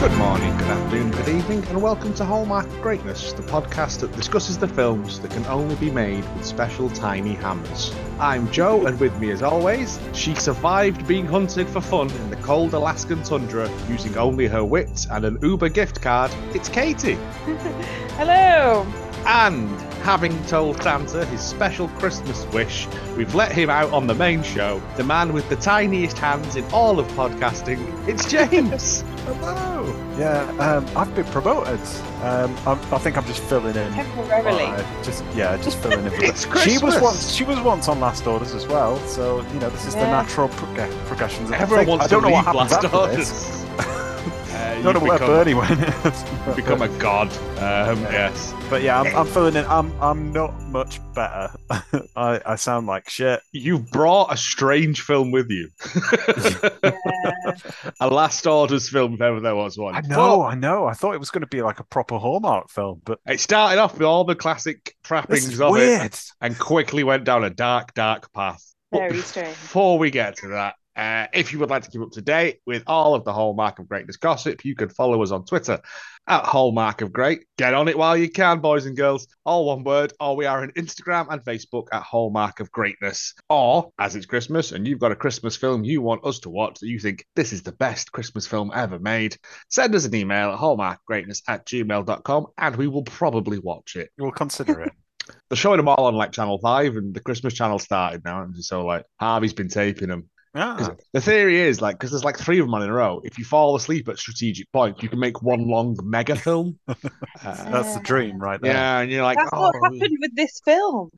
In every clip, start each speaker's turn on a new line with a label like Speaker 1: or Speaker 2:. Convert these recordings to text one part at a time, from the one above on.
Speaker 1: Good morning, good afternoon, good evening, and welcome to Hallmark Greatness, the podcast that discusses the films that can only be made with special tiny hammers. I'm Joe, and with me as always, she survived being hunted for fun in the cold Alaskan tundra using only her wits and an Uber gift card. It's Katie!
Speaker 2: Hello.
Speaker 1: And having told Santa his special Christmas wish, we've let him out on the main show, the man with the tiniest hands in all of podcasting. It's James! Hello!
Speaker 3: Yeah, um, I've been promoted. Um, I'm, I think I'm just filling in.
Speaker 2: Temporarily.
Speaker 3: Uh, just yeah, just filling in. For
Speaker 1: It's
Speaker 3: She was
Speaker 1: Christmas.
Speaker 3: once. She was once on Last Orders as well. So you know, this is the
Speaker 2: Yeah.
Speaker 3: natural prog- progression. of the
Speaker 1: Everyone
Speaker 3: thing.
Speaker 1: wants
Speaker 3: I don't
Speaker 1: to
Speaker 3: know
Speaker 1: leave
Speaker 3: what happens
Speaker 1: Last
Speaker 3: after
Speaker 1: Orders.
Speaker 3: This.
Speaker 1: Uh,
Speaker 3: I don't know
Speaker 1: you
Speaker 3: where
Speaker 1: become,
Speaker 3: Bernie went.
Speaker 1: become a god. Um, yes.
Speaker 3: But yeah, I'm, I'm filling in. I'm I'm not much better. I, I sound like shit.
Speaker 1: You've brought a strange film with you.
Speaker 2: Yeah.
Speaker 1: a Last Orders film, if ever there was one.
Speaker 3: I know.
Speaker 1: But
Speaker 3: I know. I thought it was going to be like a proper Hallmark film, but
Speaker 1: it started off with all the classic
Speaker 3: this is
Speaker 1: trappings of it
Speaker 3: weird.
Speaker 1: and quickly went down a dark, dark path. But
Speaker 2: Very strange.
Speaker 1: Before we get to that, uh, if you would like to keep up to date with all of the Hallmark of Greatness gossip, you can follow us on Twitter at Hallmark of Great. Get on it while you can, boys and girls. All one word, or we are on Instagram and Facebook at Hallmark of Greatness. Or, as it's Christmas and you've got a Christmas film you want us to watch that you think this is the best Christmas film ever made, send us an email at hallmarkgreatness at gmail.com and we will probably watch it
Speaker 3: We'll consider it.
Speaker 1: they're showing them all on like Channel Five, and the Christmas Channel started now, and so like Harvey's been taping them.
Speaker 3: Ah,
Speaker 1: The theory is like because there's like three of them on in a row. If you fall asleep at strategic point, you can make one long mega film. Uh,
Speaker 3: that's the dream right there.
Speaker 1: yeah, and you're like,
Speaker 2: That's
Speaker 1: oh,
Speaker 2: what happened with this film.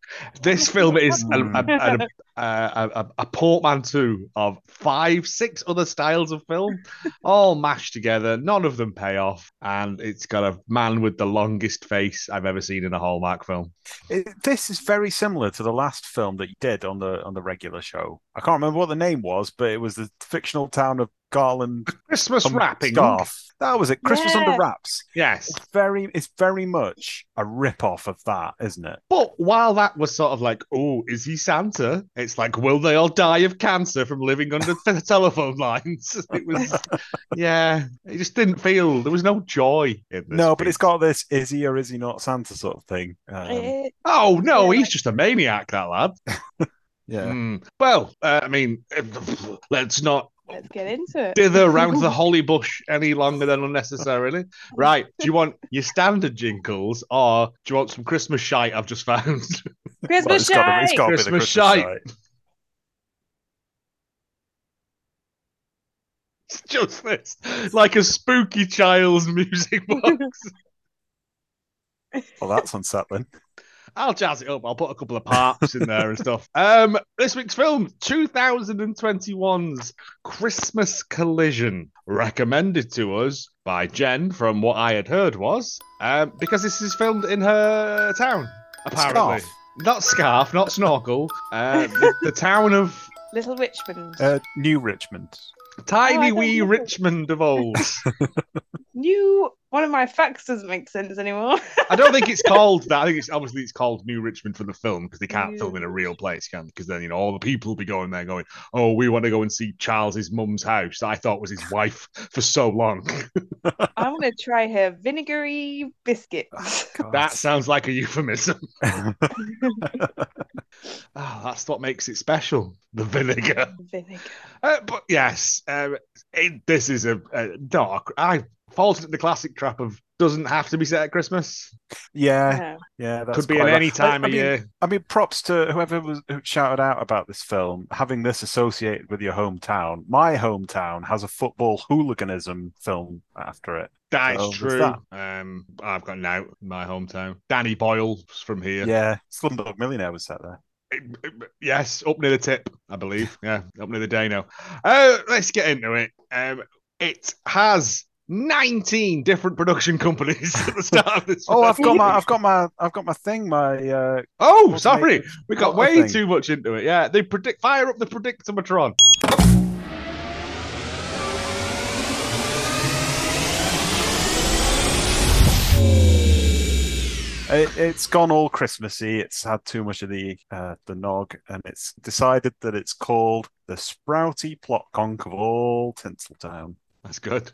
Speaker 1: this film is a, a, a, a, a, a portmanteau of five, six other styles of film, all mashed together. None of them pay off, and it's got a man with the longest face I've ever seen in a Hallmark film.
Speaker 3: It, this is very similar to the last film that you did on the on the regular show. I can't remember what the name was, but it was the fictional town of Garland
Speaker 1: Christmas
Speaker 3: some
Speaker 1: wrapping,
Speaker 3: Scarf. That was it. Christmas
Speaker 2: Yeah.
Speaker 3: under wraps.
Speaker 1: yes.
Speaker 3: It's very it's very much a rip off of that, isn't it?
Speaker 1: But while that was sort of like, oh, is he Santa? It's like, will they all die of cancer from living under the telephone lines? It was, yeah, it just didn't feel there was no joy in this.
Speaker 3: No, but
Speaker 1: piece.
Speaker 3: it's got this is he or is he not Santa sort of thing. Um,
Speaker 2: Eh,
Speaker 1: Oh no,
Speaker 2: Yeah,
Speaker 1: he's just a maniac, that lad.
Speaker 3: yeah.
Speaker 1: Hmm. Well, uh, I mean, let's not
Speaker 2: let's get into it.
Speaker 1: dither round the holly bush any longer than unnecessarily. Right? Do you want your standard jingles, or do you want some Christmas shite I've just found?
Speaker 3: Well,
Speaker 2: Christmas
Speaker 3: it's gotta, it's
Speaker 2: Shite!
Speaker 3: gotta be the
Speaker 1: Christmas
Speaker 3: Christmas
Speaker 1: shite.
Speaker 3: shite.
Speaker 1: It's just this, like a spooky child's music box.
Speaker 3: Well, that's unsettling.
Speaker 1: I'll jazz it up. I'll put a couple of parts in there and stuff. Um, this week's film, 2021's Christmas Collision, recommended to us by Jen from what I had heard was um, because this is filmed in her town, apparently.
Speaker 3: Scarf.
Speaker 1: Not scarf, not snorkel. Uh, the, the town of
Speaker 2: Little Richmond.
Speaker 3: Uh, New Richmond.
Speaker 1: tiny
Speaker 2: Oh, don't
Speaker 1: wee
Speaker 2: know.
Speaker 1: Richmond of old.
Speaker 2: New. One of my facts doesn't make sense anymore.
Speaker 1: I don't think it's called that. I think it's obviously it's called New Richmond for the film because they can't film in a
Speaker 2: New
Speaker 1: real place, can? Because then you know all the people will be going there, going, "Oh, we want to go and see Charles's mum's house that I thought was his wife for so long."
Speaker 2: I'm going to try her vinegary biscuits.
Speaker 1: that sounds like a euphemism. Ah, that's what makes it special, the vinegar.
Speaker 2: Vinegar.
Speaker 1: Uh, but yes, um, it, this is a, a no. I falls into the classic trap of doesn't have to be set at Christmas.
Speaker 3: yeah,
Speaker 2: No.
Speaker 3: yeah. That's
Speaker 1: Could be at
Speaker 3: quite right.
Speaker 1: any time
Speaker 3: I, I
Speaker 1: of
Speaker 3: mean,
Speaker 1: year.
Speaker 3: I mean, props to whoever was who shouted out about this film. Having this associated with your hometown, my hometown has a football hooliganism film after it.
Speaker 1: That
Speaker 3: So
Speaker 1: is
Speaker 3: there's
Speaker 1: true.
Speaker 3: that.
Speaker 1: Um, I've got an out in my hometown. Danny Boyle's from here.
Speaker 3: Yeah, Slumdog Millionaire was set there.
Speaker 1: It- it- yes, up near the tip, I believe. Yeah, up near the Dano. Uh, let's get into it. Um, it has 19 different production companies at the start of this.
Speaker 3: Oh, I've
Speaker 1: film.
Speaker 3: got my, I've got my, I've got my thing. My uh,
Speaker 1: Oh,
Speaker 3: automated
Speaker 1: sorry. We got
Speaker 3: plotter
Speaker 1: way
Speaker 3: thing.
Speaker 1: too much into it. Yeah, they predict fire up the predictomatron.
Speaker 3: It, it's gone all Christmassy. It's had too much of the uh, the nog, and it's decided that it's called the Sprouty Plot Conk of all Tinseltown.
Speaker 1: That's good.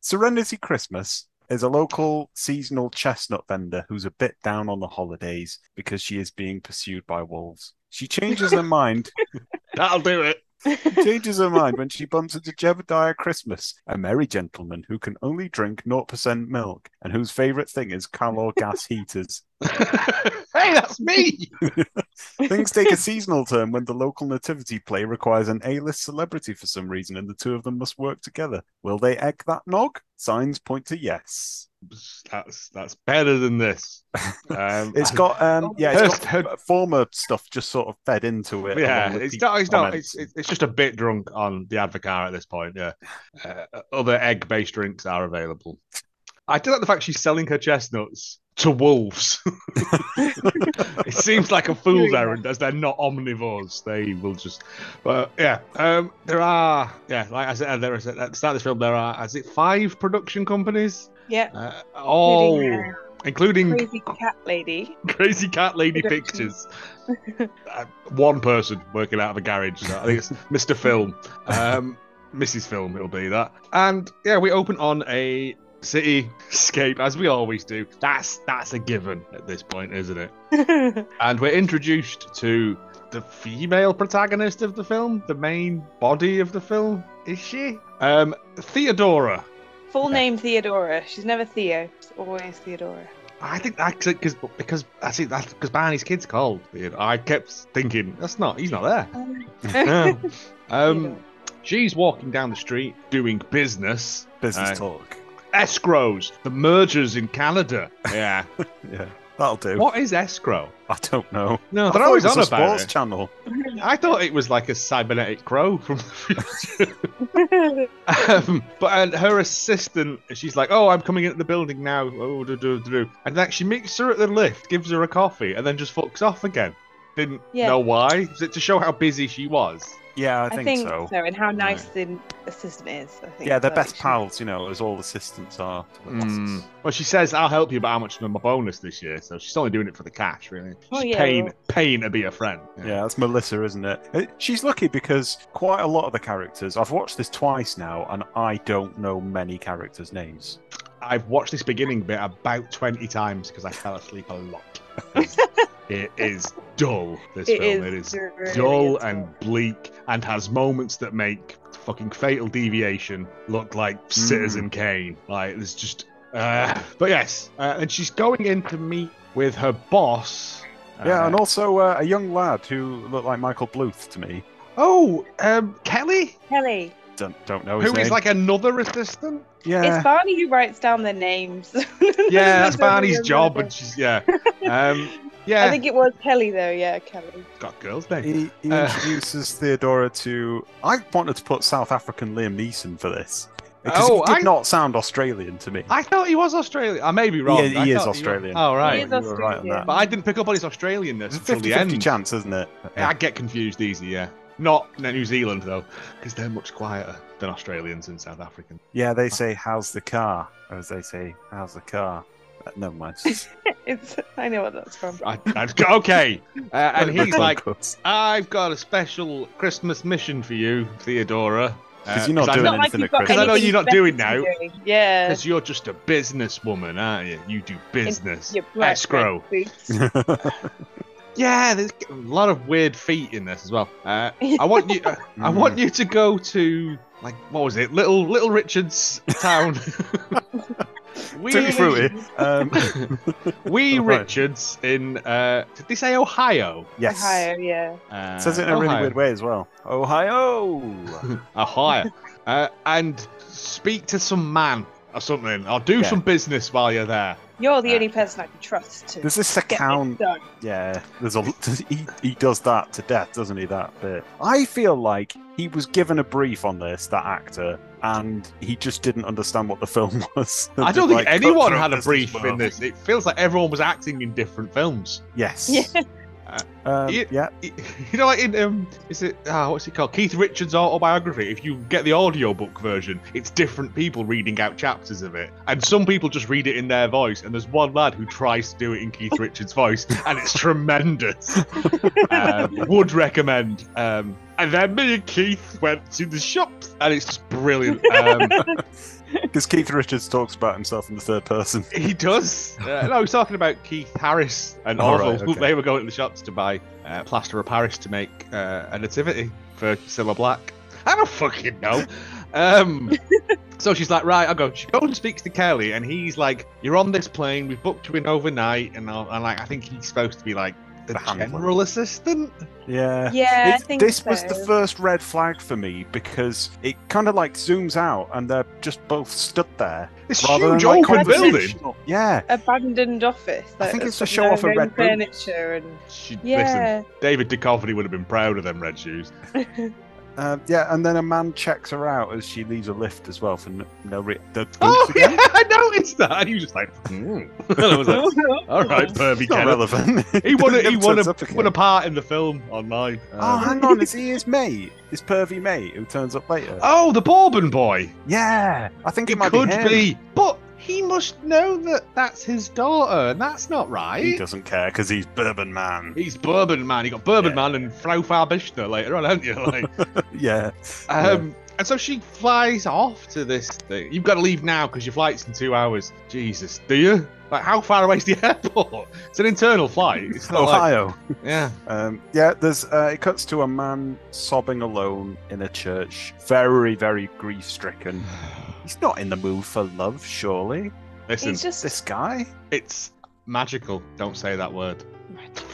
Speaker 3: Serenity Christmas is a local seasonal chestnut vendor who's a bit down on the holidays because she is being pursued by wolves. She changes her mind.
Speaker 1: That'll do it.
Speaker 3: Changes her mind when she bumps into Jebediah Christmas, a merry gentleman who can only drink 0% milk and whose favorite thing is calor gas heaters.
Speaker 1: hey, that's me.
Speaker 3: Things take a seasonal turn when the local nativity play requires an A-list celebrity for some reason, and the two of them must work together. Will they egg that nog? Signs point to yes.
Speaker 1: That's that's better than this. Um,
Speaker 3: It's got um, yeah, it's
Speaker 1: Her-
Speaker 3: got former stuff just sort of fed into it.
Speaker 1: yeah,
Speaker 3: along with
Speaker 1: it's
Speaker 3: people
Speaker 1: not. It's not.
Speaker 3: comments.
Speaker 1: It's, it's it's just a bit drunk on the Advocar at this point. Yeah, uh, other egg-based drinks are available. I do like the fact she's selling her chestnuts to wolves. it seems like a fool's
Speaker 2: Yeah.
Speaker 1: errand as they're not omnivores. They will just. But yeah, um, there are. Yeah, like I said, uh, there is at the start of this film there are. Is it five production companies?
Speaker 2: yeah.
Speaker 1: Uh,
Speaker 3: Oh,
Speaker 1: all
Speaker 2: Including,
Speaker 1: including
Speaker 2: Crazy cat lady.
Speaker 1: Crazy Cat Lady
Speaker 2: Production.
Speaker 1: Pictures. uh, one person working out of a garage. So I think it's Mr. Film. Um, Mrs. Film, it'll be that. And yeah, we open on a cityscape as we always do. That's that's a given at this point, isn't it? And we're introduced to the female protagonist of the film, the main body of the film. Is she? Um, Theodora.
Speaker 2: Full name Theodora. She's never Theo. It's always Theodora.
Speaker 1: I think actually because because I see that's because Barney's kid's called. You know, I kept thinking that's not he's not there. Yeah. um, she's walking down the street doing business,
Speaker 3: business
Speaker 1: Aye.
Speaker 3: talk.
Speaker 1: escrows, the mergers in Canada. Yeah,
Speaker 3: Yeah, that'll do.
Speaker 1: what is escrow?
Speaker 3: I don't know.
Speaker 1: No,
Speaker 3: I
Speaker 1: they're
Speaker 3: thought
Speaker 1: always
Speaker 3: it was
Speaker 1: on
Speaker 3: a
Speaker 1: about
Speaker 3: sports
Speaker 1: it.
Speaker 3: channel.
Speaker 1: I thought it was like a cybernetic crow from the future. Um, but and her assistant, she's like, "Oh, I'm coming into the building now." Oh, do, do, do, do. and then she meets her at the lift, gives her a coffee, and then just fucks off again. Didn't
Speaker 2: Yeah.
Speaker 1: know why. Was it to show how busy she was?
Speaker 3: Yeah, I,
Speaker 2: I
Speaker 3: think, so.
Speaker 2: and how nice the assistant is. I think
Speaker 3: Yeah, they're
Speaker 2: so.
Speaker 3: best
Speaker 2: She-
Speaker 3: pals, you know, as all assistants are. to the
Speaker 1: Mm.
Speaker 3: bosses.
Speaker 1: Well, she says, "I'll help you, but how much of my bonus this year?" So she's only doing it for the cash, really. She's
Speaker 2: Oh, yeah,
Speaker 1: paying,
Speaker 2: well-
Speaker 1: paying to be a friend.
Speaker 3: Yeah, that's Melissa, isn't it? Uh, She's lucky because quite a lot of the characters, I've watched this twice now, and I don't know many characters' names.
Speaker 1: I've watched this beginning bit about twenty times because I fell asleep a lot. it is dull. This
Speaker 2: It
Speaker 1: film.
Speaker 2: is,
Speaker 1: It is
Speaker 2: really
Speaker 1: dull
Speaker 2: is
Speaker 1: and
Speaker 2: dull.
Speaker 1: bleak and has moments that make fucking fatal deviation look like citizen kane like there's just uh, but yes uh, and she's going in to meet with her boss
Speaker 3: yeah,
Speaker 1: uh,
Speaker 3: and also uh, a young lad who looked like Michael Bluth to me.
Speaker 1: oh um kelly
Speaker 2: Kelly.
Speaker 3: Don't, don't know
Speaker 1: who
Speaker 3: his
Speaker 1: is
Speaker 3: name.
Speaker 1: like another assistant
Speaker 3: yeah,
Speaker 2: It's Barney who writes down their names.
Speaker 1: yeah that's
Speaker 2: Nobody
Speaker 1: barney's
Speaker 2: remembers.
Speaker 1: job and she's yeah um
Speaker 2: I
Speaker 1: yeah
Speaker 2: think it was Kelly though. Yeah, Kelly.
Speaker 1: got girls name
Speaker 3: he, he
Speaker 1: Uh.
Speaker 3: introduces Theodora to. I wanted to put South African Liam Neeson for this because
Speaker 1: Oh,
Speaker 3: he did
Speaker 1: I-
Speaker 3: not sound Australian to me.
Speaker 1: i thought he was australian i may be wrong
Speaker 3: He,
Speaker 1: I
Speaker 3: he is
Speaker 1: thought
Speaker 3: Australian.
Speaker 1: oh right
Speaker 2: He is
Speaker 3: You were right on that.
Speaker 1: but i didn't pick up on his australianness
Speaker 3: It's a
Speaker 1: until
Speaker 3: 50
Speaker 1: the end
Speaker 3: chance, isn't it?
Speaker 1: I get confused easy, yeah. Not New Zealand though, because they're much quieter than Australians and South Africans.
Speaker 3: Yeah, they say, "How's the car?" Or as they say, "How's the car?" Uh, never mind.
Speaker 2: It's I know what that's from.
Speaker 1: I, I've got, okay, uh, and he's like,
Speaker 3: "Because
Speaker 1: "I've got a special Christmas mission for you, Theodora, Uh,
Speaker 3: you're not
Speaker 1: 'cause I
Speaker 3: doing
Speaker 1: know-
Speaker 2: Not like
Speaker 3: anything
Speaker 2: you've
Speaker 3: at
Speaker 2: got
Speaker 3: Christmas."
Speaker 1: I know
Speaker 2: anything
Speaker 1: you're not
Speaker 2: better
Speaker 1: doing
Speaker 2: to
Speaker 1: now.
Speaker 2: be doing. Yeah.
Speaker 1: 'cause you're just a businesswoman, aren't you? You do business,
Speaker 2: Your black
Speaker 1: escrow."
Speaker 2: boots.
Speaker 1: Yeah, there's a lot of weird feet in this as well. Uh, I want you. Uh, I
Speaker 3: Mm,
Speaker 1: want you to go to like what was it, Little Little Richard's town.
Speaker 3: Tutti frutti. Um,
Speaker 1: We
Speaker 3: Oh, Right.
Speaker 1: Richards in uh, did they say Ohio?
Speaker 3: yes.
Speaker 2: Ohio, yeah.
Speaker 1: Uh,
Speaker 3: Says it in a really weird way as well. Ohio.
Speaker 1: way. Ohio, uh, and speak to some man or something. I'll do
Speaker 3: Yeah.
Speaker 1: some business while you're there.
Speaker 2: You're the
Speaker 3: Ah.
Speaker 2: only person I can trust to
Speaker 3: There's this
Speaker 2: get
Speaker 3: account.
Speaker 2: this done.
Speaker 3: Yeah, there's a he, he does that to death, doesn't he? That bit. I feel like he was given a brief on this, that actor, and he just didn't understand what the film was.
Speaker 1: I don't think
Speaker 3: Like,
Speaker 1: anyone
Speaker 3: cutthroat
Speaker 1: had a
Speaker 3: business
Speaker 1: brief in
Speaker 3: world.
Speaker 1: this. It feels like everyone was acting in different films.
Speaker 3: Yes.
Speaker 2: Yeah.
Speaker 3: Um,
Speaker 1: Yeah.
Speaker 3: yeah.
Speaker 1: You know, like in um, is it ah, what's it called? Keith Richards' autobiography. If you get the audiobook version, it's different people reading out chapters of it, and some people just read it in their voice. And there's one lad who tries to do it in Keith Richards' voice, and it's tremendous. um, would recommend. Um, and then me and Keith went to the shops, and it's just brilliant. Um,
Speaker 3: Because Keith Richards talks about himself in the third person.
Speaker 1: He does. Uh, no, he's talking about Keith Harris and
Speaker 3: All
Speaker 1: Orville.
Speaker 3: right, okay.
Speaker 1: They were going to the shops to buy uh, plaster of Paris to make uh, a nativity for Cilla Black. I don't fucking know. Um, so she's like, right, I'll go. She goes and speaks to Kelly, and he's like, you're on this plane. We've booked you in overnight, and I'll, and like, I think he's supposed to be like the
Speaker 3: The handler.
Speaker 1: general assistant.
Speaker 3: Yeah.
Speaker 2: Yeah, I
Speaker 3: It's-
Speaker 2: think
Speaker 3: this was the
Speaker 2: so.
Speaker 3: first red flag for me because it kind of like zooms out and they're just both stood there
Speaker 1: This
Speaker 3: rather
Speaker 1: huge
Speaker 3: than like
Speaker 1: open building.
Speaker 3: conversational. Yeah,
Speaker 2: abandoned office.
Speaker 3: I
Speaker 2: that
Speaker 3: think
Speaker 2: has
Speaker 3: it's to
Speaker 2: got
Speaker 3: show
Speaker 2: no
Speaker 3: off a
Speaker 2: known
Speaker 3: red room.
Speaker 2: furniture and
Speaker 1: She, Listen,
Speaker 2: yeah.
Speaker 1: David Duchovny would have been proud of them red shoes.
Speaker 3: Um, yeah, and then a man checks her out as she leaves a lift as well for no, no re- the,
Speaker 1: Oh
Speaker 3: once
Speaker 1: yeah,
Speaker 3: again,
Speaker 1: I noticed that. And he was just like, hmm. and I was like, all right, pervy
Speaker 3: it's not
Speaker 1: Kenneth.
Speaker 3: relevant.
Speaker 1: He won. A, he
Speaker 3: Never
Speaker 1: won
Speaker 3: turns
Speaker 1: a,
Speaker 3: up again.
Speaker 1: won a part in the film online.
Speaker 3: Oh,
Speaker 1: Um,
Speaker 3: hang on, is he his mate? His pervy mate who turns up later?
Speaker 1: oh, the Bourbon boy.
Speaker 3: yeah, I think
Speaker 1: It
Speaker 3: it might
Speaker 1: could
Speaker 3: be him.
Speaker 1: be, but he must know that that's his daughter, and that's not
Speaker 3: He
Speaker 1: right.
Speaker 3: doesn't care because he's bourbon man.
Speaker 1: He's Bourbon Man. He got Bourbon
Speaker 3: Yeah.
Speaker 1: Man and Frau Farbishner later on, haven't you? Like,
Speaker 3: yeah,
Speaker 1: um, And so she flies off to this thing. You've got to leave now because your flight's in two hours. Jesus, do you? Like, how far away is the airport? It's an internal flight. It's not like,
Speaker 3: Ohio.
Speaker 1: yeah.
Speaker 3: Um, yeah, there's. Uh, it cuts to a man sobbing alone in a church, very, very grief-stricken. He's not in the mood for love, surely.
Speaker 1: Listen,
Speaker 2: He's just
Speaker 3: This guy.
Speaker 1: It's magical. Don't say that word.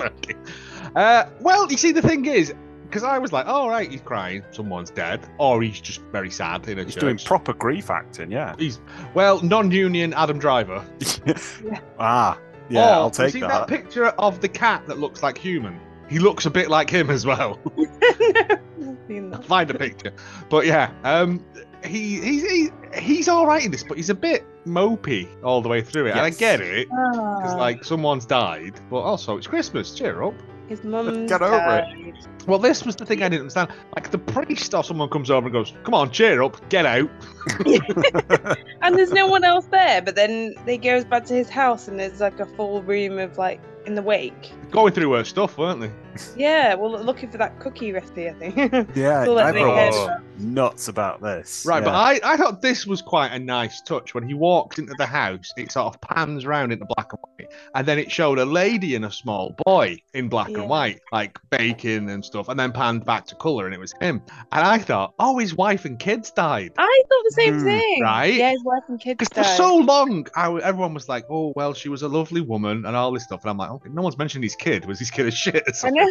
Speaker 1: uh, well, you see, the thing is, because I was like, all right, he's crying, someone's dead, or he's just very sad in a
Speaker 3: He's
Speaker 1: church.
Speaker 3: doing proper grief acting. Yeah.
Speaker 1: He's well, non-union Adam Driver.
Speaker 3: ah, yeah,
Speaker 1: Or,
Speaker 3: I'll
Speaker 1: you
Speaker 3: take
Speaker 1: see
Speaker 3: that.
Speaker 1: picture of the cat that looks like human. He looks a bit like him as well.
Speaker 2: seen that.
Speaker 1: Find a picture, but yeah, um, he he's he, he's all right in this, but he's a bit mopey all the way through it, and I
Speaker 3: Yes.
Speaker 1: get it because
Speaker 2: Ah,
Speaker 1: like someone's died, but also it's Christmas. Cheer up.
Speaker 2: his mum.
Speaker 3: get over it.
Speaker 2: it.
Speaker 1: Well, this was the thing I didn't understand. Like the priest or someone comes over and goes, "Come on, cheer up, get out."
Speaker 2: And there's no one else there. But then they goes back to his house, and there's like a full room of like in the wake.
Speaker 1: Going through her stuff, weren't they?
Speaker 2: Yeah, well, looking for that cookie recipe, I think.
Speaker 3: Yeah,
Speaker 2: Well, that
Speaker 1: makes
Speaker 3: everyone's
Speaker 1: sense.
Speaker 3: nuts about this.
Speaker 1: Right, but
Speaker 3: yeah.
Speaker 1: I, I thought this was quite a nice touch. When he walked into the house, it sort of pans round into black and white, and then it showed a lady and a small boy in black
Speaker 2: Yeah.
Speaker 1: and white, like baking and stuff, and then panned back to colour, and it was him. And I thought, oh, his wife and kids died.
Speaker 2: I thought the same
Speaker 3: Hmm,
Speaker 2: thing.
Speaker 1: right?
Speaker 2: Yeah, his wife and kids.
Speaker 1: Because for
Speaker 2: died.
Speaker 1: so long, I, w- everyone was like, "Oh, well, she was a lovely woman," and all this stuff, and I'm like, "Okay, no one's mentioned his kid. Was his kid a shit?" Or
Speaker 2: I
Speaker 1: something?
Speaker 2: know. Yeah.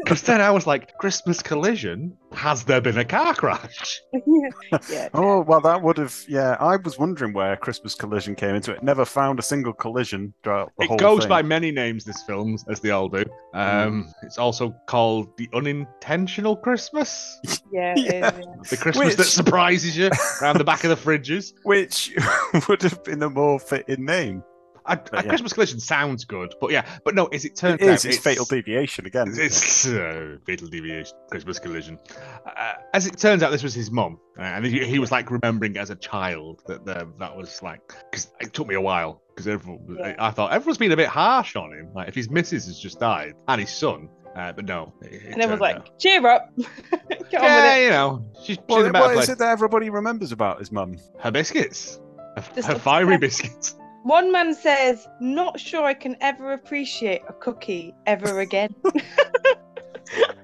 Speaker 1: Because then I was like, Christmas collision? Has there been a car crash?
Speaker 2: yeah. yeah.
Speaker 3: Oh well, that would have. Yeah, I was wondering where Christmas Collision came into it. Never found a single collision throughout the whole
Speaker 1: it goes
Speaker 3: thing.
Speaker 1: by many names, this film, as they all do. Um, It's also called The Unintentional Christmas.
Speaker 2: Yeah, it
Speaker 3: Yeah.
Speaker 2: is, yeah.
Speaker 1: The Christmas
Speaker 3: Which-
Speaker 1: that surprises you around the back of the fridges.
Speaker 3: which would have been a more fitting name.
Speaker 1: A, a
Speaker 3: yeah.
Speaker 1: Christmas collision sounds good, but yeah, but no, as it turns
Speaker 3: It is.
Speaker 1: out,
Speaker 3: It's fatal deviation again. isn't it?
Speaker 1: It's uh, fatal deviation, Christmas collision. Uh, as it turns out, this was his mum, uh, and he, he was like remembering as a child that the, that was like because it took me a while because everyone
Speaker 2: Yeah.
Speaker 1: I thought everyone's been a bit harsh on him. Like if his missus has just died and his son, uh, but no, it, it
Speaker 2: And everyone's
Speaker 1: turned out-
Speaker 2: like, cheer up. Get on with
Speaker 1: yeah,
Speaker 2: it.
Speaker 1: you know, she's, she's in a
Speaker 3: What,
Speaker 1: better
Speaker 3: what
Speaker 1: place.
Speaker 3: is it that everybody remembers about his mum?
Speaker 1: Her biscuits, her,
Speaker 2: Just
Speaker 1: her
Speaker 2: a-
Speaker 1: fiery biscuits.
Speaker 2: One man says, not sure I can ever appreciate a cookie ever again.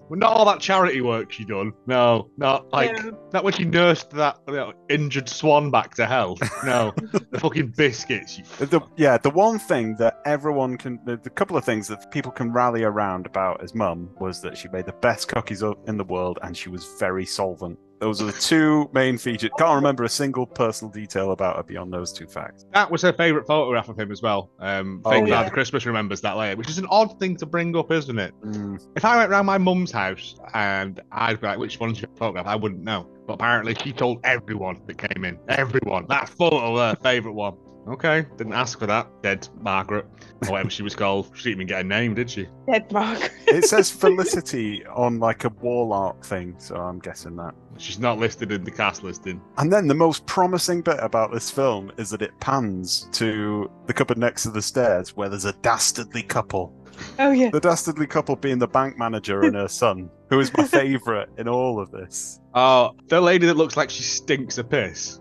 Speaker 1: Well, not all that charity work she done. No, not like
Speaker 2: No.
Speaker 1: Not when she nursed that you know, injured swan back to health. No, the fucking biscuits. You
Speaker 3: The- the- yeah, the one thing that everyone can, the, the couple of things that people can rally around about his mum was that she made the best cookies o- in the world and she was very solvent. Those are the two main features. Can't remember a single personal detail about her beyond those two facts.
Speaker 1: That was her favourite photograph of him as well. Um,
Speaker 3: Oh,
Speaker 1: Fake
Speaker 2: yeah.
Speaker 1: Father Christmas remembers that later, which is an odd thing to bring up, isn't it?
Speaker 3: Mm.
Speaker 1: If I went round my mum's house and I'd be like, which one's your photograph? I wouldn't know. But apparently she told everyone that came in. Everyone. That photo, her favourite one. Okay. Didn't ask for that. Dead Margaret. Or whatever she was called. She didn't even get a name, did she?
Speaker 2: Dead Margaret.
Speaker 3: It says Felicity on like a wall art thing, so I'm guessing that.
Speaker 1: She's not listed in the cast listing.
Speaker 3: And then the most promising bit about this film is that it pans to the cupboard next to the stairs where there's a dastardly couple.
Speaker 2: Oh yeah.
Speaker 3: The dastardly couple being the bank manager and her son, who is my favourite in all of this.
Speaker 1: Oh, the lady that looks like she stinks a piss.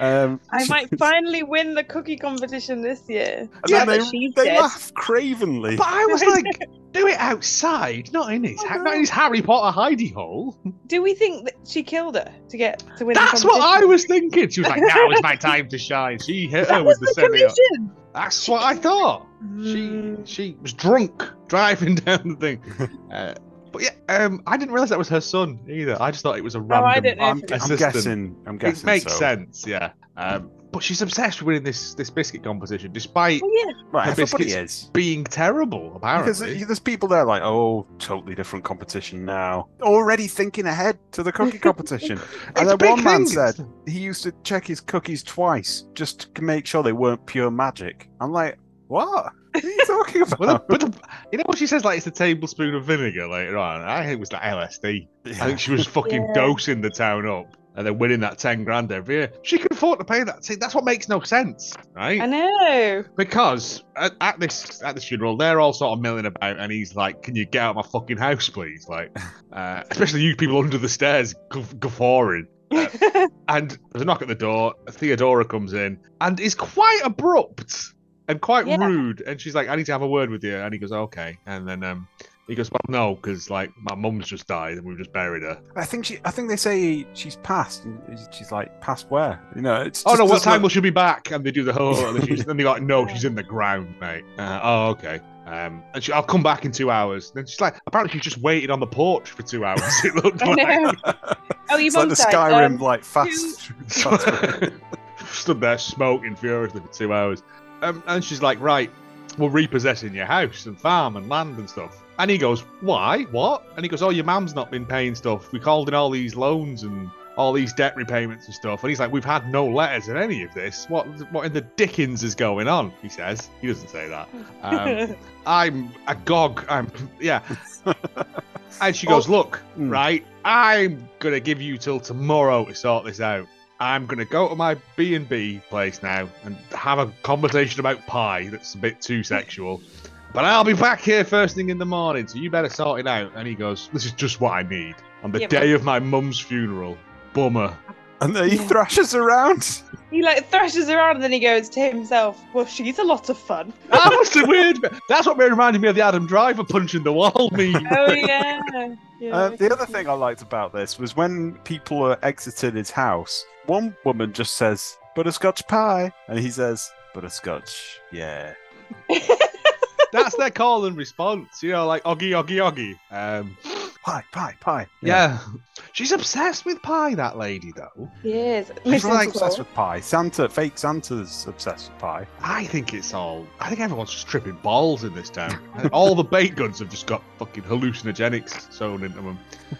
Speaker 3: Um,
Speaker 2: I might finally win the cookie competition this year.
Speaker 3: and
Speaker 1: Yeah,
Speaker 3: then
Speaker 2: but
Speaker 3: they,
Speaker 2: she's
Speaker 3: they
Speaker 2: dead.
Speaker 3: laugh cravenly.
Speaker 1: But I was like, do it outside, not in his,
Speaker 3: Oh, no.
Speaker 1: not in his Harry Potter hidey hole.
Speaker 2: Do we think that she killed her to get to win?
Speaker 1: That's
Speaker 2: the
Speaker 1: what
Speaker 2: competition?
Speaker 1: I was thinking. She was like, now is my time to shine. She hit her
Speaker 2: That
Speaker 3: Oh,
Speaker 1: with
Speaker 2: was
Speaker 1: the,
Speaker 2: the
Speaker 1: semi.
Speaker 2: commission.
Speaker 1: That's what I thought. She
Speaker 2: Mm.
Speaker 1: she was drunk driving down the thing. Uh, but yeah, um, I didn't realize that was her son either. I just thought it was a
Speaker 2: Oh,
Speaker 1: random.
Speaker 2: I don't know.
Speaker 3: I'm,
Speaker 2: if
Speaker 3: I'm
Speaker 2: it's-
Speaker 1: Assistant.
Speaker 3: guessing. I'm guessing.
Speaker 1: it makes
Speaker 3: so.
Speaker 1: sense, yeah. Um, but she's obsessed with winning this this biscuit competition, despite
Speaker 2: Oh, yeah.
Speaker 3: Right,
Speaker 1: The
Speaker 3: everybody
Speaker 1: biscuits.
Speaker 3: is.
Speaker 1: being terrible.
Speaker 3: Because
Speaker 1: Apparently,
Speaker 3: there's people there like, oh, totally different competition now. Already thinking ahead to the cookie competition. and
Speaker 1: It's a
Speaker 3: then
Speaker 1: big
Speaker 3: one
Speaker 1: thing.
Speaker 3: man said he used to check his cookies twice just to make sure they weren't pure magic. I'm like, what? What are you talking
Speaker 1: Well, the,
Speaker 3: about?
Speaker 1: but the, you know what she says? Like it's a tablespoon of vinegar later on. I think it was like LSD. I think she was fucking
Speaker 2: Yeah.
Speaker 1: dosing the town up and then winning that ten grand every year. She could afford to pay that. See, that's what makes no sense,
Speaker 2: I
Speaker 1: right?
Speaker 2: know.
Speaker 1: Because at, at this at this funeral, they're all sort of milling about, and he's like, "Can you get out of my fucking house, please?" Like, uh, especially you people under the stairs guff- guffawing. And there's a knock at the door. Theodora comes in and is quite abrupt and quite
Speaker 2: Yeah.
Speaker 1: rude. And she's like, "I need to have a word with you." And he goes, "Okay." And then um, he goes, "Well, no, because like my mum's just died and we've just buried her."
Speaker 3: I think she. I think they say she's passed. And she's like, passed where? You know. It's
Speaker 1: oh
Speaker 3: just
Speaker 1: no, what
Speaker 3: doesn't-
Speaker 1: time will she be back? And they do the whole. and she's, then they like, "No, she's in the ground, mate." Uh, oh, okay. Um, and she, I'll come back in two hours. Then she's like, apparently she just waited on the porch for two hours. It looked
Speaker 2: I
Speaker 1: like.
Speaker 2: know. Oh, you
Speaker 3: It's like the
Speaker 2: both died.
Speaker 3: Skyrim,
Speaker 2: Um,
Speaker 3: like fast.
Speaker 1: Stood there smoking furiously for two hours. Um, and she's like, right, we're repossessing your house and farm and land and stuff. And he goes, why? What? And he goes, oh, your mum's not been paying stuff. We called in all these loans and all these debt repayments and stuff. And he's like, we've had no letters in any of this. What, what in the dickens is going on? He says. He doesn't say that. Um, I'm agog. I'm yeah. and she goes, look,
Speaker 3: Mm.
Speaker 1: right, I'm gonna give you till tomorrow to sort this out. I'm gonna go to my B and B place now and have a conversation about pie that's a bit too sexual. But I'll be back here first thing in the morning, so you better sort it out. And he goes, This is just what I need. On the
Speaker 2: Yeah, but-
Speaker 1: day of my mum's funeral. Bummer.
Speaker 3: and then he
Speaker 2: Yeah.
Speaker 3: thrashes around.
Speaker 2: he like thrashes around and then he goes to himself, Well, she's a lot of fun.
Speaker 1: That was the weird bit. That's what reminded me of the Adam Driver punching the wall meme.
Speaker 2: Oh, yeah. yeah.
Speaker 3: Uh, the other thing I liked about this was when people are exiting his house, one woman just says, Butterscotch pie. And he says, Butterscotch, yeah.
Speaker 1: That's their call and response, you know, like Oggy, Oggy, Oggy. Um,
Speaker 3: Pie, pie, pie.
Speaker 1: yeah. she's obsessed with pie. That lady, though,
Speaker 2: Yes.
Speaker 3: She's
Speaker 2: Mrs.
Speaker 3: really
Speaker 2: Claus.
Speaker 3: obsessed with pie. Santa, fake Santa's obsessed with pie.
Speaker 1: I think it's all. I think everyone's just tripping balls in this town. all the baked goods have just got fucking hallucinogenics sewn into them.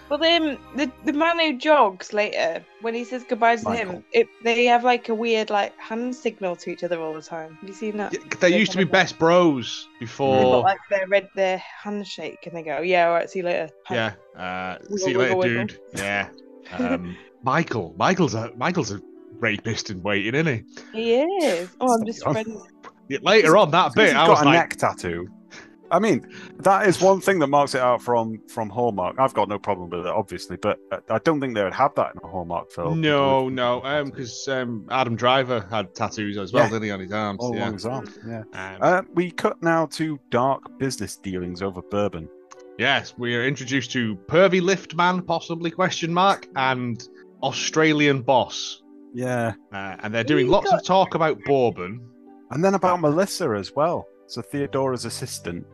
Speaker 2: Well, then the the man who jogs later, when he says goodbye to
Speaker 3: Michael.
Speaker 2: him, it, they have like a weird like hand signal to each other all the time. Have you seen that?
Speaker 1: Yeah, They used to be best bros
Speaker 2: They've got
Speaker 1: before.
Speaker 2: like their red their handshake, and they go, "Yeah, all right, see you later."
Speaker 1: Yeah. Uh,
Speaker 2: Wiggle,
Speaker 1: see you later,
Speaker 2: wiggle, wiggle.
Speaker 1: dude. Yeah. Um, Michael. Michael's a Michael's a rapist in waiting, isn't he?
Speaker 2: he is. Oh, I'm just
Speaker 3: Yeah.
Speaker 2: friends.
Speaker 1: Yeah, Later on that
Speaker 3: Because
Speaker 1: bit,
Speaker 3: he's
Speaker 1: I
Speaker 3: got
Speaker 1: was
Speaker 3: a
Speaker 1: like,
Speaker 3: neck tattoo. I mean, that is one thing that marks it out from from Hallmark. I've got no problem with it, obviously, but I- I don't think they would have that in a Hallmark film.
Speaker 1: No,
Speaker 3: With-
Speaker 1: no, um, because um, Adam Driver had tattoos as well,
Speaker 3: Yeah.
Speaker 1: didn't he, on his arms?
Speaker 3: all
Speaker 1: yeah.
Speaker 3: along his arm. Yeah.
Speaker 1: Um,
Speaker 3: Uh, we cut now to dark business dealings over bourbon.
Speaker 1: yes, we are introduced to pervy lift man, possibly question mark, and Australian boss,
Speaker 3: Yeah.
Speaker 1: uh, and they're doing
Speaker 2: He's
Speaker 1: lots of talk about bourbon.
Speaker 3: And then about Melissa as well. So Theodora's assistant.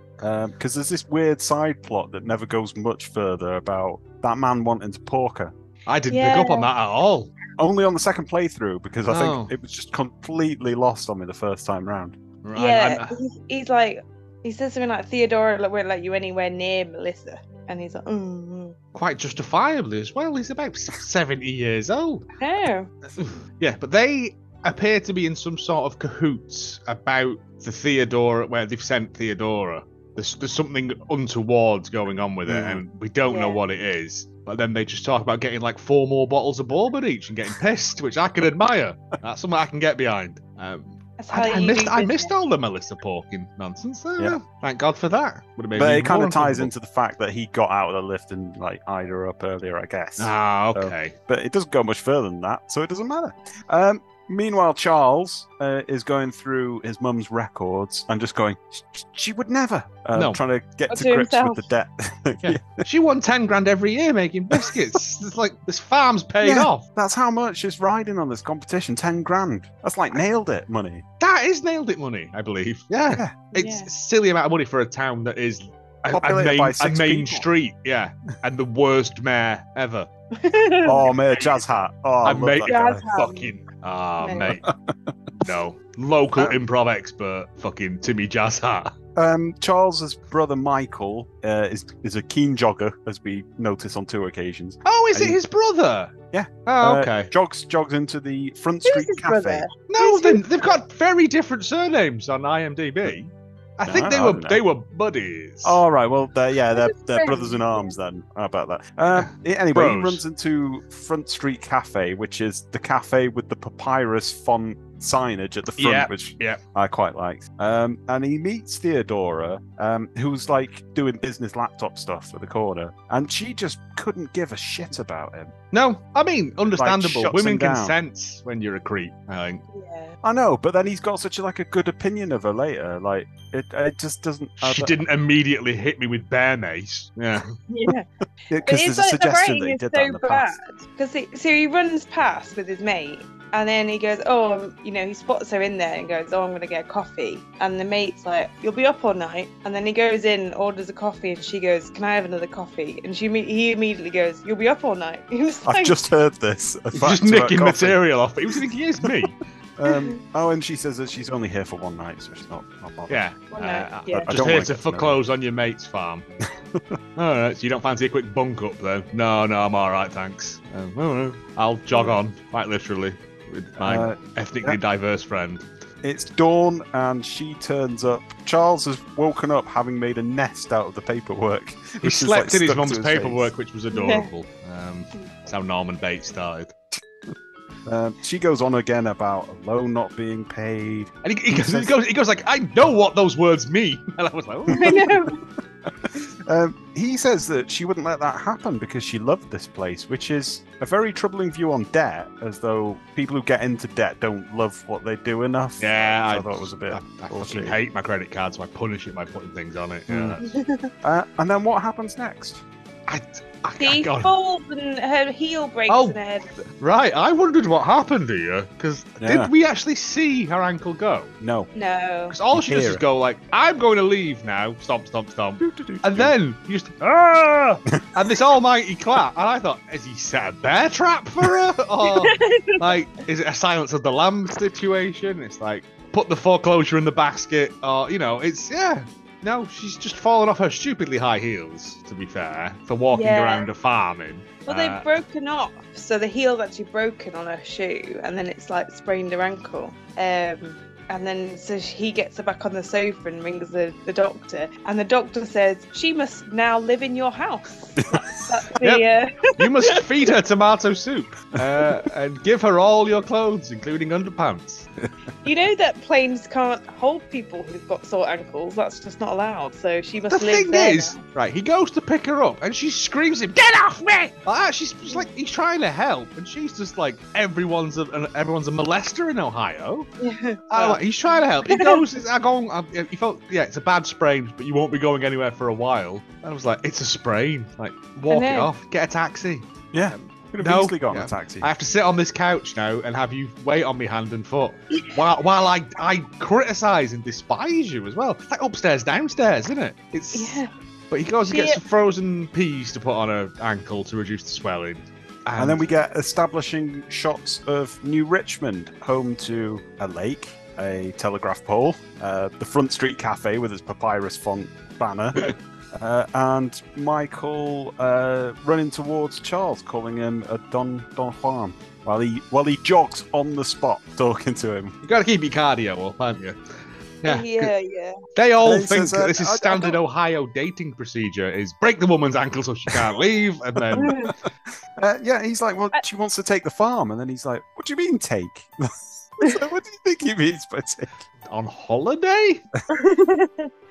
Speaker 3: because there's this weird side plot that never goes much further about that man wanting to porker.
Speaker 1: I didn't pick up on that at all.
Speaker 3: Only on the second playthrough because I
Speaker 1: Oh.
Speaker 3: think it was just completely lost on me the first time round.
Speaker 1: Right.
Speaker 2: yeah,
Speaker 1: I'm-
Speaker 2: he's, he's like, he says something like Theodora like, won't let you anywhere near Melissa, and he's like, mm,
Speaker 1: quite justifiably as well. He's about 70 years old.
Speaker 2: mm. no,
Speaker 1: yeah, but they appear to be in some sort of cahoots about the Theodora, where they've sent Theodora. There's, there's something untoward going on with it,
Speaker 3: Mhm.
Speaker 1: and we don't know
Speaker 2: Yeah.
Speaker 1: what it is. But then they just talk about getting like four more bottles of bourbon each and getting pissed, which I can admire. That's something I can get behind. Um,
Speaker 2: that's how
Speaker 1: I, I
Speaker 2: you
Speaker 1: missed,
Speaker 2: do
Speaker 1: I
Speaker 2: business.
Speaker 1: missed all the Melissa Porkin nonsense. Uh,
Speaker 3: Yeah.
Speaker 1: Thank God for that. Would have made
Speaker 3: but
Speaker 1: me
Speaker 3: it kind
Speaker 1: more
Speaker 3: of ties
Speaker 1: uncomfortable.
Speaker 3: into the fact that he got out of the lift and like eyed her up earlier, I guess.
Speaker 1: Ah,
Speaker 3: So-
Speaker 1: okay.
Speaker 3: But it doesn't go much further than that, so it doesn't matter. Um, meanwhile, Charles uh, is going through his mum's records and just going, "Sh- she would never. Uh,
Speaker 1: No.
Speaker 3: Trying to get
Speaker 2: Or
Speaker 3: to
Speaker 2: to
Speaker 3: grips
Speaker 2: himself.
Speaker 3: with the debt.
Speaker 1: Yeah. She won ten grand every year making biscuits. it's like this farm's paid
Speaker 3: Yeah.
Speaker 1: off.
Speaker 3: That's how much is riding on this competition 10 grand. That's like nailed it money.
Speaker 1: That is nailed it money, I believe. Yeah,
Speaker 3: Yeah.
Speaker 1: it's
Speaker 2: Yeah.
Speaker 1: silly amount of money for a town that is a, a
Speaker 3: Populated
Speaker 1: main,
Speaker 3: by
Speaker 1: a
Speaker 3: six
Speaker 1: main
Speaker 3: people.
Speaker 1: street. Yeah, and the worst mayor ever.
Speaker 3: Oh, man, jazz hat. Oh, I
Speaker 1: I
Speaker 3: love
Speaker 1: made
Speaker 3: that
Speaker 2: Jazz
Speaker 3: guy.
Speaker 2: hat. Um,
Speaker 1: fucking ah
Speaker 2: no.
Speaker 1: mate. no, local
Speaker 3: Um,
Speaker 1: improv expert, fucking Timmy Jazzhat.
Speaker 3: Um, Charles's brother Michael uh, is, is a keen jogger, as we notice on two occasions.
Speaker 1: Oh, is
Speaker 3: I-
Speaker 1: it his brother?
Speaker 3: Yeah.
Speaker 1: Oh,
Speaker 3: Uh,
Speaker 1: okay.
Speaker 3: Jogs jogs into the Front
Speaker 2: Who's
Speaker 3: Street
Speaker 2: his
Speaker 3: Cafe.
Speaker 2: brother?
Speaker 1: No,
Speaker 2: Who's
Speaker 1: they, they've got very different surnames on IMDb. I
Speaker 3: No,
Speaker 1: think they
Speaker 3: I
Speaker 1: were
Speaker 3: don't know.
Speaker 1: they were buddies.
Speaker 3: All right. Well, they're, yeah, they're,
Speaker 2: just
Speaker 3: they're
Speaker 2: saying,
Speaker 3: brothers in
Speaker 2: yeah.
Speaker 3: arms then. How about that? Uh, yeah, anyway, he
Speaker 1: Bros.
Speaker 3: runs into Front Street Cafe, which is the cafe with the papyrus font signage at the front,
Speaker 1: Yep,
Speaker 3: which
Speaker 1: yep.
Speaker 3: I quite liked. Um, and he meets Theodora, um, who's like doing business laptop stuff at the corner, and she just couldn't give a shit about him.
Speaker 1: No, I mean understandable.
Speaker 3: shuts him
Speaker 1: Women can
Speaker 3: down.
Speaker 1: sense when you're a creep. I think.
Speaker 2: Yeah.
Speaker 3: I know, but then he's got such a, like a good opinion of her later. Like it, it just doesn't.
Speaker 2: Uh,
Speaker 3: I
Speaker 1: She
Speaker 3: don't-
Speaker 1: didn't immediately hit me with bear mace. Yeah.
Speaker 2: Yeah.
Speaker 3: Yeah,
Speaker 2: But
Speaker 3: 'cause
Speaker 2: it's
Speaker 3: there's a
Speaker 2: like the
Speaker 3: suggestion
Speaker 2: writing
Speaker 3: that he
Speaker 2: is
Speaker 3: did that in
Speaker 2: so
Speaker 3: the past.
Speaker 2: bad because so he runs past with his mate, and then he goes, "Oh, um, you know," he spots her in there and goes, "Oh, I'm gonna get a coffee." And the mate's like, "You'll be up all night." And then he goes in, orders a coffee, and she goes, "Can I have another coffee?" And she imme- he immediately goes, "You'll be up all night." He was
Speaker 3: I've
Speaker 2: like,
Speaker 3: just heard this. a fact
Speaker 1: Just
Speaker 3: about
Speaker 1: nicking
Speaker 3: coffee.
Speaker 1: material off. He was thinking, it's me.
Speaker 3: Um, oh, and she says that she's only here for one night, so she's not, not bothered.
Speaker 1: Yeah.
Speaker 2: Well, no,
Speaker 1: Uh,
Speaker 2: yeah. I
Speaker 1: Just
Speaker 3: don't
Speaker 1: here
Speaker 3: like
Speaker 1: to
Speaker 3: it, no.
Speaker 1: foreclose on your mate's farm. all right. So you don't fancy a quick bunk up, though? No, no, I'm all right, thanks. Um, all right, I'll jog on, quite literally, with my
Speaker 3: Uh,
Speaker 1: ethnically
Speaker 3: yeah.
Speaker 1: diverse friend.
Speaker 3: it's dawn, and she turns up. Charles has woken up having made a nest out of the paperwork.
Speaker 1: He
Speaker 3: is,
Speaker 1: slept
Speaker 3: like,
Speaker 1: in his
Speaker 3: stuck to
Speaker 1: mum's
Speaker 3: his
Speaker 1: paperwork,
Speaker 3: face.
Speaker 1: which was adorable. Um, that's how Norman Bates started.
Speaker 3: Um, she goes on again about a loan not being paid.
Speaker 1: And he, he, goes, he goes, he goes like, I know what those words mean. And I was like, "Oh."
Speaker 2: I know.
Speaker 3: Um, he says that she wouldn't let that happen because she loved this place, which is a very troubling view on debt, as though people who get into debt don't love what they do enough.
Speaker 1: Yeah,
Speaker 3: Which I, thought was a bit.
Speaker 1: I, I fucking
Speaker 3: bullshit.
Speaker 1: hate my credit card, so I punish it by putting things on it.
Speaker 3: Mm.
Speaker 1: Yeah, that's-
Speaker 3: Uh, and then what happens next?
Speaker 1: I, I, I
Speaker 2: She
Speaker 1: got-
Speaker 2: falls and her heel breaks
Speaker 1: Oh.
Speaker 2: in her head.
Speaker 1: right, I wondered what happened here because
Speaker 3: Yeah.
Speaker 1: did we actually see her ankle go?
Speaker 3: No.
Speaker 2: No.
Speaker 1: Because all she does
Speaker 3: Here.
Speaker 1: is go like, "I'm going to leave now." Stomp, stomp, stomp. And then you just ah, and this almighty clap. And I thought, has he set a bear trap for her? Oh. Or like, is it a Silence of the Lambs situation? It's like put the foreclosure in the basket, or you know, it's yeah. No, she's just fallen off her stupidly high heels. To be fair, for walking
Speaker 2: Yeah.
Speaker 1: around a farming. Uh,
Speaker 2: Well, they've broken off, so the heel's actually broken on her shoe, and then it's like sprained her ankle. Um, and then so sh- he gets her back on the sofa and rings the, the doctor, and the doctor says she must now live in your house. That's, that's the uh,
Speaker 1: You must feed her tomato soup uh, and give her all your clothes, including underpants.
Speaker 2: you know that planes can't hold people who've got sore ankles. That's just not allowed. So she
Speaker 1: The
Speaker 2: must live
Speaker 1: thing
Speaker 2: there.
Speaker 1: is,
Speaker 2: now.
Speaker 1: right, he goes to pick her up and she screams him, "Get off me!" Like that. She's just like he's trying to help, and she's just like everyone's a an- everyone's a molester in Ohio.
Speaker 2: Yeah.
Speaker 1: I, like, he's trying to help. He goes, I go, I, he felt, yeah, it's a bad sprain, but you won't be going anywhere for a while. And I was like, it's a sprain. Like, walk it
Speaker 2: know.
Speaker 1: off, get a taxi.
Speaker 3: Yeah. Could have
Speaker 1: No.
Speaker 3: easily gotten
Speaker 1: Yeah.
Speaker 3: a taxi.
Speaker 1: I have to sit on this couch now and have you wait on me hand and foot while while I I criticise and despise you as well. It's like upstairs, downstairs, isn't it? It's
Speaker 2: Yeah.
Speaker 1: But he goes and
Speaker 2: Be
Speaker 1: gets
Speaker 2: it-
Speaker 1: some frozen peas to put on her ankle to reduce the swelling.
Speaker 3: And then we get establishing shots of New Richmond, home to a lake, a telegraph pole, uh, the Front Street Cafe with its papyrus font banner, uh, and Michael uh, running towards Charles, calling him a Don Don Juan, while he while he jogs on the spot, talking to him.
Speaker 1: you got to keep your cardio up, haven't you?
Speaker 2: Yeah.
Speaker 1: Yeah.
Speaker 2: Yeah.
Speaker 1: They all
Speaker 3: And he
Speaker 1: think
Speaker 3: says, uh,
Speaker 1: this is
Speaker 3: I- I
Speaker 1: standard
Speaker 3: don't-
Speaker 1: Ohio dating procedure: is break the woman's ankle so she can't leave, and then
Speaker 3: Uh, yeah, he's like, well,
Speaker 2: I-
Speaker 3: she wants to take the farm, and then he's like, what do you mean take? It's like, what do you think he means by take?
Speaker 1: on holiday.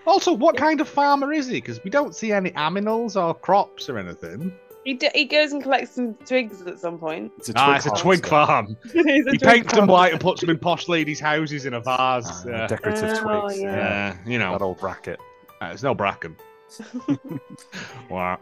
Speaker 1: Also, what kind of farmer is he? Because we don't see any aminals or crops or anything.
Speaker 2: he, d- he goes and collects some twigs at some point.
Speaker 3: It's a
Speaker 1: Ah, it's a twig
Speaker 3: harvester.
Speaker 1: farm.
Speaker 2: He's a
Speaker 1: He
Speaker 2: twig
Speaker 1: paints them
Speaker 2: farmer.
Speaker 1: white and puts them in posh ladies' houses in a vase.
Speaker 3: Ah,
Speaker 1: Uh,
Speaker 3: decorative
Speaker 2: Oh,
Speaker 3: twigs.
Speaker 2: yeah.
Speaker 3: yeah.
Speaker 1: uh, you know,
Speaker 3: That old racket.
Speaker 1: Uh, it's no Bracken. wow.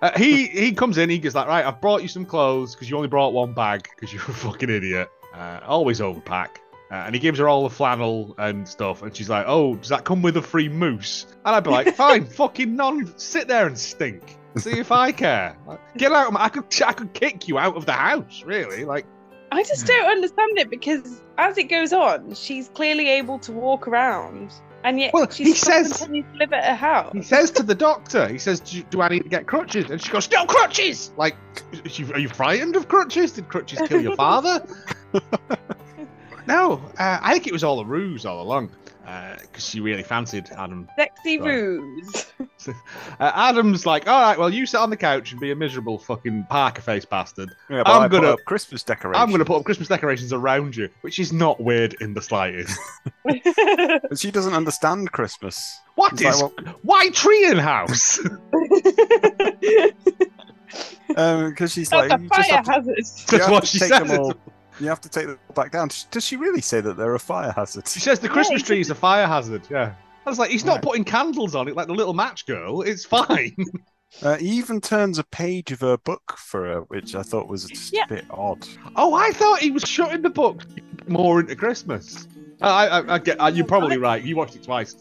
Speaker 1: Uh, he he comes in. He goes like, right, I've brought you some clothes because you only brought one bag because you're a fucking idiot. Uh, always overpack. Uh, and he gives her all the flannel and stuff, and she's like, "Oh, does that come with a free moose?" And I'd be like, "Fine, fucking non, sit there and stink. See if I care. Like, get out! Of my, I could, I could kick you out of the house, really. Like,
Speaker 2: I just don't understand it because as it goes on, she's clearly able to walk around, and yet
Speaker 1: Well,
Speaker 2: she's
Speaker 1: he
Speaker 2: still
Speaker 1: says-
Speaker 2: continuing to live at her house.
Speaker 1: He says to the doctor, he says, do, do I need to get crutches? And she goes, no crutches! Like, is you- are you frightened of crutches? Did crutches kill your father? no, uh, I think it was all a ruse all along. Because she really fancied Adam.
Speaker 2: Sexy
Speaker 1: Right.
Speaker 2: ruse.
Speaker 1: Uh, Adam's like, all right, well, you sit on the couch and be a miserable fucking Parker face bastard.
Speaker 3: Yeah, but I'm
Speaker 1: I'm
Speaker 3: gonna
Speaker 1: gonna-
Speaker 3: put up Christmas decorations.
Speaker 1: I'm going to put up Christmas decorations around you, which is not weird in the slightest.
Speaker 3: But she doesn't understand Christmas.
Speaker 1: What
Speaker 3: It's
Speaker 1: is?
Speaker 3: like,
Speaker 1: Why tree in house?
Speaker 3: well, because she's
Speaker 2: That's
Speaker 3: like,
Speaker 2: a
Speaker 3: you just
Speaker 2: fire
Speaker 3: have to,
Speaker 2: hazard.
Speaker 3: you
Speaker 1: That's
Speaker 3: have
Speaker 1: what
Speaker 3: to
Speaker 1: she
Speaker 3: take
Speaker 1: says.
Speaker 3: them all. You have to take them all back down. Does she really say that they're a fire hazard?
Speaker 1: She says the Christmas
Speaker 2: Yeah,
Speaker 1: tree is a fire hazard. Yeah. I was like, he's not
Speaker 3: Right.
Speaker 1: putting candles on it like the little match girl. It's fine.
Speaker 3: Uh, he even turns a page of her book for her, which I thought was just
Speaker 2: Yeah.
Speaker 3: a bit odd.
Speaker 1: oh, I thought he was shutting the book more into Christmas. I, I, I get. uh, You're probably right. You watched it twice.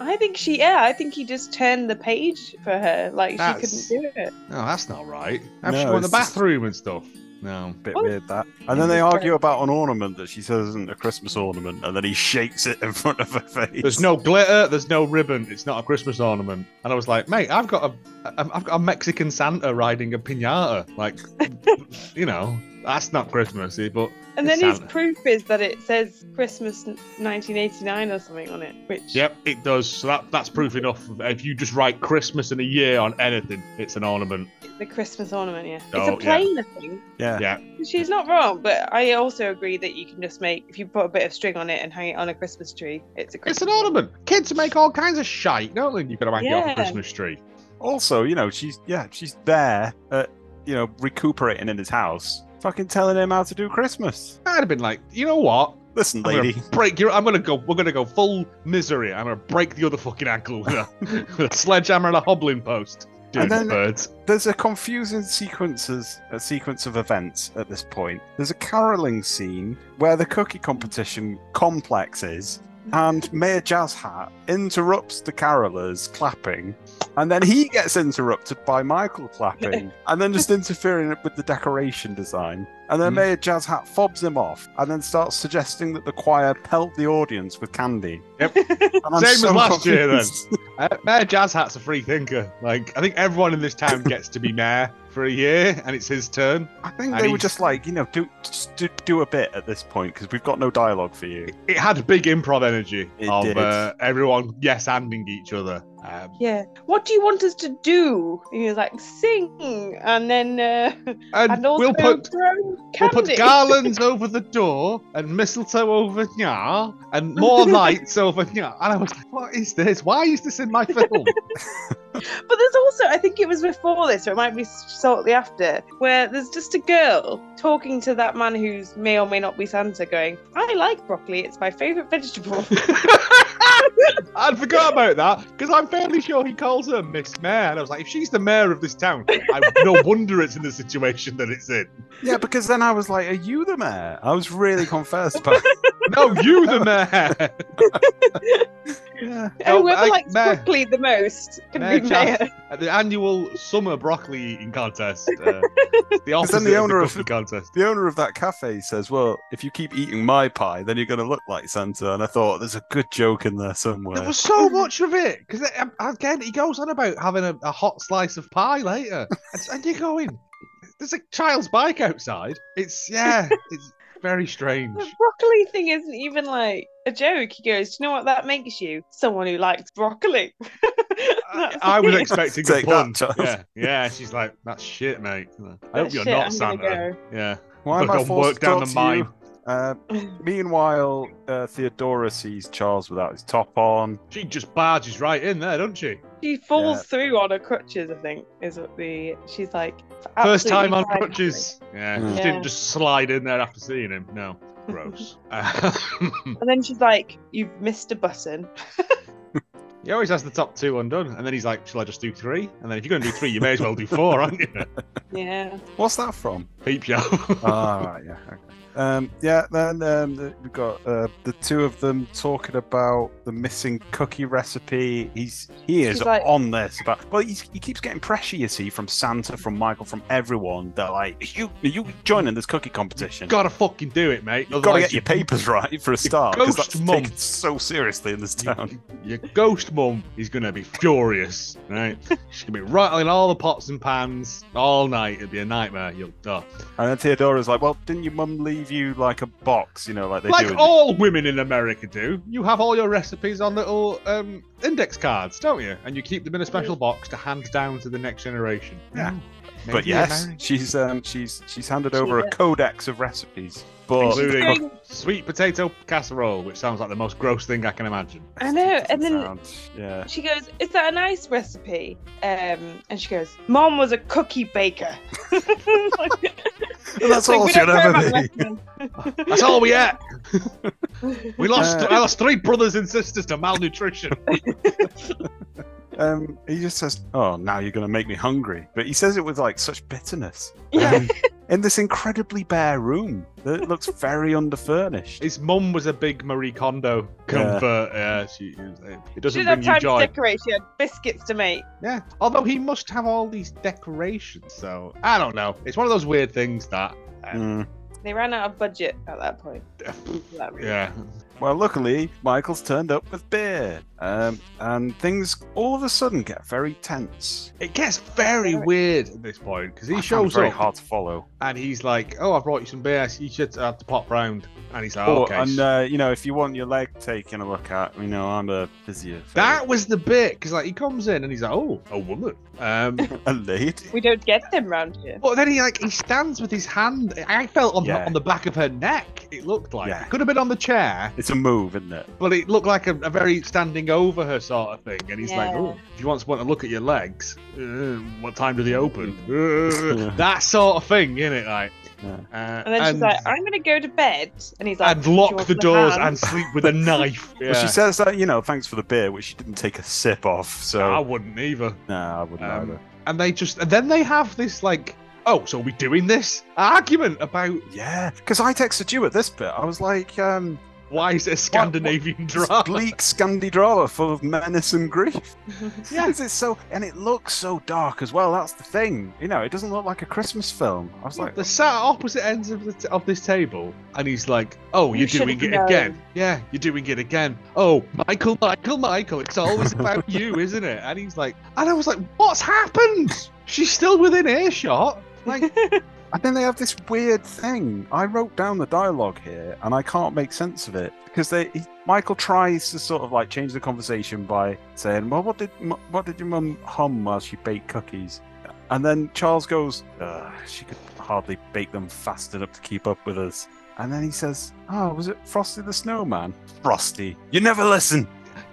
Speaker 2: I think she, yeah, I think he just turned the page for her. Like
Speaker 1: That's-
Speaker 2: she couldn't do it.
Speaker 1: No, that's not right. Have
Speaker 3: No,
Speaker 1: she went in the
Speaker 3: it's just-
Speaker 1: bathroom and stuff. No.
Speaker 3: Bit
Speaker 2: Well,
Speaker 3: weird that. And then they argue about an ornament that she says isn't a Christmas ornament, and then he shakes it in front of her face.
Speaker 1: There's no glitter. There's no ribbon. It's not a Christmas ornament. And I was like, mate, I've got a, I- I've got a Mexican Santa riding a pinata. Like, you know, that's not Christmassy, but
Speaker 2: And then his
Speaker 1: Santa.
Speaker 2: proof is that it says Christmas 1989 or something on it, which
Speaker 1: Yep, it does. So that, that's proof enough. If you just write Christmas and a year on anything, it's an ornament.
Speaker 2: the Christmas ornament, yeah.
Speaker 1: Oh,
Speaker 2: it's a
Speaker 1: yeah.
Speaker 2: plane, I think.
Speaker 3: Yeah.
Speaker 1: Yeah.
Speaker 2: She's not wrong, but I also agree that you can just make if you put a bit of string on it and hang it on a Christmas tree, it's a
Speaker 1: It's
Speaker 2: Christmas
Speaker 1: an ornament. Kids make all kinds of shite, don't they? You've got to hang it off a
Speaker 2: Yeah.
Speaker 1: Christmas tree.
Speaker 3: Also, you know, she's yeah, she's there, uh, you know, recuperating in his house, fucking telling him how to do Christmas.
Speaker 1: I'd have been like, you know what?
Speaker 3: Listen,
Speaker 1: I'm
Speaker 3: lady.
Speaker 1: gonna break your. I'm gonna go. We're gonna go full misery. I'm gonna break the other fucking ankle with a, with a sledgehammer and a hobbling post. Dude,
Speaker 3: And then-
Speaker 1: birds.
Speaker 3: There's a confusing sequences, a sequence of events at this point. There's a caroling scene where the cookie competition complex is, and Mayor Jazz Hat interrupts the carolers clapping, and then he gets interrupted by Michael clapping, and then just interfering with the decoration design. And then
Speaker 1: Hmm.
Speaker 3: Mayor Jazz Hat fobs him off, and then starts suggesting that the choir pelt the audience with candy.
Speaker 1: Yep.
Speaker 3: And I'm
Speaker 1: Same as last year, then.
Speaker 3: confused.
Speaker 1: Uh, Mayor Jazz Hat's a free thinker. Like I think everyone in this town gets to be mayor for a year, and it's his turn.
Speaker 3: I think
Speaker 1: And
Speaker 3: they were
Speaker 1: he's-
Speaker 3: just like, you know, do just do, do a bit at this point because we've got no dialogue for you.
Speaker 1: It had big improv energy
Speaker 3: It
Speaker 1: of
Speaker 3: did.
Speaker 1: Uh, everyone yes handing each other. Um,
Speaker 2: Yeah. What do you want us to do? And he was like, sing, and then uh,
Speaker 1: And,
Speaker 2: and also
Speaker 1: we'll put
Speaker 2: throw
Speaker 1: we'll put
Speaker 2: candy.
Speaker 1: garlands over the door and mistletoe over nya and more lights over nya. And I was like, what is this? Why is this in my film?
Speaker 2: But there's also, I think it was before this, or it might be shortly after, where there's just a girl talking to that man who's may or may not be Santa, going, "I like broccoli; it's my favorite vegetable."
Speaker 1: I'd forgot about that because I'm fairly sure he calls her Miss Mayor. And I was like, if she's the mayor of this town, I, no wonder it's in the situation that it's in.
Speaker 3: Yeah, because then I was like, "Are you the mayor?" I was really confused, but
Speaker 1: No, you the mayor.
Speaker 3: yeah,
Speaker 1: No,
Speaker 2: and whoever
Speaker 1: I-
Speaker 2: likes
Speaker 1: Meh.
Speaker 2: broccoli the most can
Speaker 1: Meh,
Speaker 2: be
Speaker 1: Chas.
Speaker 2: mayor.
Speaker 1: At the annual summer broccoli eating contest. Uh, the opposite
Speaker 3: then
Speaker 1: the
Speaker 3: the
Speaker 1: owner
Speaker 3: owner
Speaker 1: of
Speaker 3: of-
Speaker 1: the cookie contest.
Speaker 3: the owner of that cafe says, "Well, if you keep eating my pie, then you're going to look like Santa." And I thought, "There's a good joke in there somewhere."
Speaker 1: There was so much of it um, because again he goes on about having a, a hot slice of pie later, and, and you're going, "There's a child's bike outside." It's yeah, it's very strange.
Speaker 2: The broccoli thing isn't even like a joke. He goes, Do you know what that makes you? Someone who likes broccoli.
Speaker 1: I,
Speaker 2: That's
Speaker 1: I was
Speaker 2: it.
Speaker 1: expecting a
Speaker 3: Take that,
Speaker 1: pun.
Speaker 3: child.
Speaker 1: yeah, yeah. She's like, "That's shit, mate." I hope
Speaker 2: That
Speaker 1: you're not
Speaker 2: shit, I'm gonna
Speaker 1: Santa.
Speaker 2: go.
Speaker 1: Yeah,
Speaker 3: Why am
Speaker 1: Look,
Speaker 3: I
Speaker 1: I've
Speaker 3: forced
Speaker 1: worked
Speaker 3: to
Speaker 1: down
Speaker 3: talk
Speaker 1: the
Speaker 3: to
Speaker 1: mime.
Speaker 3: you? Uh, meanwhile, uh, Theodora sees Charles without his top on.
Speaker 1: she just barges right in there, doesn't she?
Speaker 2: She falls through on her crutches, I think, is what the. She's like.
Speaker 1: First time
Speaker 2: absolutely
Speaker 1: on
Speaker 2: fine.
Speaker 1: crutches. Yeah,
Speaker 3: Mm.
Speaker 1: she
Speaker 2: Yeah.
Speaker 1: didn't just slide in there after seeing him. No, gross. Uh,
Speaker 2: And then she's like, You've missed a button.
Speaker 1: He always has the top two undone, and then he's like, "Shall I just do three? And then if you're going to do three, you may as well do four, aren't you?
Speaker 2: Yeah.
Speaker 3: What's that from?
Speaker 1: Peep show.
Speaker 3: oh, right, yeah. Okay. Um, yeah, then um, the- we've got uh, the two of them talking about the missing cookie recipe. He's he is
Speaker 2: She's like-
Speaker 3: on this about. Well, he's, he keeps getting pressure, you see, from Santa, from Michael, from everyone. They're like, "Are you are you joining this cookie competition?
Speaker 1: Gotta fucking do it, mate.
Speaker 3: You've got to
Speaker 1: Otherwise
Speaker 3: get your papers right for a start because
Speaker 1: ghost
Speaker 3: that's
Speaker 1: mum.
Speaker 3: taken so seriously in this town."
Speaker 1: Your ghost mum is gonna be furious, right? She's gonna be rattling all the pots and pans all night. It'll be a nightmare. You'll die.
Speaker 3: And then Theodora's like, "Well, didn't your mum leave you like a box? You know, like they do."
Speaker 1: Like
Speaker 3: in-
Speaker 1: all women in America do, you have all your recipes on little um, index cards, don't you? And you keep them in a special box to hand down to the next generation.
Speaker 3: Yeah.
Speaker 1: Mm.
Speaker 3: But
Speaker 1: Maybe
Speaker 3: yes,
Speaker 1: America.
Speaker 3: she's um, she's she's handed
Speaker 2: She
Speaker 3: over a
Speaker 2: did.
Speaker 3: codex of recipes. But
Speaker 1: Including-
Speaker 3: Cook-
Speaker 2: Going-
Speaker 1: sweet potato casserole, which sounds like the most gross thing I can imagine.
Speaker 2: I know,
Speaker 3: doesn't
Speaker 2: and then-
Speaker 3: sound- yeah,
Speaker 2: She goes, Is that a nice recipe? Um, and she goes, Mom was a cookie baker. It's like-
Speaker 3: And
Speaker 2: it's
Speaker 3: that's
Speaker 2: like,
Speaker 3: all
Speaker 2: we
Speaker 3: she'll
Speaker 2: don't care
Speaker 3: ever
Speaker 2: about
Speaker 3: be.
Speaker 1: That's all we ate.
Speaker 2: recipes.
Speaker 1: We lost.
Speaker 3: Uh,
Speaker 1: I lost three brothers and sisters to malnutrition.
Speaker 3: Um, he just says, "Oh, now you're going to make me hungry," but he says it with like such bitterness.
Speaker 2: Yeah.
Speaker 3: Um, in this incredibly bare room that looks very underfurnished.
Speaker 1: His mum was a big Marie Kondo convert. Yeah, she. It
Speaker 2: She
Speaker 1: doesn't
Speaker 2: didn't
Speaker 1: bring
Speaker 2: have
Speaker 1: you
Speaker 2: time to
Speaker 1: joy.
Speaker 2: decorate. She had biscuits to make.
Speaker 1: Yeah. Although he must have all these decorations, so I don't know. It's one of those weird things that.
Speaker 3: Mm.
Speaker 2: They ran out of budget at that point. for that reason.
Speaker 1: Yeah.
Speaker 3: Well, luckily, Michael's turned up with beer, um, and things all of a sudden get very tense.
Speaker 1: It gets very weird at this point because he
Speaker 3: I found it
Speaker 1: shows
Speaker 3: very
Speaker 1: up
Speaker 3: hard to follow.
Speaker 1: and he's like, "Oh, I brought you some beer. You should have to pop round." And he's like,
Speaker 3: Oh,
Speaker 1: "Okay."
Speaker 3: and uh, you know, if you want your leg taken a look at, you know, I'm a physio.
Speaker 1: that was the bit because like he comes in and he's like, "Oh, a woman." Um,
Speaker 3: a lady.
Speaker 2: We don't get them round here.
Speaker 1: But then he like he stands with his hand. I felt on
Speaker 3: Yeah.
Speaker 1: on the back of her neck. It looked like
Speaker 3: Yeah.
Speaker 1: it could have been on the chair,
Speaker 3: It's a move, isn't it?
Speaker 1: but it looked like a, a very standing over her sort of thing. And he's like,
Speaker 2: Yeah.
Speaker 1: "Oh, if you want to want to look at your legs, uh, what time do they open?" Uh,
Speaker 3: Yeah.
Speaker 1: that sort of thing, isn't it? Like,
Speaker 3: Yeah.
Speaker 1: uh,
Speaker 2: And then she's like, I'm going to go to bed. And he's like,
Speaker 1: and
Speaker 2: "Do you
Speaker 1: lock
Speaker 2: want
Speaker 1: the
Speaker 2: my
Speaker 1: doors
Speaker 2: hand?"
Speaker 1: and sleep with a knife.
Speaker 3: Well,
Speaker 1: Yeah.
Speaker 3: she says that, you know, thanks for the beer, which she didn't take a sip of. So
Speaker 1: I wouldn't either.
Speaker 3: no, I wouldn't
Speaker 1: Um,
Speaker 3: either.
Speaker 1: And they just and then they have this like, "Oh, so are we doing this?" argument about
Speaker 3: Yeah, because I texted you at this bit. I was like, um,
Speaker 1: why is it a Scandinavian
Speaker 3: this
Speaker 1: drama?
Speaker 3: bleak Scandi drama full of menace and grief.
Speaker 1: Yeah.
Speaker 3: 'Cause it's so, and it looks so dark as well. That's the thing. You know, it doesn't look like a Christmas film. I was like,
Speaker 1: They're sat at opposite ends of, the t- of this table, and he's like, "Oh,
Speaker 2: You
Speaker 1: you're
Speaker 2: should
Speaker 1: doing
Speaker 2: have
Speaker 1: it again. Yeah, you're doing it again. Oh, Michael, Michael, Michael, it's always about you, isn't it?" And he's like, and I was like, "What's happened? She's still within earshot." Like,
Speaker 3: And then they have this weird thing. I wrote down the dialogue here, and I can't make sense of it because they he, Michael tries to sort of like change the conversation by saying, "Well, what did mu- what did your mum hum while she baked cookies?" And then Charles goes, Ugh, "She could hardly bake them fast enough to keep up with us." And then he says, "Oh, was it Frosty the Snowman? Frosty, you never listen."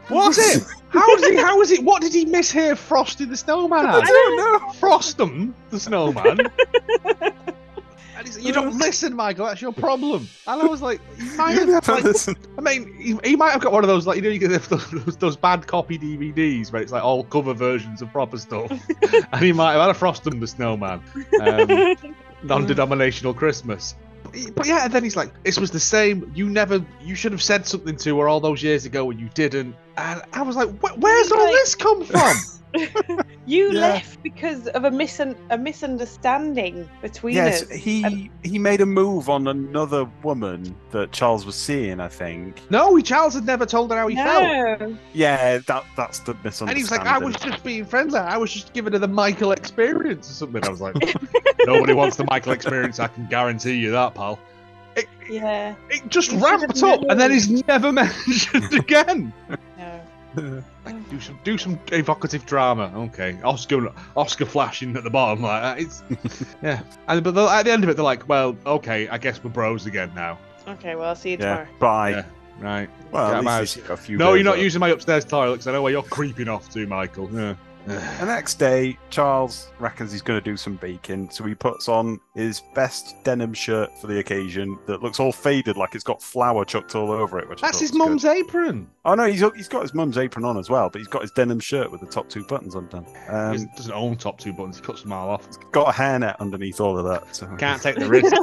Speaker 1: was it? How is he? How is it? What did he mishear? Ah. Frosty the Snowman.
Speaker 3: I don't know.
Speaker 1: Frostum the Snowman. And he's like, you don't listen, Michael. That's your problem. And I was like, you might
Speaker 3: You
Speaker 1: have,
Speaker 3: never
Speaker 1: like,
Speaker 3: listen.
Speaker 1: I mean, he, he might have got one of those, like, you know, you get those, those, those bad copy DVDs where it's like all cover versions of proper stuff. and he might have had a Frost and the Snowman, um, non denominational Christmas. But, he- but yeah, and then he's like, this was the same. You never, you should have said something to her all those years ago and you didn't. And I was like, "Wh- where's all
Speaker 2: Like-
Speaker 1: this come from?
Speaker 2: you
Speaker 3: Yeah.
Speaker 2: left because of a misun- a misunderstanding between
Speaker 3: Yes,
Speaker 2: us.
Speaker 3: he he made a move on another woman that Charles was seeing, I think.
Speaker 1: no, he- Charles had never told her how he felt.
Speaker 2: no.
Speaker 3: Yeah, that that's the misunderstanding.
Speaker 1: And he's like, I was just being friendly. I was just giving her the Michael experience or something. I was like, nobody wants the Michael experience. I can guarantee you that, pal. It,
Speaker 2: Yeah.
Speaker 1: it just
Speaker 2: You should have
Speaker 1: ramped up and then
Speaker 2: known.
Speaker 1: he's never mentioned again.
Speaker 2: No.
Speaker 1: Like, do some do some evocative drama. Okay. Oscar Oscar flashing at the bottom like that. It's, yeah. And but the, at the end of it, they're like, well, okay, I guess we're bros again now.
Speaker 2: Okay. Well, I'll see you
Speaker 3: yeah,
Speaker 2: tomorrow.
Speaker 3: bye.
Speaker 1: Yeah. Right. Get
Speaker 3: Well,
Speaker 1: him
Speaker 3: at least he's got a few
Speaker 1: no,
Speaker 3: goes
Speaker 1: you're not
Speaker 3: up.
Speaker 1: using my upstairs toilet because I know where you're creeping off to, Michael. Yeah.
Speaker 3: The next day, Charles reckons he's going to do some baking, so he puts on his best denim shirt for the occasion that looks all faded, like it's got flour chucked all over it. Which I
Speaker 1: That's
Speaker 3: thought
Speaker 1: his
Speaker 3: was good.
Speaker 1: mum's apron.
Speaker 3: Oh no, he's he's got his mum's apron on as well, but he's got his denim shirt with the top two buttons undone. Um,
Speaker 1: he doesn't own top two buttons. He cuts them all off.
Speaker 3: got a hairnet underneath all of that. So
Speaker 1: Can't take the risk.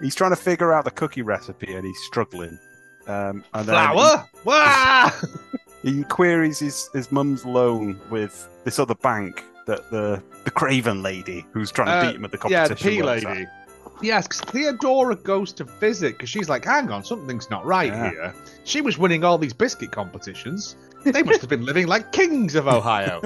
Speaker 3: He's trying to figure out the cookie recipe and he's struggling. Um, and then
Speaker 1: Flour. Wah!
Speaker 3: He, he queries his, his mum's loan with this other bank that the the Craven lady who's trying to
Speaker 1: Uh,
Speaker 3: beat him at the
Speaker 1: Yeah, the
Speaker 3: competition.
Speaker 1: pea
Speaker 3: works at.
Speaker 1: lady. Yes, because Theodora goes to visit because she's like, hang on, something's not right
Speaker 3: Yeah.
Speaker 1: here. She was winning all these biscuit competitions. They must have been living like kings of Ohio.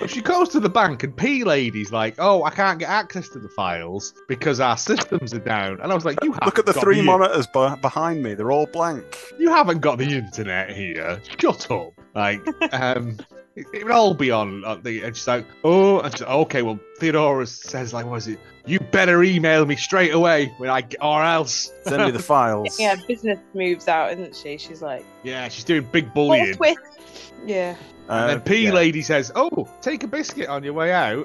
Speaker 1: But she goes to the bank and P Lady's like, oh, I can't get access to the files because our systems are down. And I was like, you haven't
Speaker 3: Look at the
Speaker 1: got
Speaker 3: three
Speaker 1: the,
Speaker 3: monitors be- behind me; they're all blank.
Speaker 1: you haven't got the internet here. Shut up. Like, um, it, it would all be on uh, the. And she's like, oh, and she's like, okay. Well, Theodora says, like, what is it? You better email me straight away when I g- or else.
Speaker 3: Send me the files.
Speaker 2: yeah. Business moves out, isn't she? She's like
Speaker 1: Yeah, she's doing big bullying.
Speaker 2: forthwith. Yeah.
Speaker 3: Uh,
Speaker 1: And then P
Speaker 3: yeah.
Speaker 1: Lady says, oh, take a biscuit on your way out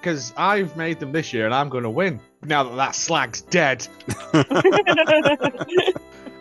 Speaker 1: because I've made them this year and I'm going to win. Now that that slag's dead,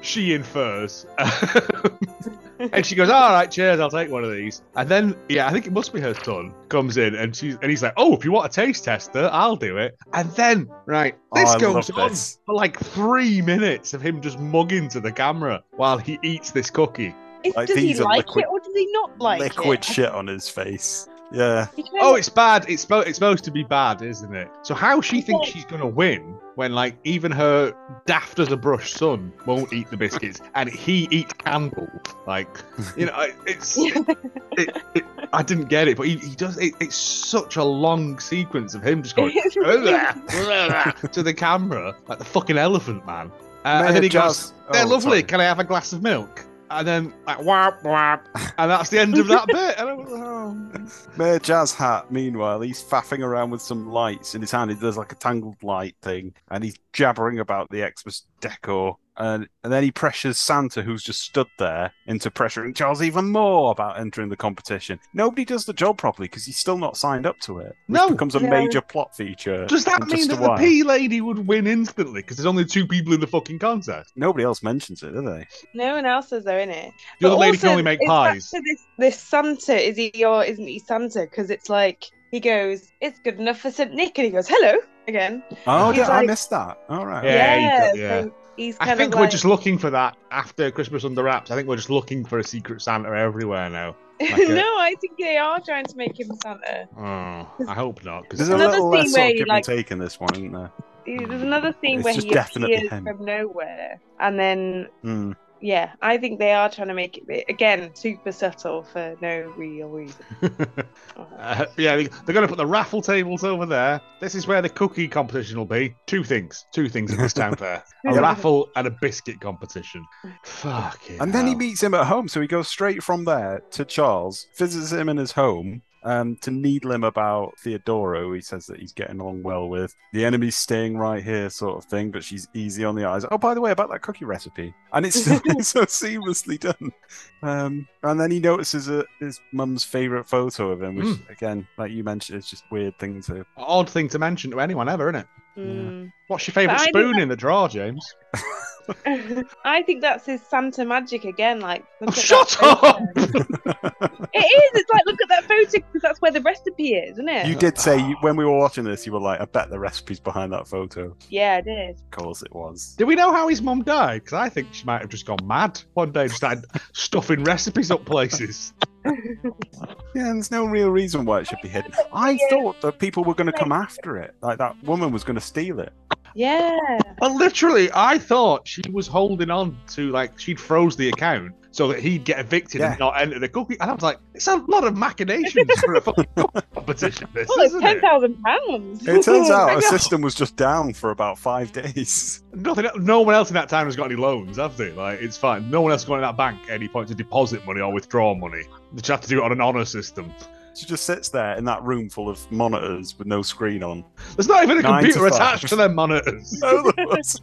Speaker 1: she infers. Um, and she goes, "All right, cheers. I'll take one of these." And then, yeah, I think it must be her son comes in, and she's and he's like, "Oh, if you want a taste tester, I'll do it." And then, right,
Speaker 3: Oh,
Speaker 1: this
Speaker 3: I
Speaker 1: goes
Speaker 3: love
Speaker 1: on
Speaker 3: this.
Speaker 1: for like three minutes of him just mugging to the camera while he eats this cookie.
Speaker 2: Is-
Speaker 3: Like,
Speaker 2: does he
Speaker 3: these are
Speaker 2: like
Speaker 3: liquid-
Speaker 2: it or does he not like
Speaker 3: liquid
Speaker 2: it?
Speaker 3: shit on his face. Yeah,
Speaker 2: He kind
Speaker 1: Oh,
Speaker 2: of-
Speaker 1: it's bad. It's spo- it's supposed to be bad, isn't it? So how she
Speaker 2: It's
Speaker 1: thinks
Speaker 2: like-
Speaker 1: she's gonna win when like even her daft as a brush son won't eat the biscuits and he eats candles. Like you know, I- it's it, it, it, I didn't get it, but he, he does. It, it's such a long sequence of him just going
Speaker 2: It's
Speaker 1: "Blah,
Speaker 2: really-
Speaker 1: blah," to the camera like the fucking elephant man, uh,
Speaker 3: Mayor
Speaker 1: and then he goes.
Speaker 3: Charles-
Speaker 1: They're
Speaker 3: oh,
Speaker 1: lovely.
Speaker 3: sorry.
Speaker 1: Can I have a glass of milk? And then like whap whap, and that's the end of that bit. And I was like, oh.
Speaker 3: Mayor Jazz Hat, meanwhile, he's faffing around with some lights in his hand. He does like a tangled light thing, and he's jabbering about the Xmas decor. And, and then he pressures Santa, who's just stood there, into pressuring Charles even more about entering the competition. Nobody does the job properly because he's still not signed up to it. which
Speaker 1: No.
Speaker 3: becomes a
Speaker 2: No.
Speaker 3: major plot feature.
Speaker 1: Does that
Speaker 3: in
Speaker 1: mean
Speaker 3: just a
Speaker 1: that the
Speaker 3: while.
Speaker 1: pea lady would win instantly? Because there's only two people in the fucking contest.
Speaker 3: Nobody else mentions it, do they?
Speaker 2: no one else is there in it.
Speaker 1: The
Speaker 2: But
Speaker 1: other lady can
Speaker 2: also,
Speaker 1: only make
Speaker 2: it's back
Speaker 1: pies.
Speaker 2: to This, this Santa is he or isn't he Santa? Because it's like he goes, it's good enough for Saint Nick, and he goes, hello again.
Speaker 3: Oh,
Speaker 2: He's
Speaker 3: yeah, I
Speaker 2: like-
Speaker 3: missed that. All right.
Speaker 1: Yeah. he do-
Speaker 2: so he's kind
Speaker 1: I think
Speaker 2: of
Speaker 1: we're
Speaker 2: like,
Speaker 1: just looking for that after Christmas under wraps. I think we're just looking for a secret Santa everywhere now. like a-
Speaker 2: no, I think they are trying to make him Santa.
Speaker 1: Oh, I hope not. Because
Speaker 3: There's a
Speaker 2: Another
Speaker 3: little
Speaker 2: scene
Speaker 3: less sort
Speaker 2: where
Speaker 3: of
Speaker 2: he,
Speaker 3: give
Speaker 2: like-
Speaker 3: and take in this one, isn't there?
Speaker 2: There's another scene
Speaker 3: It's
Speaker 2: where
Speaker 3: just
Speaker 2: he
Speaker 3: definitely
Speaker 2: appears
Speaker 3: him.
Speaker 2: from nowhere, and then
Speaker 3: Mm.
Speaker 2: yeah, I think they are trying to make it again super subtle for no real reason.
Speaker 1: uh, yeah, they- they're going to put the raffle tables over there. This is where the cookie competition will be. Two things. Two things in this town fair: a
Speaker 2: Yeah.
Speaker 1: raffle and a biscuit competition. Fucking.
Speaker 3: And then he
Speaker 1: hell.
Speaker 3: meets him at home, so he goes straight from there to Charles, visits him in his home um, to needle him about Theodora, who he says that he's getting along well with. The enemy's staying right here, sort of thing, but she's easy on the eyes. Oh, by the way, about that cookie recipe. And it's so, so seamlessly done. Um, and then he notices uh his mum's favourite photo of him, which, again, like you mentioned, is just weird thing to.
Speaker 1: odd thing to mention to anyone ever, isn't it?
Speaker 2: Mm.
Speaker 1: What's your favourite
Speaker 2: But I do
Speaker 1: spoon in the drawer, James?
Speaker 2: I think that's his Santa magic again. Like,
Speaker 1: Oh,
Speaker 2: look at that
Speaker 1: shut
Speaker 2: photo.
Speaker 1: up!
Speaker 2: It is. It's like look at that photo because that's where the recipe is, isn't it?
Speaker 3: You did say you, when we were watching this, you were like, "I bet the recipe's behind that photo."
Speaker 2: Yeah, it is.
Speaker 3: Of course, it was.
Speaker 1: Do we know how his mum died? Because I think she might have just gone mad one day and started stuffing recipes up places.
Speaker 3: Yeah, and there's no real reason why it should be hidden. I thought that people were going to come after it. Like that woman was going to steal it.
Speaker 2: Yeah.
Speaker 1: But Uh, literally, I thought she was holding on to, like, she'd froze the account so that he'd get evicted
Speaker 3: Yeah.
Speaker 1: and not enter the cookie. And I was like, it's a lot of machinations for a fucking cookie competition, this,
Speaker 2: Oh, it's
Speaker 1: isn't
Speaker 2: ten
Speaker 1: it?
Speaker 2: thousand pounds.
Speaker 3: It turns out
Speaker 1: know.
Speaker 3: her system was just down for about five days.
Speaker 1: Nothing, no one else in that time has got any loans, have they? Like, it's fine. No one else going in that bank at any point to deposit money or withdraw money. They just have to do it on an honour system.
Speaker 3: She just sits there in that room full of monitors with no screen on.
Speaker 1: There's not even a
Speaker 3: Nine to
Speaker 1: computer
Speaker 3: five.
Speaker 1: attached to their monitors.
Speaker 3: No, there was.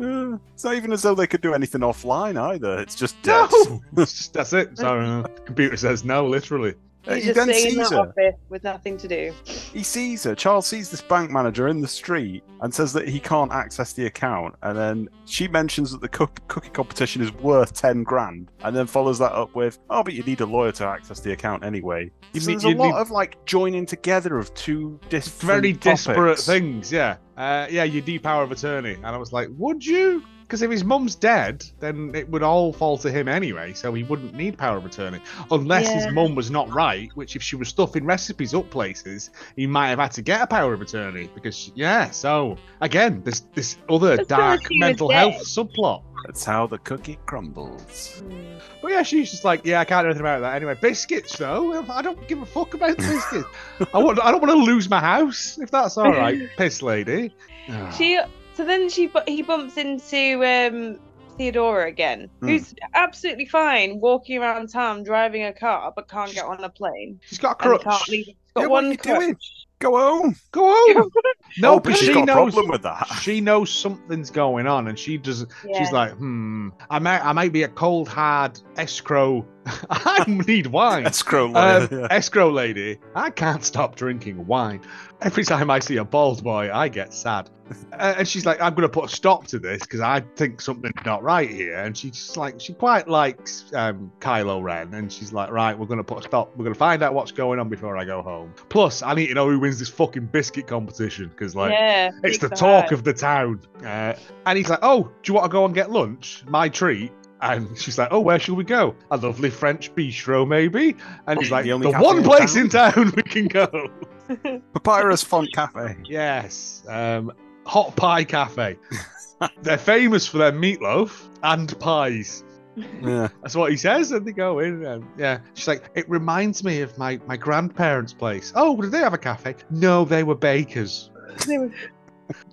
Speaker 3: Uh, it's not even as though they could do anything offline either. It's just
Speaker 1: No!
Speaker 3: dead.
Speaker 1: It's just- that's it. So uh, computer says no, literally.
Speaker 3: Uh,
Speaker 2: He's
Speaker 3: he
Speaker 2: just
Speaker 3: then
Speaker 2: sitting in
Speaker 3: sees
Speaker 2: that
Speaker 3: her.
Speaker 2: office with nothing to do.
Speaker 3: He sees her. Charles sees this bank manager in the street and says that he can't access the account. And then she mentions that the cook- cookie competition is worth 10 grand and then follows that up with, oh, but you need a lawyer to access the account anyway.
Speaker 1: You
Speaker 3: So
Speaker 1: need-
Speaker 3: there's a
Speaker 1: you
Speaker 3: lot
Speaker 1: need-
Speaker 3: of like joining together of two different
Speaker 1: Very disparate
Speaker 3: topics.
Speaker 1: things, yeah. Uh, yeah, you D power of attorney. And I was like, would you? Because if his mum's dead, then it would all fall to him anyway, so he wouldn't need power of attorney. Unless
Speaker 2: Yeah.
Speaker 1: his mum was not right, which if she was stuffing recipes up places, he might have had to get a power of attorney. Because, yeah, so again, this, this other
Speaker 2: That's
Speaker 1: dark
Speaker 2: because he was
Speaker 1: mental
Speaker 2: dead.
Speaker 1: health subplot.
Speaker 3: That's how the cookie crumbles.
Speaker 1: But yeah, she's just like, yeah, I can't do anything about that. Anyway, biscuits though. I don't give a fuck about biscuits. I want. I don't want to lose my house if that's all right. Piss lady. Ah,
Speaker 2: She. So then she bu- he bumps into um, Theodora again,
Speaker 3: Hmm.
Speaker 2: who's absolutely fine walking around town driving a car but can't get on a plane.
Speaker 1: she's got a
Speaker 2: and
Speaker 1: crutch.
Speaker 2: can't leave. Got
Speaker 3: Yeah, what
Speaker 2: one
Speaker 3: are you
Speaker 2: crutch.
Speaker 3: doing? Go home.
Speaker 1: Go home. No,
Speaker 3: oh,
Speaker 1: but
Speaker 3: but
Speaker 1: she
Speaker 3: she's got a
Speaker 1: knows.
Speaker 3: problem with that.
Speaker 1: She knows something's going on, and she does. not
Speaker 2: Yeah.
Speaker 1: She's like, hmm. I might. I might be a cold hard escrow. I need wine.
Speaker 3: Escrow lawyer.
Speaker 1: Um,
Speaker 3: yeah.
Speaker 1: escrow lady, I can't stop drinking wine. Every time I see a bald boy, I get sad. Uh, and she's like, I'm going to put a stop to this because I think something's not right here. And she's just like, she quite likes um, Kylo Ren. And she's like, right, we're going to put a stop. We're going to find out what's going on before I go home. Plus, I need to know who wins this fucking biscuit competition because, like,
Speaker 2: yeah,
Speaker 1: it's
Speaker 2: big
Speaker 1: the
Speaker 2: bag.
Speaker 1: talk of the town. Uh, and he's like, Oh, do you want to go and get lunch? My treat. And she's like, Oh, where shall we go? A lovely French bistro, maybe? And he's like,
Speaker 3: The
Speaker 1: The,
Speaker 3: only cafe
Speaker 1: one
Speaker 3: in
Speaker 1: place in town we can go.
Speaker 3: Papyrus Font Cafe.
Speaker 1: yes. Um, Hot Pie Cafe. They're famous for their meatloaf and pies.
Speaker 3: Yeah.
Speaker 1: That's what he says, and they go in. And, yeah, she's like, it reminds me of my my grandparents' place. Oh, did they have a cafe? No, they were bakers.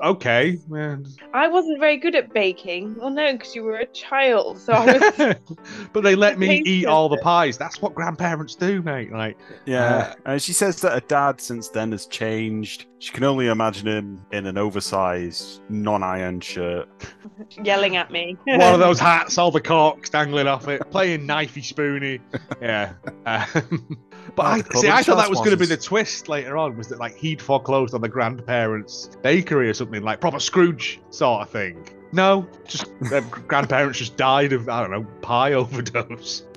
Speaker 1: Okay, yeah,
Speaker 2: I wasn't very good at baking. Well, no, because you were a child, so I was.
Speaker 1: but they let me
Speaker 2: Taste
Speaker 1: eat all the
Speaker 2: tested.
Speaker 1: pies. That's what grandparents do, mate. Like,
Speaker 3: Yeah. Uh, and she says that her dad since then has changed. She can only imagine him in an oversized, non iron shirt.
Speaker 2: yelling at me.
Speaker 1: one of those hats, all the corks dangling off it, playing knifey spoony. Yeah. Um, but
Speaker 3: Oh,
Speaker 1: I,
Speaker 3: the colour
Speaker 1: see, I thought that was going to be
Speaker 3: transplants.
Speaker 1: the twist later on, was that like he'd foreclosed on the grandparents' bakery or something, like proper Scrooge sort of thing. No, just their grandparents just died of I don't know pie overdose.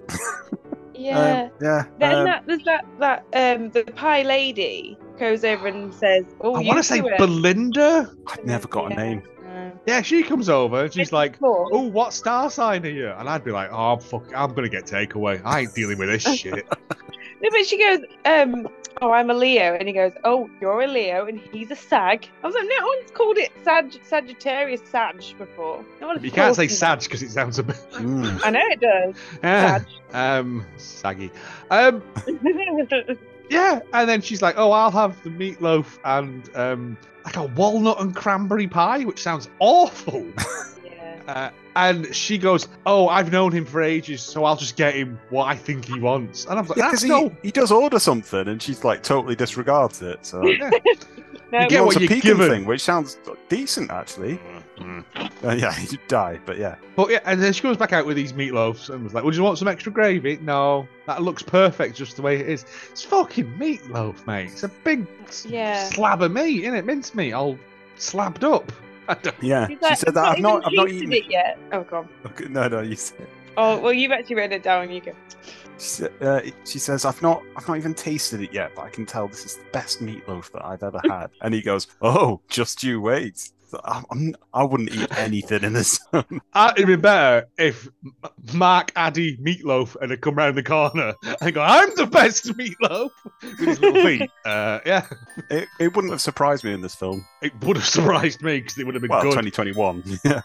Speaker 2: yeah.
Speaker 3: Um, yeah.
Speaker 2: then
Speaker 3: um,
Speaker 2: that there's that that um the pie lady goes over and says, "Oh,
Speaker 1: I
Speaker 2: you
Speaker 1: want to
Speaker 2: do
Speaker 1: say
Speaker 2: it." Um,
Speaker 1: Belinda.
Speaker 3: I'd never got a
Speaker 2: Yeah.
Speaker 3: name.
Speaker 2: No.
Speaker 1: Yeah, she comes over and she's like,
Speaker 2: Cool.
Speaker 1: oh, what star sign are you? And I'd be like, oh, I'm fuck, I'm gonna get takeaway. I ain't dealing with this shit.
Speaker 2: No, but she goes, um, oh, I'm a Leo. And he goes, oh, you're a Leo and he's a Sag. I was like, no one's called it Sag- Sagittarius Sag before. No one's
Speaker 1: you can't
Speaker 2: called
Speaker 1: say
Speaker 2: it-
Speaker 1: Sag because it sounds a bit
Speaker 3: Mm.
Speaker 2: I know it does. Sag.
Speaker 1: um saggy. Um, yeah, and then she's like, oh, I'll have the meatloaf and um like a walnut and cranberry pie, which sounds awful.
Speaker 2: yeah.
Speaker 1: Uh, and she goes, oh, I've known him for ages, so I'll just get him what I think he wants. And I'm like,
Speaker 3: Yeah,
Speaker 1: that's
Speaker 3: because
Speaker 1: no.
Speaker 3: he, he does order something and she's like totally disregards it. So
Speaker 1: Yeah.
Speaker 2: No,
Speaker 1: You get
Speaker 3: He wants
Speaker 1: what
Speaker 3: a
Speaker 1: you're
Speaker 3: Pekin
Speaker 1: given.
Speaker 3: thing, which sounds decent actually. Uh, yeah, he'd die, but yeah.
Speaker 1: But yeah, and then she comes back out with these meatloafs and was like, "Would you want some extra gravy?" No, that looks perfect just the way it is. It's fucking meatloaf, mate. It's a big s-
Speaker 2: Yeah.
Speaker 1: slab of meat, isn't it? Mincemeat, all slabbed up. I don't.
Speaker 3: Yeah,
Speaker 2: He's
Speaker 3: she
Speaker 2: like,
Speaker 3: said that. I've
Speaker 2: even
Speaker 3: not, I've not
Speaker 2: tasted
Speaker 3: eaten.
Speaker 2: it yet. Oh, God.
Speaker 3: Okay, No, no, you said.
Speaker 2: Oh, well, you've actually written it down. You go.
Speaker 3: She, said- uh, she says, "I've not, I've not even tasted it yet, but I can tell this is the best meatloaf that I've ever had." and he goes, "Oh, just you wait. So I'm, I'm, I wouldn't eat anything in this." zone."
Speaker 1: Uh, It'd be better if M- Mark, Addy, Meatloaf had come round the corner and go, I'm the best meatloaf with his little feet. Uh, yeah,
Speaker 3: it, it wouldn't have surprised me in this film.
Speaker 1: it would have surprised me because it would have been
Speaker 3: Well,
Speaker 1: good.
Speaker 3: 2021. Yeah.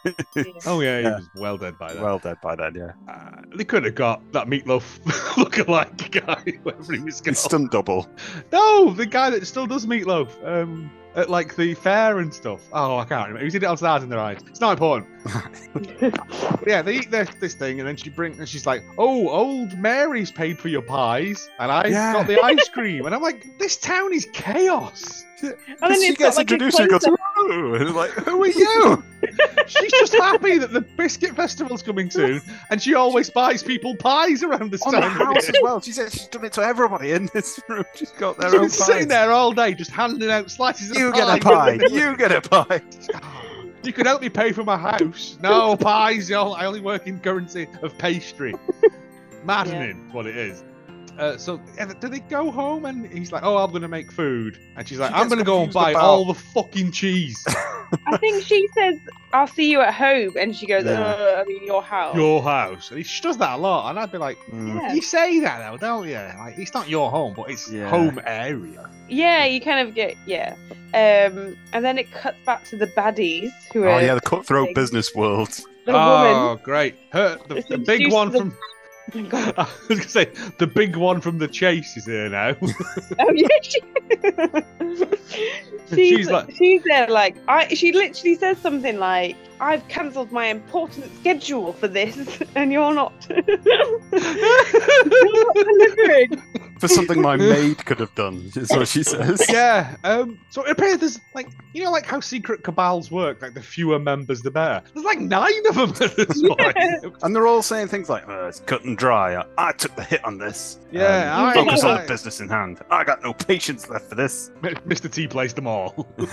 Speaker 1: Oh, yeah, he
Speaker 3: Yeah.
Speaker 1: was well dead by then.
Speaker 3: well dead by then. Yeah,
Speaker 1: uh, they could have got that Meatloaf lookalike guy, wherever he was going.
Speaker 3: it's stunt double.
Speaker 1: No, the guy that still does Meatloaf um, at like the fair and stuff. Oh, I can't remember. He did it on Stars in the Ride. It's not important. But yeah, they eat this, this thing, and then she brings and she's like, "Oh, old Mary's paid for your pies, and I
Speaker 3: Yeah.
Speaker 1: got the ice cream." And I'm like, "this town is chaos.
Speaker 2: and then
Speaker 3: she
Speaker 2: it's got
Speaker 3: gets
Speaker 2: like a
Speaker 3: introduced and goes,
Speaker 2: close-up.
Speaker 3: "Ooh," and like, "Who are you?"
Speaker 1: She's just happy that the biscuit festival's coming soon, and she always buys people pies around this
Speaker 3: on the
Speaker 1: time.
Speaker 3: house as well. She said she's done it to everybody in this room. She's Oh, got their
Speaker 1: She's been
Speaker 3: own
Speaker 1: sitting
Speaker 3: pies.
Speaker 1: there all day just handing out slices of
Speaker 3: You
Speaker 1: pie.
Speaker 3: get a pie. You get a pie.
Speaker 1: You can help me pay for my house. No, pies, y'all. I only work in currency of pastry. Maddening, what it is. Uh, so, yeah, do they go home and he's like, "Oh, I'm gonna make food," and she's like,
Speaker 3: She
Speaker 1: "I'm
Speaker 3: gets
Speaker 1: gonna go and
Speaker 3: confused
Speaker 1: buy
Speaker 3: about-
Speaker 1: all the fucking cheese,
Speaker 2: I think she says, I'll see you at home. And she goes,
Speaker 3: Yeah.
Speaker 2: uh, I mean, your
Speaker 3: Oh.
Speaker 2: house.
Speaker 1: your house." And he does that a lot, and I'd be like,
Speaker 3: Mm.
Speaker 2: Yeah.
Speaker 1: "You say that though, don't you? Like, it's not your home, but it's
Speaker 3: Yeah.
Speaker 1: home area."
Speaker 2: Yeah, you kind of get, yeah. Um, and then it cuts back to the baddies who are
Speaker 3: Oh yeah, the cutthroat
Speaker 2: thing.
Speaker 3: business world.
Speaker 2: the
Speaker 1: oh, great! Her, the,
Speaker 2: It's
Speaker 1: the big one
Speaker 2: introduced
Speaker 1: from.
Speaker 2: woman.
Speaker 1: I was gonna say the big one from the chase is here now.
Speaker 2: Oh yeah, she... she's
Speaker 1: She's
Speaker 2: she's,
Speaker 1: like-
Speaker 2: there like I. She literally says something like, "I've cancelled my important schedule for this, and you're not, you're not delivering."
Speaker 3: For something my maid could have done, is what she says.
Speaker 1: yeah. Um, so it appears there's like you know like how secret cabals work. Like the fewer members, the better. There's like nine of them at this point.
Speaker 3: And they're all saying things like, oh, it's cut and dry. I, I took the hit on this.
Speaker 1: Yeah,
Speaker 3: Um,
Speaker 2: I-
Speaker 3: focus on
Speaker 1: I-
Speaker 3: the business in hand. I got no patience left for this.
Speaker 1: Mr. T placed them all.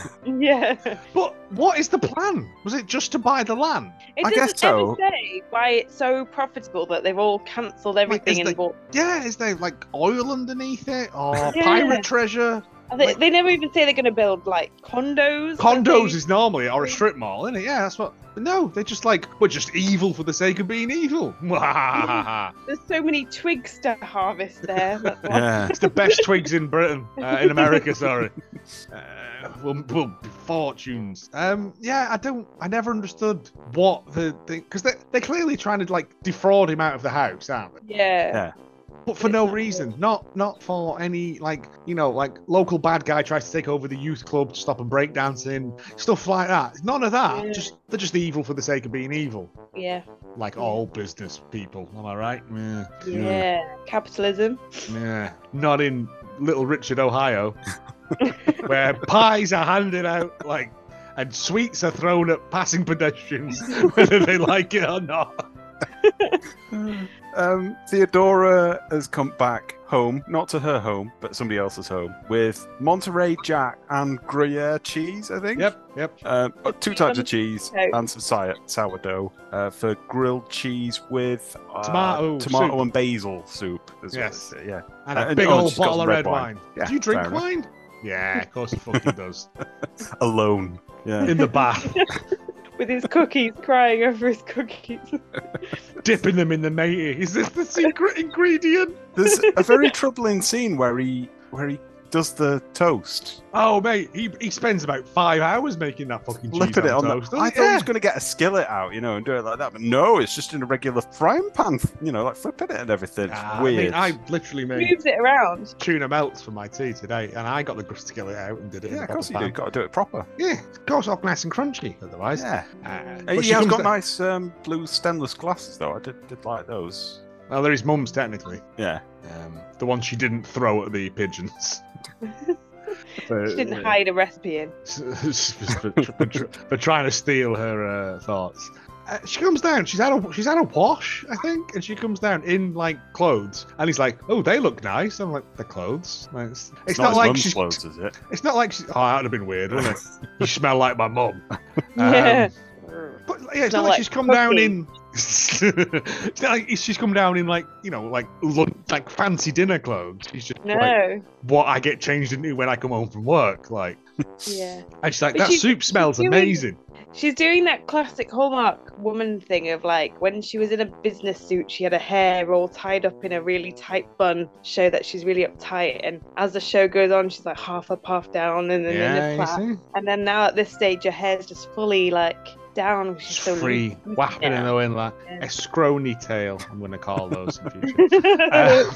Speaker 2: yeah,
Speaker 1: But what is the plan? Was it just to buy the land?
Speaker 2: it
Speaker 3: I
Speaker 2: doesn't
Speaker 3: guess so.
Speaker 2: ever say why it's so profitable that they've all cancelled everything
Speaker 1: is
Speaker 2: and
Speaker 1: the-
Speaker 2: bought.
Speaker 1: Yeah, is there like oil underneath it or
Speaker 2: Yeah.
Speaker 1: pirate treasure?
Speaker 2: They,
Speaker 1: like-
Speaker 2: they never even say they're going to build like condos. I
Speaker 1: Condos
Speaker 2: think.
Speaker 1: is normally or a strip mall, isn't it? Yeah, that's what. but No, they're just like we're just evil for the sake of being evil. it's
Speaker 2: There's so many twigs to harvest there. That's why.
Speaker 3: Yeah.
Speaker 1: the best twigs in Britain, uh, in America. Sorry, uh, will will be fortunes. Um, yeah, I don't. I never understood what the thing because they they're clearly trying to like defraud him out of the house, aren't they?
Speaker 2: Yeah.
Speaker 1: but for
Speaker 2: It's
Speaker 1: no
Speaker 2: not
Speaker 1: reason. Not not for any like you know like local bad guy tries to take over the youth club to stop them breakdancing stuff like that. None of that.
Speaker 2: Yeah.
Speaker 1: Just they're just evil for the sake of being evil,
Speaker 2: yeah,
Speaker 1: like
Speaker 2: Yeah.
Speaker 1: all business people. Am I right? Yeah,
Speaker 2: yeah, Capitalism.
Speaker 1: yeah. Not in Little Richard, Ohio, where pies are handed out like. And sweets are thrown at passing pedestrians, whether they like it or not.
Speaker 3: um, Theodora has come back home, not to her home, but somebody else's home, with Monterey Jack and Gruyere cheese, I think.
Speaker 1: Yep, yep.
Speaker 3: Um, uh, two types of cheese
Speaker 2: Okay.
Speaker 3: and some si- sourdough uh, for grilled cheese with uh,
Speaker 1: Tomato
Speaker 3: tomato
Speaker 1: soup.
Speaker 3: and basil soup. is what
Speaker 1: Yes.
Speaker 3: it- yeah.
Speaker 1: And a
Speaker 3: And-
Speaker 1: big
Speaker 3: oh,
Speaker 1: old
Speaker 3: she's got
Speaker 1: bottle of
Speaker 3: red
Speaker 1: red
Speaker 3: wine.
Speaker 1: wine.
Speaker 3: Yeah,
Speaker 1: Do you drink
Speaker 3: fair enough.
Speaker 1: wine? Yeah, of course he fucking does.
Speaker 3: Alone. Yeah.
Speaker 1: in the bath,
Speaker 2: with his cookies, crying over his cookies.
Speaker 1: dipping them in the matey. Is this the secret ingredient?
Speaker 3: There's a very troubling scene where he where he does the toast,
Speaker 1: Oh, mate, he, he spends about five hours making that fucking cheese
Speaker 3: flipping it on
Speaker 1: toast. doesn't
Speaker 3: the. I
Speaker 1: he?
Speaker 3: thought he was going to get a skillet out, you know, and do it like that, but no, it's just in a regular frying pan, you know, like flipping it and everything. It's
Speaker 1: Ah,
Speaker 3: weird.
Speaker 1: I, mean, I literally made
Speaker 2: Moves it around.
Speaker 1: tuna melts for my tea today, and I got the grist to get it out and did it. in
Speaker 3: yeah,
Speaker 1: the
Speaker 3: of course you
Speaker 1: proper
Speaker 3: do. Got to do it proper.
Speaker 1: pan. Yeah, it goes off nice and crunchy. Otherwise,
Speaker 3: Yeah.
Speaker 1: Uh,
Speaker 3: Uh,
Speaker 1: but
Speaker 3: he
Speaker 1: she
Speaker 3: has
Speaker 1: comes
Speaker 3: got
Speaker 1: to-
Speaker 3: nice um, blue stainless glasses though. I did did like those.
Speaker 1: well, there is mums technically.
Speaker 3: Yeah.
Speaker 1: Um, the one she didn't throw at the pigeons. For- uh,
Speaker 2: She didn't hide a recipe in.
Speaker 1: for, for, for, for trying to steal her uh, thoughts. uh, she comes down. She's had a she's had a wash, I think, and she comes down in like clothes. And he's like, "Oh, they look nice." I'm like, "The clothes." Like, it's, it's
Speaker 3: It's,
Speaker 1: not,
Speaker 3: his
Speaker 1: like
Speaker 3: mum's
Speaker 1: she's
Speaker 3: clothes, is it?
Speaker 1: it's not like she's, oh, that would have been weird, wouldn't it? you smell like my mum.
Speaker 2: Yeah.
Speaker 1: But yeah, it's
Speaker 2: Smell
Speaker 1: not um, like,
Speaker 2: like
Speaker 1: she's come
Speaker 2: cooking.
Speaker 1: down in. it's not like she's come down in like you know like lun- like fancy dinner clothes. She's just
Speaker 2: No.
Speaker 1: like what I get changed into when I come home from work. Like,
Speaker 2: yeah.
Speaker 1: and she's like
Speaker 2: But
Speaker 1: that
Speaker 2: she's-
Speaker 1: soup smells
Speaker 2: doing-
Speaker 1: amazing.
Speaker 2: She's doing that classic Hallmark woman thing of like when she was in a business suit, she had her hair all tied up in a really tight bun, show that she's really uptight. And as the show goes on, she's like half up, half down, and then in a
Speaker 1: yeah,
Speaker 2: flat.
Speaker 1: you see?
Speaker 2: And then now at this stage, her hair's just fully like down. She's
Speaker 1: It's
Speaker 2: so
Speaker 1: free, whapping in the wind, like
Speaker 2: Yeah.
Speaker 1: a scrony tail. I'm gonna call those in future.
Speaker 2: loose.
Speaker 1: Um,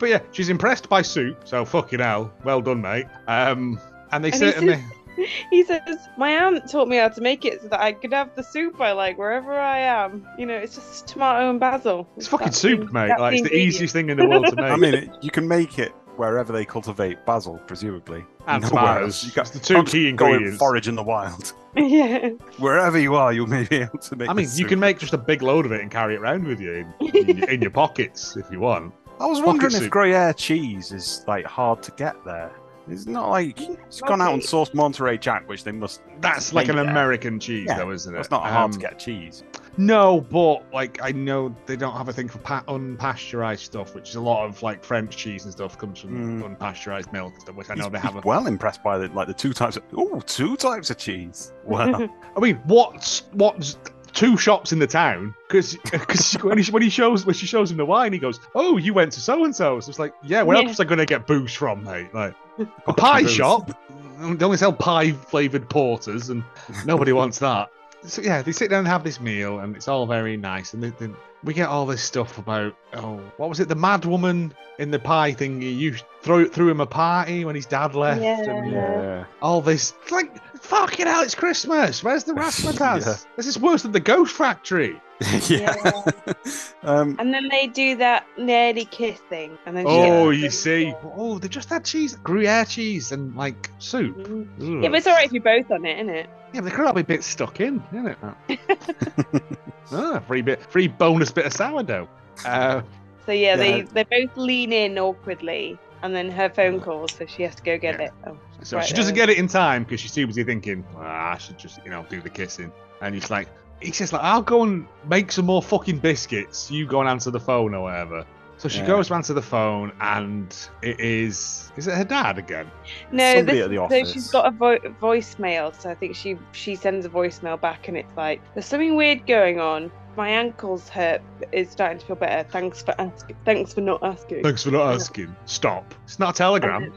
Speaker 1: but yeah, she's impressed by soup, so fucking hell, well done, mate. Um, and they
Speaker 2: And he
Speaker 1: certainly,
Speaker 2: he says, "My aunt taught me how to make it so that I could have the soup I like wherever I am. You know, it's just tomato and basil.
Speaker 1: it's fucking
Speaker 2: That's
Speaker 1: soup,
Speaker 2: the-
Speaker 1: mate.
Speaker 2: that's
Speaker 1: Like it's the
Speaker 2: ingredient.
Speaker 1: easiest thing in the world to make.
Speaker 3: I mean, it, you can make it wherever they cultivate basil, presumably.
Speaker 1: and
Speaker 3: Nowhere
Speaker 1: tomatoes.
Speaker 3: else. You can't
Speaker 1: It's the two key
Speaker 3: go and
Speaker 1: ingredients.
Speaker 3: forage in the wild.
Speaker 2: yeah,
Speaker 3: Wherever you are, you may be able to make.
Speaker 1: I mean,
Speaker 3: this
Speaker 1: you
Speaker 3: soup.
Speaker 1: can make just a big load of it and carry it around with you in, in, your- in your pockets if you want.
Speaker 3: I was wondering
Speaker 1: Pocket
Speaker 3: if
Speaker 1: soup.
Speaker 3: Gruyere cheese is like hard to get there. It's not like it's gone out and sourced Monterey Jack, which they must.
Speaker 1: That's like an
Speaker 3: Yeah.
Speaker 1: American cheese,
Speaker 3: Yeah,
Speaker 1: though, isn't it?
Speaker 3: That's not hard to
Speaker 1: Um,
Speaker 3: get cheese.
Speaker 1: No, but like I know they don't have a thing for pa- unpasteurized stuff, which is a lot of like French cheese and stuff comes from
Speaker 3: Mm.
Speaker 1: unpasteurized milk and stuff, which I know
Speaker 3: He's-
Speaker 1: they
Speaker 3: he's
Speaker 1: have. A-
Speaker 3: well impressed by the like the two types. Of, ooh, two types of cheese. Wow.
Speaker 1: I mean, what's what's two shops in the town? Because when he when he shows when she shows him the wine, he goes, "Oh, you went to so and so." So it's like, yeah, where
Speaker 2: Yeah.
Speaker 1: else was I going to get booze from, mate? Like a pie
Speaker 3: Booze.
Speaker 1: shop. They only sell pie flavored porters, and nobody wants that. So yeah, they sit down and have this meal, and it's all very nice. And they, they, we get all this stuff about oh, what was it? The mad woman in the pie thingy. You throw threw him a party when his dad left, and
Speaker 3: yeah.
Speaker 1: all this. It's like fucking hell, it's Christmas. Where's the razzmatazz?
Speaker 3: Yeah.
Speaker 1: This is worse than the Ghost Factory.
Speaker 3: yeah. um,
Speaker 2: and then they do that nearly kiss thing, and then she
Speaker 1: Oh,
Speaker 2: gets-
Speaker 1: you see. Oh, they just had cheese, Gruyere cheese, and like soup.
Speaker 2: Mhm.
Speaker 1: Ugh.
Speaker 2: Yeah, but it's alright if you're both on it, isn't it?
Speaker 1: Yeah, but they could all be a bit stuck in, isn't it? ah, free bit, free bonus bit of sourdough. Uh,
Speaker 2: So yeah, they
Speaker 3: Yeah.
Speaker 2: they both lean in awkwardly, and then her phone calls, so she has to go get
Speaker 1: Yeah.
Speaker 2: it. Oh,
Speaker 1: so
Speaker 2: Right,
Speaker 1: she doesn't
Speaker 2: uh,
Speaker 1: get it in time because she's too busy thinking, ah, I should just, you know, do the kissing. And he's like, he says, like, I'll go and make some more fucking biscuits. You go and answer the phone or whatever. So she
Speaker 3: Yeah.
Speaker 1: goes to answer the phone, and it is, is it her dad again?
Speaker 2: No,
Speaker 3: Somebody
Speaker 2: this,
Speaker 3: at the
Speaker 2: so she's
Speaker 3: office.
Speaker 2: got a vo- voicemail. So I think she she sends a voicemail back, and it's like, "There's something weird going on. My ankle's hurt. but It's starting to feel better. Thanks for asking. Thanks for not asking."
Speaker 1: Thanks for not asking. Stop. It's not a telegram.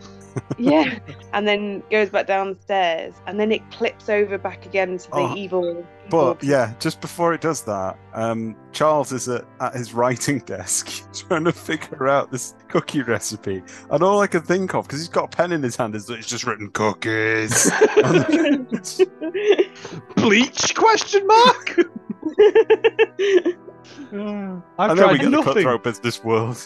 Speaker 2: yeah, and then goes back downstairs, and then it clips over back again to the
Speaker 3: Oh,
Speaker 2: evil.
Speaker 3: But
Speaker 2: evil-
Speaker 3: yeah, just before it does that, um, Charles is at, at his writing desk trying to figure out this cookie recipe. And all I can think of, because he's got a pen in his hand, is that it's just written cookies.
Speaker 1: Bleach? Question mark. I've
Speaker 3: and then we
Speaker 1: tried
Speaker 3: get the
Speaker 1: nothing.
Speaker 3: cutthroat business world.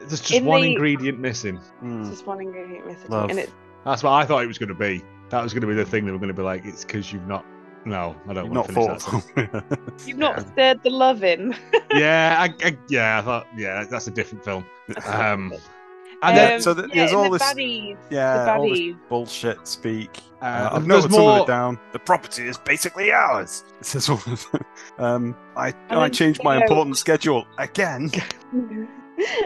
Speaker 1: There's just
Speaker 2: In
Speaker 1: one
Speaker 2: the-
Speaker 1: ingredient missing.
Speaker 2: It's just one ingredient missing,
Speaker 3: Love.
Speaker 2: and it's
Speaker 1: That's what I thought it was going to be. That was going to be the thing that we're going to be like, it's because you've not. No, I don't
Speaker 3: You've
Speaker 1: want
Speaker 3: not
Speaker 1: to finish that.
Speaker 3: thoughtful.
Speaker 2: you've not stirred the love in.
Speaker 1: yeah, I, I, yeah, I thought, yeah, that's a different film. Um, and
Speaker 3: And then-
Speaker 1: then,
Speaker 2: Um,
Speaker 3: so th-
Speaker 2: yeah,
Speaker 3: there's
Speaker 2: and
Speaker 3: all
Speaker 2: the
Speaker 3: this-
Speaker 2: baddies, the
Speaker 3: yeah, all this
Speaker 2: baddies.
Speaker 3: bullshit speak.
Speaker 1: uh,
Speaker 3: Uh, I've
Speaker 1: there's
Speaker 3: noted some of
Speaker 1: more.
Speaker 3: it down. The property is basically ours. This is all of them. Um, I,
Speaker 2: And
Speaker 3: I
Speaker 2: then,
Speaker 3: changed my
Speaker 2: you know-
Speaker 3: important schedule again.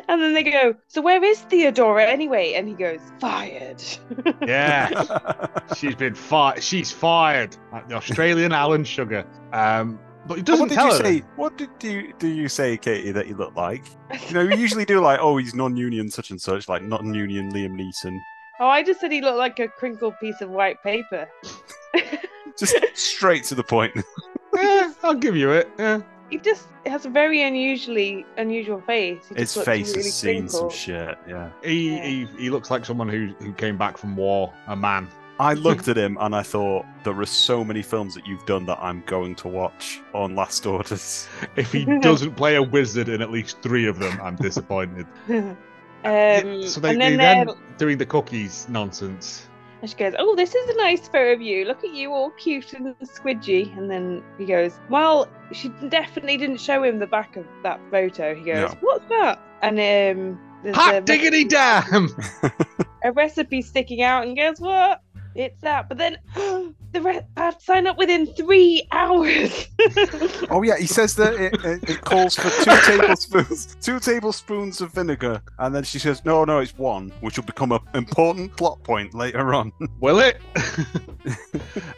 Speaker 2: and then they go, So where is Theodora anyway? And he goes, Fired.
Speaker 1: Yeah, she's been fired. She's fired. Like the Australian Alan Sugar. Um, but he doesn't
Speaker 3: what did
Speaker 1: tell
Speaker 3: you
Speaker 1: her.
Speaker 3: say? What did you do you say, Katie, that you look like? You know, you usually do like, oh, he's non-union such and such, like non-union Liam Neeson.
Speaker 2: oh, I just said he looked like a crinkled piece of white paper.
Speaker 3: Just straight to the point.
Speaker 1: Yeah, I'll give you it. Yeah.
Speaker 2: He just has a very unusually unusual face. He just
Speaker 3: His
Speaker 2: looks
Speaker 3: face
Speaker 2: really
Speaker 3: has seen some
Speaker 2: crinkled.
Speaker 3: shit. Yeah,
Speaker 1: He,
Speaker 2: Yeah.
Speaker 1: he he looks like someone who who came back from war, a man.
Speaker 3: I looked at him and I thought, there are so many films that you've done that I'm going to watch on Last Orders.
Speaker 1: If he doesn't play a wizard in at least three of them, I'm disappointed.
Speaker 2: um,
Speaker 1: Yeah, so they,
Speaker 3: Um,
Speaker 2: and
Speaker 1: they
Speaker 2: then
Speaker 1: then
Speaker 2: they're-
Speaker 1: doing the cookies nonsense.
Speaker 2: And she goes, Oh, this is a nice photo of you. Look at you, all cute and squidgy. And then he goes, Well, she definitely didn't show him the back of that photo. He goes,
Speaker 3: No.
Speaker 2: What's that? And um, there's a,
Speaker 1: Hot diggity damn!
Speaker 2: a recipe sticking out. And he goes, What? It's that. But then the re- I had to sign up within three hours.
Speaker 3: Oh yeah, he says that it, it, it calls for two tablespoons, two tablespoons of vinegar, and then she says, "No, no, it's one," which will become an important plot point later on.
Speaker 1: Will it?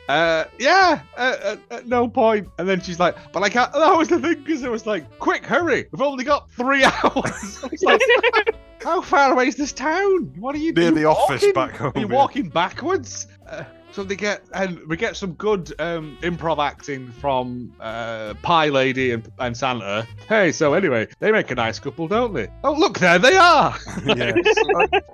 Speaker 1: uh, yeah, uh, uh, at no point. And then she's like, but I can't. That was the thing because it was like, quick, hurry. We've only got three hours. I was like, How far away is this town? What are you
Speaker 3: Near
Speaker 1: you
Speaker 3: the office
Speaker 1: walking?
Speaker 3: back home,
Speaker 1: Are you
Speaker 3: yeah.
Speaker 1: walking backwards? Uh, so they get and we get some good um, improv acting from uh, Pie Lady and, and Santa. Hey, so anyway, they make a nice couple, don't they? Oh, look, there they are.
Speaker 3: yeah.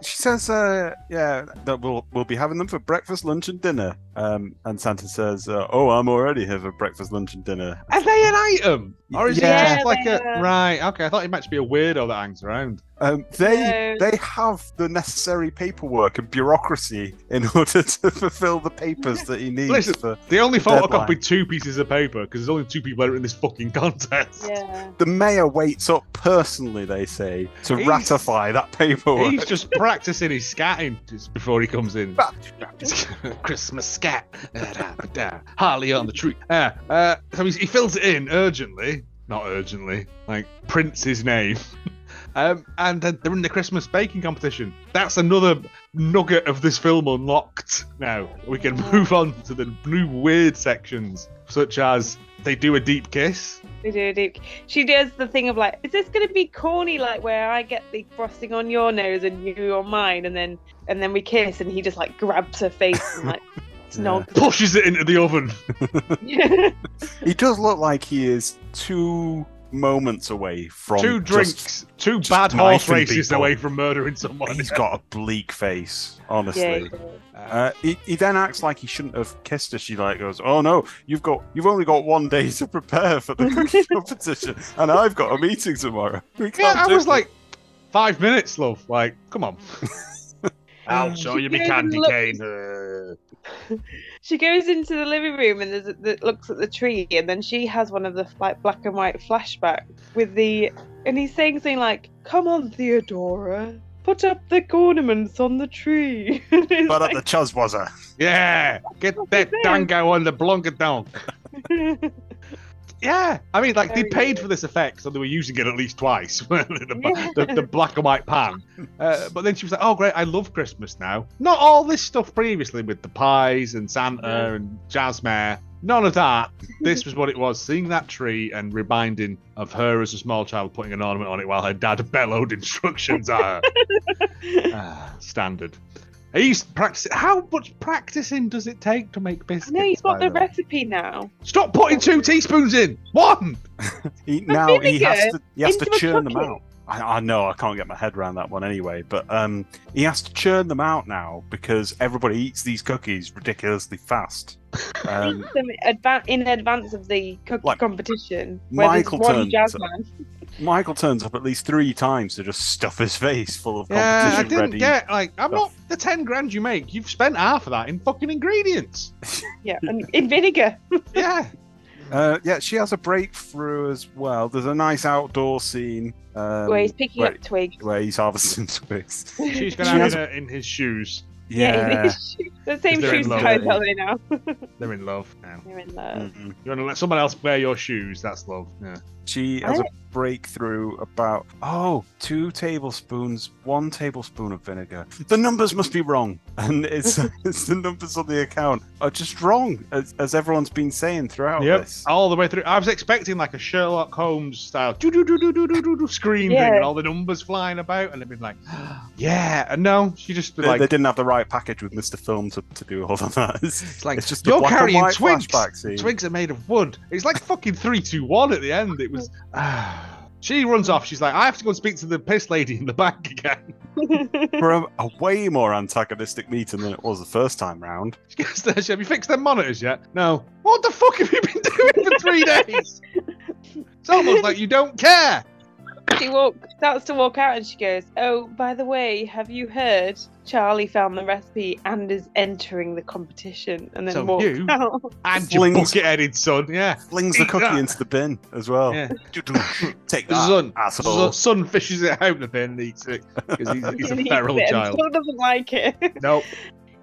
Speaker 3: She says, uh, "Yeah, that we'll we'll be having them for breakfast, lunch, and dinner." Um, and Santa says, uh, "Oh, I'm already here for breakfast, lunch, and dinner."
Speaker 1: Are they an item? Or is
Speaker 3: Yeah.
Speaker 1: it just like
Speaker 2: Yeah,
Speaker 1: a
Speaker 2: they are.
Speaker 1: right? Okay, I thought it might just be a weirdo that hangs around.
Speaker 3: Um, they
Speaker 2: So-
Speaker 3: they have the necessary paperwork and bureaucracy in order to fulfil the papers that he needs.
Speaker 1: Listen.
Speaker 3: For
Speaker 1: They only
Speaker 3: Deadline.
Speaker 1: photocopied two pieces of paper because there's only two people that are in this fucking contest.
Speaker 2: yeah.
Speaker 3: the mayor waits up personally, they say, to
Speaker 1: He's-
Speaker 3: ratify that paperwork.
Speaker 1: He's just practicing his scatting just before he comes in.
Speaker 3: Bah.
Speaker 1: Christmas scat. Da, da, da. Harley on the tree. Uh, uh, so he's, he fills it in urgently. Not urgently. Like, prints his name. Um, and then they're in the Christmas baking competition. That's another nugget of this film unlocked. Now we can move on to the new weird sections, such as they do a deep kiss.
Speaker 2: We do, do. She does the thing of like, is this going to be corny? Like where I get the frosting on your nose and you on mine, and then and then we kiss, and he just like grabs her face and like snogs.
Speaker 1: Pushes it into the oven.
Speaker 3: He does look like he is two moments away from
Speaker 1: two drinks,
Speaker 3: just-
Speaker 1: two
Speaker 3: just
Speaker 1: bad horse
Speaker 3: knifing
Speaker 1: races
Speaker 3: people.
Speaker 1: away from murdering someone.
Speaker 3: He's got a bleak face, honestly.
Speaker 2: yeah,
Speaker 3: Uh, he, he then acts like he shouldn't have kissed her. She like goes, "Oh no, you've got you've only got one day to prepare for the cooking competition, and I've got a meeting tomorrow. We
Speaker 1: yeah,
Speaker 3: can't
Speaker 1: I
Speaker 3: do
Speaker 1: was
Speaker 3: it."
Speaker 1: like, five minutes, love. Like, come on.
Speaker 2: I'll show you me candy cane.
Speaker 1: Uh,
Speaker 2: she goes into the living room and there's a, the, looks at the tree, and then she has one of the like black and white flashbacks with the, and he's saying something like, "Come on, Theodora, put up the ornaments on the tree." It's
Speaker 3: but at
Speaker 2: like-
Speaker 3: the Chuzwazza.
Speaker 1: yeah, get that dango on the blonka donk. Yeah, I mean, like they
Speaker 2: Very
Speaker 1: paid
Speaker 2: good.
Speaker 1: for this effect, so they were using it at least twice. the,
Speaker 2: Yeah.
Speaker 1: the, the black and white pan. Uh, but then she was like, "Oh, great! I love Christmas now. Not all this stuff previously with the pies and Santa
Speaker 2: Yeah.
Speaker 1: and Jasmine. None of that. This was what it was. Seeing that tree and reminding of her as a small child putting an ornament on it while her dad bellowed instructions at her. Ah, standard. He's practicing. How much practicing does it take to make biscuits?
Speaker 2: no, he's got
Speaker 1: by
Speaker 2: the
Speaker 1: the way?
Speaker 2: recipe now.
Speaker 1: Stop putting two teaspoons in. One.
Speaker 3: He, now he has to he has to
Speaker 2: into a
Speaker 3: churn them
Speaker 2: cookie.
Speaker 3: out. I, I know I can't get my head around that one anyway, but um, he has to churn them out now because everybody eats these cookies ridiculously fast. Um,
Speaker 2: them adva- in advance of the cookie
Speaker 3: Like,
Speaker 2: competition. Where there's
Speaker 3: Michael
Speaker 2: one
Speaker 3: turns
Speaker 2: jazz
Speaker 3: up.
Speaker 2: man.
Speaker 3: Michael turns up at least three times to just stuff his face full of
Speaker 1: Yeah, I
Speaker 3: competition
Speaker 1: didn't
Speaker 3: ready.
Speaker 1: get like I'm
Speaker 3: stuff.
Speaker 1: not the ten grand you make. You've spent half of that in fucking ingredients.
Speaker 2: Yeah, and in vinegar.
Speaker 1: Yeah,
Speaker 3: Uh, yeah, she has a breakthrough as well. There's a nice outdoor scene um,
Speaker 2: where he's picking
Speaker 3: wait.
Speaker 2: up twigs.
Speaker 3: where he's harvesting twigs.
Speaker 1: she's
Speaker 3: She
Speaker 1: gonna have
Speaker 3: has-
Speaker 1: it in his shoes.
Speaker 2: Yeah,
Speaker 3: Yeah.
Speaker 2: in his shoes. the same
Speaker 1: They're in
Speaker 2: shoes
Speaker 1: love.
Speaker 2: guys are they now?
Speaker 1: They're in love. now.
Speaker 2: They're in love.
Speaker 3: Mhm.
Speaker 1: You want to let someone else wear your shoes? That's love. Yeah.
Speaker 3: She has a breakthrough about oh, two tablespoons, one tablespoon of vinegar. The numbers must be wrong, and it's it's the numbers on the account are just wrong, as, as everyone's been saying throughout
Speaker 1: Yep.
Speaker 3: this.
Speaker 1: All the way through. I was expecting like a Sherlock Holmes style do do do do do do do screen thing
Speaker 2: Yeah.
Speaker 1: and all the numbers flying about, and it'd be like, yeah, and no, she just be
Speaker 3: They-
Speaker 1: like,
Speaker 3: they didn't have the right package with Mr. Film to, to do all of that. It's,
Speaker 1: it's like
Speaker 3: it's just the
Speaker 1: you're
Speaker 3: black and
Speaker 1: carrying
Speaker 3: white
Speaker 1: twigs.
Speaker 3: flashback scene.
Speaker 1: Twigs are made of wood. It's like fucking three, two, one at the end. It was. she runs off. She's like, I have to go and speak to the piss lady in the back again.
Speaker 3: for a, a way more antagonistic meeting than it was the first time round.
Speaker 1: She goes, "There, Have you fixed them monitors yet? No. What the fuck have you been doing for three days? It's almost like you don't care.
Speaker 2: She walk starts to walk out and she goes, Oh, by the way, have you heard Charlie found the recipe and is entering the competition and then
Speaker 1: So
Speaker 2: walks
Speaker 1: you-
Speaker 2: out.
Speaker 1: And your
Speaker 3: Flings-
Speaker 1: bucket-headed son, yeah.
Speaker 3: Flings the
Speaker 1: Eat
Speaker 3: cookie
Speaker 1: that.
Speaker 3: into the bin as well.
Speaker 1: Yeah.
Speaker 3: Take
Speaker 1: The
Speaker 3: that,
Speaker 1: son-
Speaker 3: Oh, asshole.
Speaker 1: Son, son fishes it out of the bin and eats it because he's, he's a
Speaker 2: And he
Speaker 1: feral
Speaker 2: eats it and
Speaker 1: child.
Speaker 2: Still doesn't like it.
Speaker 1: Nope.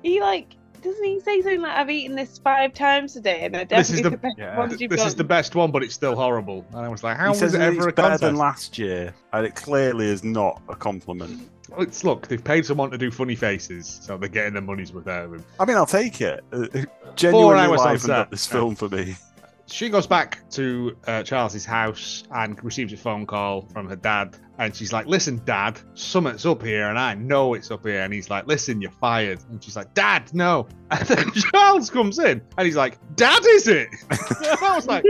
Speaker 2: He like doesn't he say something like I've eaten this five times today and I
Speaker 1: This is the-
Speaker 2: definitely the best
Speaker 3: Yeah.
Speaker 2: ones you've
Speaker 1: This
Speaker 2: done.
Speaker 1: is the best one, but it's still horrible. And I was like, how
Speaker 3: He says
Speaker 1: was it
Speaker 3: that
Speaker 1: ever
Speaker 3: it's
Speaker 1: a
Speaker 3: better
Speaker 1: contest?
Speaker 3: than last year, and it clearly is not a compliment.
Speaker 1: Well, it's look, they've paid someone to do funny faces, so they're getting their money's worth out of him.
Speaker 3: I mean, I'll take it. Uh, it Genuinely
Speaker 1: hours on
Speaker 3: livened up
Speaker 1: set.
Speaker 3: this film for me.
Speaker 1: She goes back to uh, Charles's house and receives a phone call from her dad, and she's like, "Listen, Dad, something's up here, and I know it's up here." And he's like, "Listen, you're fired." And she's like, "Dad, no." And then Charles comes in, and he's like, "Dad, is it?" and I was like,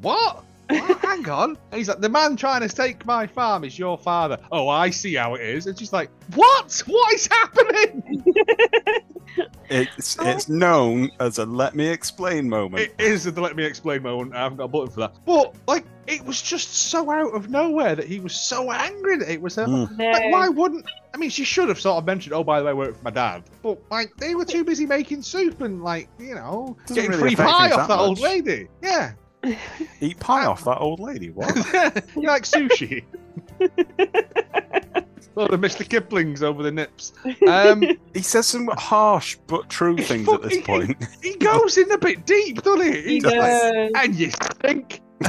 Speaker 1: "What?" What? Hang on. And he's like, the man trying to take my farm is your father. Oh, I see how it is. And she's like, what? What is happening?
Speaker 3: It's
Speaker 2: Oh.
Speaker 3: it's known as a let me explain moment.
Speaker 1: It is the let me explain moment. I haven't got a button for that. But like, it was just so out of nowhere that he was so angry that it was her.
Speaker 3: Mm.
Speaker 2: no.
Speaker 1: Like, why wouldn't? I mean, she should have sort of mentioned, "Oh, by the way, I work for my dad." But like, they were too busy making soup and like, you know,
Speaker 3: Doesn't
Speaker 1: getting free
Speaker 3: really affect
Speaker 1: pie
Speaker 3: things
Speaker 1: off
Speaker 3: that
Speaker 1: that old
Speaker 3: much.
Speaker 1: lady. Yeah,
Speaker 3: Eat pie off that old lady. What?
Speaker 1: you like sushi. Lot of Mr. Kipling's over the nips. Um,
Speaker 3: he says some harsh but true things at this point.
Speaker 1: he goes in a bit deep, doesn't he?
Speaker 2: He
Speaker 1: He's
Speaker 3: does.
Speaker 1: like,
Speaker 2: goes,
Speaker 1: and you think.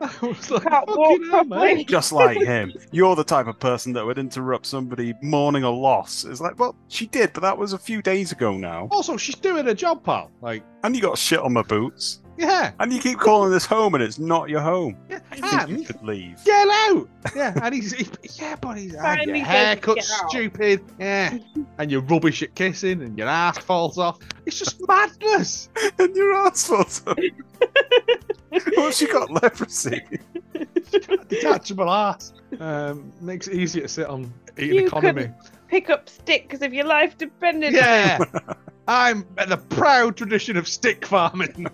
Speaker 1: I was like,
Speaker 2: Can't walk
Speaker 1: "Fucking hell,
Speaker 2: properly."
Speaker 1: mate."
Speaker 3: Just like him. You're the type of person that would interrupt somebody mourning a loss. It's like, well, she did, but that was a few days ago now.
Speaker 1: Also, she's doing her job, pal. Like,
Speaker 3: And you got shit on my boots.
Speaker 1: yeah,
Speaker 3: And you keep calling this home and it's not your home.
Speaker 1: yeah,
Speaker 3: I think you
Speaker 1: and
Speaker 3: could leave.
Speaker 1: get out. Yeah, and he's, he, yeah, but he's and
Speaker 2: Finally
Speaker 1: your
Speaker 2: says,
Speaker 1: haircut
Speaker 2: "Get out."
Speaker 1: stupid. Yeah, and you're rubbish at kissing, and your ass falls off. It's just madness.
Speaker 3: And your ass falls off. well, she got leprosy.
Speaker 1: Detachable ass um, makes it easier to sit on eating
Speaker 2: You
Speaker 1: economy.
Speaker 2: pick up sticks if your life depended on
Speaker 1: Yeah. I'm the proud tradition of stick farming.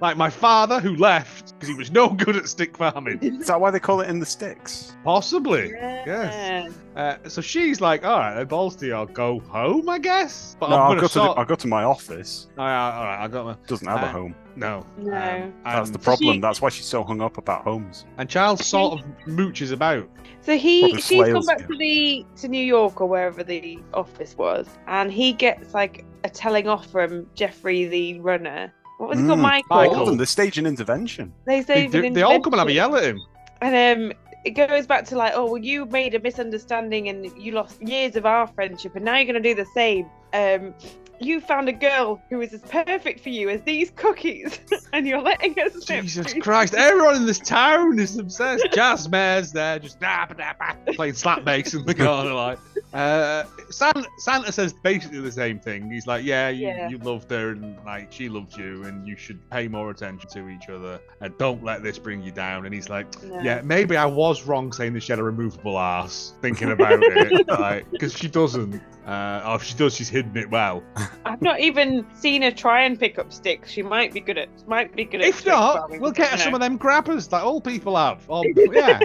Speaker 1: like my father who left because he was no good at stick farming.
Speaker 3: Is that why they call it in the sticks?
Speaker 1: Possibly.
Speaker 2: it.
Speaker 1: Yes. Uh, so she's like, all right, then, Balsti, I'll go home, I guess. But
Speaker 3: no,
Speaker 1: I'm
Speaker 3: I'll
Speaker 1: going
Speaker 3: go,
Speaker 1: to
Speaker 3: to the,
Speaker 1: sort...
Speaker 3: I'll go to my office.
Speaker 1: all right, all right, I got my...
Speaker 3: Doesn't have a
Speaker 1: Uh,
Speaker 3: home.
Speaker 1: No.
Speaker 2: No.
Speaker 1: Um,
Speaker 3: That's the
Speaker 1: and,
Speaker 3: problem.
Speaker 2: She-
Speaker 3: That's why she's so hung up about homes.
Speaker 1: and Charles sort of mooches about.
Speaker 2: So he
Speaker 3: Probably
Speaker 2: she's gone
Speaker 3: flails
Speaker 2: back
Speaker 3: you.
Speaker 2: to the to New York or wherever the office was, and he gets like a telling off from Jeffrey the runner. What was he called,
Speaker 3: Mm,
Speaker 2: Michael?
Speaker 1: Michael.
Speaker 3: Hold on, they stage an intervention.
Speaker 2: They
Speaker 1: They,
Speaker 2: say
Speaker 1: do- they all come and have a yell at him.
Speaker 2: And um, it goes back to like, oh, well, you made a misunderstanding and you lost years of our friendship, and now you're going to do the same. Um, you found a girl who is as perfect for you as these cookies, and you're letting her slip.
Speaker 1: Jesus
Speaker 2: through."
Speaker 1: Christ! Everyone in this town is obsessed. Jazz mares there, just da, ba, da, ba, playing slap bass in the corner. Like uh, Santa, Santa says basically the same thing. He's like, yeah you,
Speaker 2: Yeah.
Speaker 1: you loved her, and like she loved you, and you should pay more attention to each other, and don't let this bring you down." And he's like,
Speaker 2: No.
Speaker 1: "Yeah, maybe I was wrong saying that she had a removable ass. Thinking about it, like because she doesn't. Uh, or if she does, she's hidden it well.
Speaker 2: I've not even seen her try and pick up sticks. She might be good at. Might be good at.
Speaker 1: If
Speaker 2: stick
Speaker 1: not,
Speaker 2: farming.
Speaker 1: we'll get her
Speaker 2: No.
Speaker 1: some of them grabbers that all people have. Or, yeah.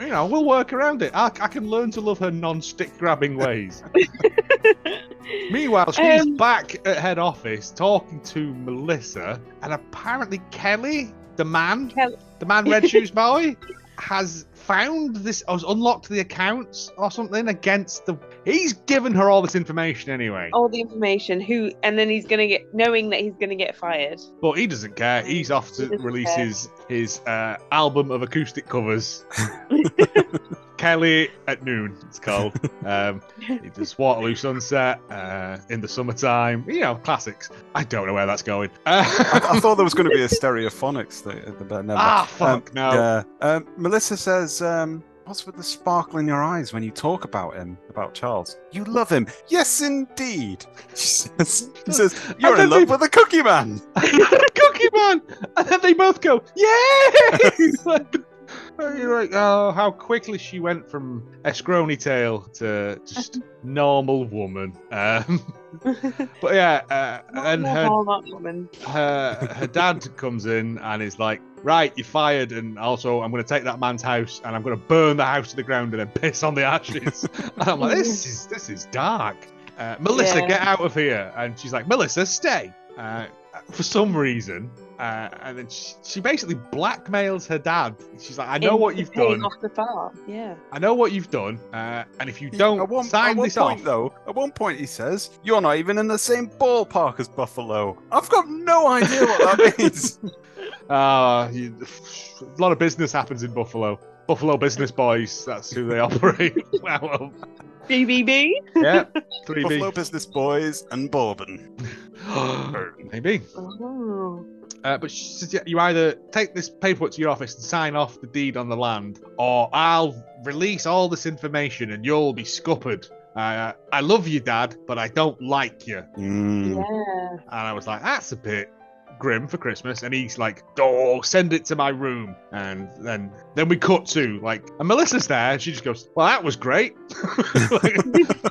Speaker 1: you know, we'll work around it. I, I can learn to love her non stick grabbing ways. Meanwhile, she's
Speaker 2: Um,
Speaker 1: back at head office talking to Melissa, and apparently Kelly, the man,
Speaker 2: Kel-
Speaker 1: the man red shoes boy, has found this, has unlocked the accounts or something against the. He's given her all this information anyway.
Speaker 2: all the information. Who and then he's gonna get knowing that he's gonna get fired.
Speaker 1: But he doesn't care. He's off
Speaker 2: He
Speaker 1: to
Speaker 2: doesn't
Speaker 1: release
Speaker 2: care.
Speaker 1: his, his uh, album of acoustic covers. Kelly at noon, it's called. Um, he does Waterloo Sunset uh, in the summertime. You know, classics. I don't know where that's going.
Speaker 3: I, I
Speaker 1: Uh,
Speaker 3: thought there was going to be a stereophonics thing, uh, but never.
Speaker 1: ah, fuck, no.
Speaker 3: Yeah. Um, Melissa says, um, "What's with the sparkle in your eyes when you talk about him, about Charles? You love him, yes, indeed." She says, she says "You're
Speaker 1: And
Speaker 3: in
Speaker 1: then
Speaker 3: love with the Cookie Man."
Speaker 1: Cookie Man! And then they both go, Yay! It's like, oh, you're like, oh, how quickly she went from a scrawny tail to just normal woman. Um, but yeah, uh,
Speaker 2: Not
Speaker 1: and
Speaker 2: more
Speaker 1: her
Speaker 2: Hallmark woman.
Speaker 1: her her dad comes in and is like, right, you're fired, and also I'm going to take that man's house and I'm going to burn the house to the ground and then piss on the ashes. and I'm like, this is this is dark. Uh, Melissa,
Speaker 2: Yeah.
Speaker 1: get out of here. And she's like, Melissa, stay. Uh, for some reason. Uh, and then she, she basically blackmails her dad. She's like, I know
Speaker 2: into
Speaker 1: what you've
Speaker 2: paying
Speaker 1: done.
Speaker 2: Off the farm. Yeah.
Speaker 1: I know what you've done. Uh, and if you don't
Speaker 3: at one,
Speaker 1: sign
Speaker 3: at one
Speaker 1: this
Speaker 3: point,
Speaker 1: off,
Speaker 3: though, at one point he says, "You're not even in the same ballpark as Buffalo." I've got no idea what that means.
Speaker 1: Uh, you, a lot of business happens in Buffalo. Buffalo Business Boys, that's who they operate out of.
Speaker 2: BBB.
Speaker 1: Yeah, 3B.
Speaker 3: Buffalo Business Boys and Bourbon.
Speaker 1: Maybe.
Speaker 2: Oh.
Speaker 1: Uh, but she says, yeah, you either take this paperwork to your office and sign off the deed on the land, or I'll release all this information and you'll be scuppered. Uh, I love you, Dad, but I don't like you.
Speaker 3: Mm.
Speaker 2: Yeah.
Speaker 1: And I was like, that's a bit grim for Christmas. And he's like, oh, send it to my room. And then then we cut to like, and Melissa's there. And she just goes, well, that was great. Like,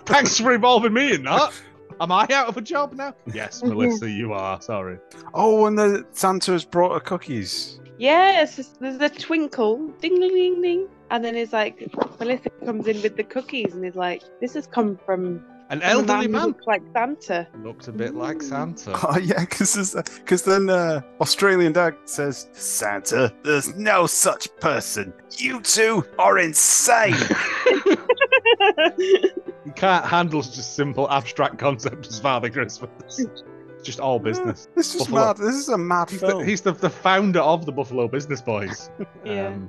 Speaker 1: Thanks for involving me in that. Am I out of a job now? Yes, Melissa, you are. Sorry.
Speaker 3: Oh, and the Santa has brought her cookies.
Speaker 2: Yeah, it's just, there's a twinkle, ding ding ding ding, and then it's like Melissa comes in with the cookies and is like, "This has come from
Speaker 1: An
Speaker 2: from a
Speaker 1: elderly
Speaker 2: who
Speaker 1: man
Speaker 2: looks like Santa."
Speaker 1: looks a bit like Santa.
Speaker 3: Oh yeah, because then uh, Australian Dad says, "Santa, there's no such person. You two are insane."
Speaker 1: He can't handle just simple abstract concepts as Father Christmas. It's Just all business.
Speaker 3: this is
Speaker 1: Buffalo.
Speaker 3: mad. This is a mad
Speaker 1: He's the,
Speaker 3: film.
Speaker 1: he's the, the founder of the Buffalo Business Boys.
Speaker 2: Yeah.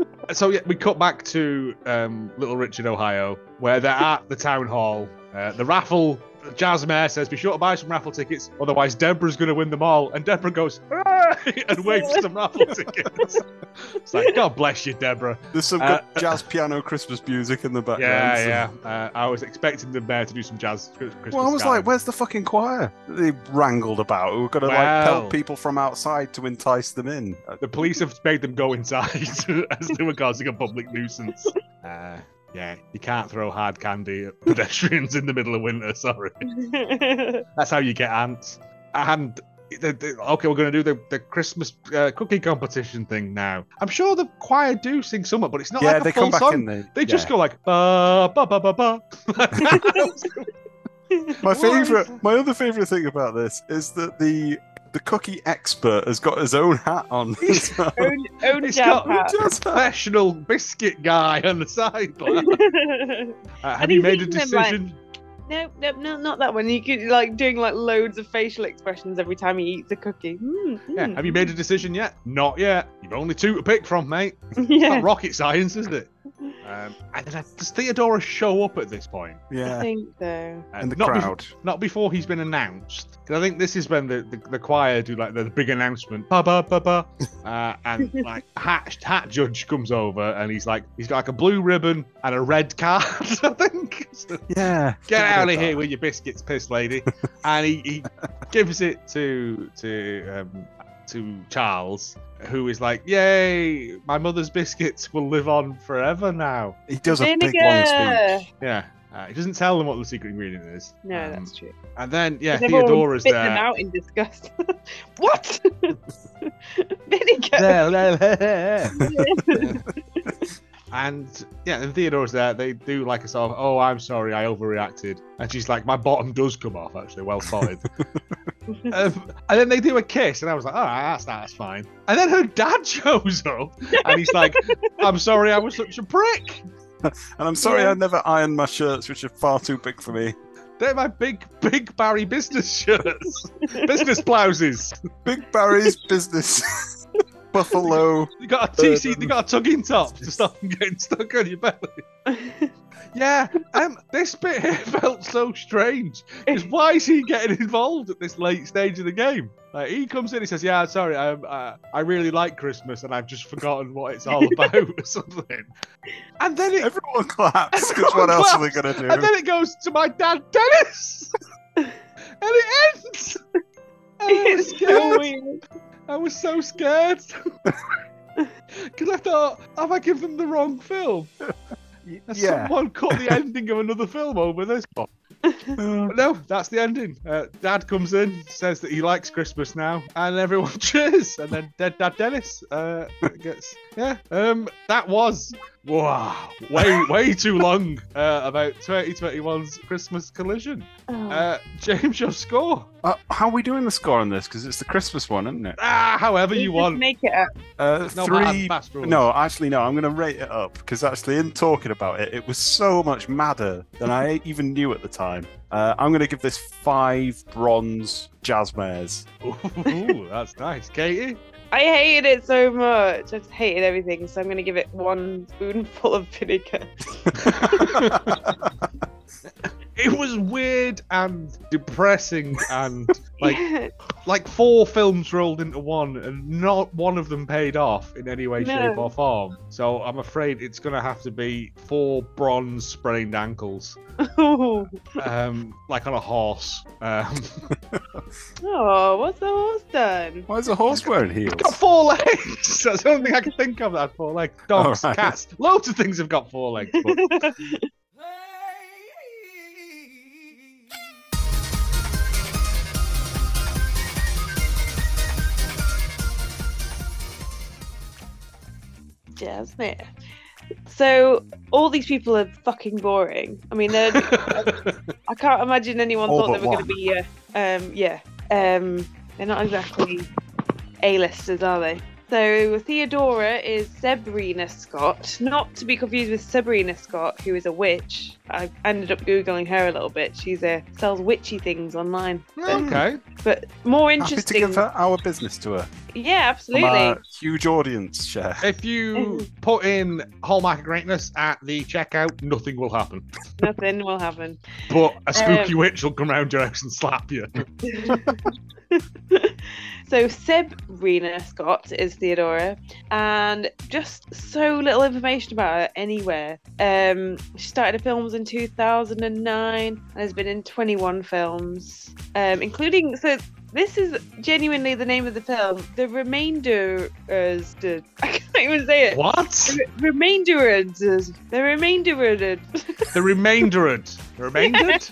Speaker 1: Um, so yeah, we cut back to um, Little Richard, Ohio, where they're at the town hall. Uh, the raffle. Jazz Mayor says, "Be sure to buy some raffle tickets, otherwise Deborah's going to win them all." And Deborah goes "Hooray!" and waves some raffle tickets. It's like, God bless you, Deborah.
Speaker 3: There's some
Speaker 1: Uh,
Speaker 3: good jazz piano Christmas music in the background. so-
Speaker 1: Yeah, yeah. Uh, I was expecting the mayor to do some jazz. Christmas
Speaker 3: Well, I was like,
Speaker 1: gathering.
Speaker 3: where's the fucking choir that they wrangled about? We're going to like
Speaker 1: Well.
Speaker 3: pelt people from outside to entice them in. Uh,
Speaker 1: The police have made them go inside as they were causing a public nuisance. Uh, yeah, you can't throw hard candy at pedestrians in the middle of winter. Sorry, that's how you get ants. And the, the- okay, we're going to do the the Christmas uh, cookie competition thing now. I'm sure the choir do sing somewhat, but it's not
Speaker 3: yeah,
Speaker 1: like a
Speaker 3: they
Speaker 1: full
Speaker 3: come back
Speaker 1: song.
Speaker 3: in there.
Speaker 1: They just go like ba ba ba ba ba.
Speaker 3: My
Speaker 1: What is
Speaker 3: favorite,
Speaker 1: that?
Speaker 3: my other favorite thing about this is that the the cookie expert has got his own hat on. as well.
Speaker 2: own own
Speaker 1: It's
Speaker 2: jab
Speaker 1: got-
Speaker 2: hat.
Speaker 3: Jazz hat.
Speaker 1: Professional biscuit guy on the sideline. Uh, have
Speaker 2: And
Speaker 1: you
Speaker 2: he's
Speaker 1: made a
Speaker 2: eating them, like-
Speaker 1: decision?
Speaker 2: nope, nope, no, not that one. You could like doing like loads of facial expressions every time he eats a cookie. Mm,
Speaker 1: Yeah.
Speaker 2: mm.
Speaker 1: Have you made a decision yet? Not yet. You've only two to pick from, mate. It's
Speaker 2: yeah.
Speaker 1: not rocket science, is it? Um, and then, uh, does Theodora show up at this point?
Speaker 2: I
Speaker 3: Yeah,
Speaker 2: think so.
Speaker 1: Uh,
Speaker 3: and the
Speaker 1: not bef-
Speaker 3: crowd.
Speaker 1: not before he's been announced. 'Cause I think this is when the, the, the choir do like the, the big announcement, ba ba ba ba, uh, and like hat hat judge comes over and he's like he's got like a blue ribbon and a red card. I think. So,
Speaker 3: Yeah,
Speaker 1: Get
Speaker 3: forget
Speaker 1: out of
Speaker 3: that.
Speaker 1: here with your biscuits, piss lady. and he, he gives it to to um, to Charles, who is like, "Yay! My mother's biscuits will live on forever now."
Speaker 3: He does a big long
Speaker 2: Vinegar!
Speaker 3: speech.
Speaker 1: Yeah, uh, he doesn't tell them what the secret ingredient is.
Speaker 2: No,
Speaker 1: Um,
Speaker 2: that's true.
Speaker 1: And then yeah,
Speaker 2: Because everyone
Speaker 1: Theodora's
Speaker 2: spit them
Speaker 1: there.
Speaker 2: out in disgust. what? Vinegar.
Speaker 1: There, there, there. And yeah, and Theodora's there. They do like a sort of, oh, I'm sorry, I overreacted. And she's like, my bottom does come off, actually. Well spotted. Um, and then they do a kiss, and I was like, "All right, that's that's fine." And then her dad shows up, and he's like, "I'm sorry, I was such a prick.
Speaker 3: And I'm sorry
Speaker 2: Yeah.
Speaker 3: I never iron my shirts, which are far too big for me.
Speaker 1: They're my big, big Barry business shirts, business blouses.
Speaker 3: Big Barry's business. Buffalo.
Speaker 1: They got a TC, they got a tugging top to stop them getting stuck on your belly." Yeah, um, this bit here felt so strange. 'Cause why is he getting involved at this late stage of the game? Like he comes in, he says, "Yeah, sorry, I, uh, I really like Christmas, and I've just forgotten what it's all about or something." And then it
Speaker 3: Everyone claps. 'cause
Speaker 1: Everyone
Speaker 3: what else are they going to do?
Speaker 1: And then it goes to my dad, Dennis. and it ends. And I was
Speaker 2: it's so
Speaker 1: scared.
Speaker 2: weird.
Speaker 1: I was so scared. Because I thought, have I given them the wrong film? Has
Speaker 3: yeah.
Speaker 1: Someone cut the ending of another film over this. one?
Speaker 3: Um,
Speaker 1: But no, that's the ending. Uh, Dad comes in, says that he likes Christmas now, and everyone cheers. And then Dead Dad Dennis uh, gets yeah. Um, that was wow, way way too long uh, about 2021's Christmas collision.
Speaker 2: Oh,
Speaker 1: Uh, James, your score?
Speaker 3: Uh, how are we doing the score on this? Because it's the Christmas one, isn't it?
Speaker 1: Ah, however
Speaker 2: You
Speaker 1: you
Speaker 2: just
Speaker 1: want.
Speaker 2: Make it up.
Speaker 3: Uh,
Speaker 1: No
Speaker 3: three.
Speaker 1: bad, fast rules.
Speaker 3: No, actually, no. I'm going to rate it up because actually, in talking about it, it was so much madder than I even knew at the time. Uh, I'm going to give this five bronze jazzmares.
Speaker 1: Ooh, that's nice, Katie.
Speaker 2: I hated it so much. I just hated everything, so I'm going to give it one spoonful of vinegar.
Speaker 1: It was weird and depressing and like like four films rolled into one, and not one of them paid off in any way,
Speaker 2: No.
Speaker 1: shape, or form. So I'm afraid it's going to have to be four bronze sprained ankles,
Speaker 2: oh,
Speaker 1: um, like on a horse. Um,
Speaker 2: Oh, what's the horse done?
Speaker 3: Why is a horse wearing heels?
Speaker 1: got four legs. That's the only thing I can think of. That had four legs. Dogs,
Speaker 3: All right.
Speaker 1: cats, loads of things have got four legs. But
Speaker 2: Jasmine. So all these people are fucking boring. I mean, they're, I can't imagine anyone
Speaker 3: All
Speaker 2: thought
Speaker 3: but
Speaker 2: they were going to be. Uh, um, yeah, um, they're not exactly A-listers, are they? So Theodora is Sabrina Scott, not to be confused with Sabrina Scott, who is a witch. I ended up googling her a little bit. She's a sells witchy things online. But,
Speaker 1: okay.
Speaker 2: but more
Speaker 3: Happy to
Speaker 2: interesting.
Speaker 3: give her our business to her.
Speaker 2: Yeah,
Speaker 3: From
Speaker 2: absolutely.
Speaker 3: our huge audience share.
Speaker 1: If you put in Hallmark of Greatness at the checkout, nothing will happen.
Speaker 2: Nothing will happen.
Speaker 1: But a spooky
Speaker 2: Um,
Speaker 1: witch will come round your house and slap you.
Speaker 2: so Sabrina Scott is Theodora, and just so little information about her anywhere. Um, she started her films in 2009 and has been in 21 films, um, including so. This is genuinely the name of the film. The Remainder is the I can't even say it.
Speaker 1: What?
Speaker 2: The Remainderers. The Remainderers.
Speaker 1: The remaindered. The remaindered?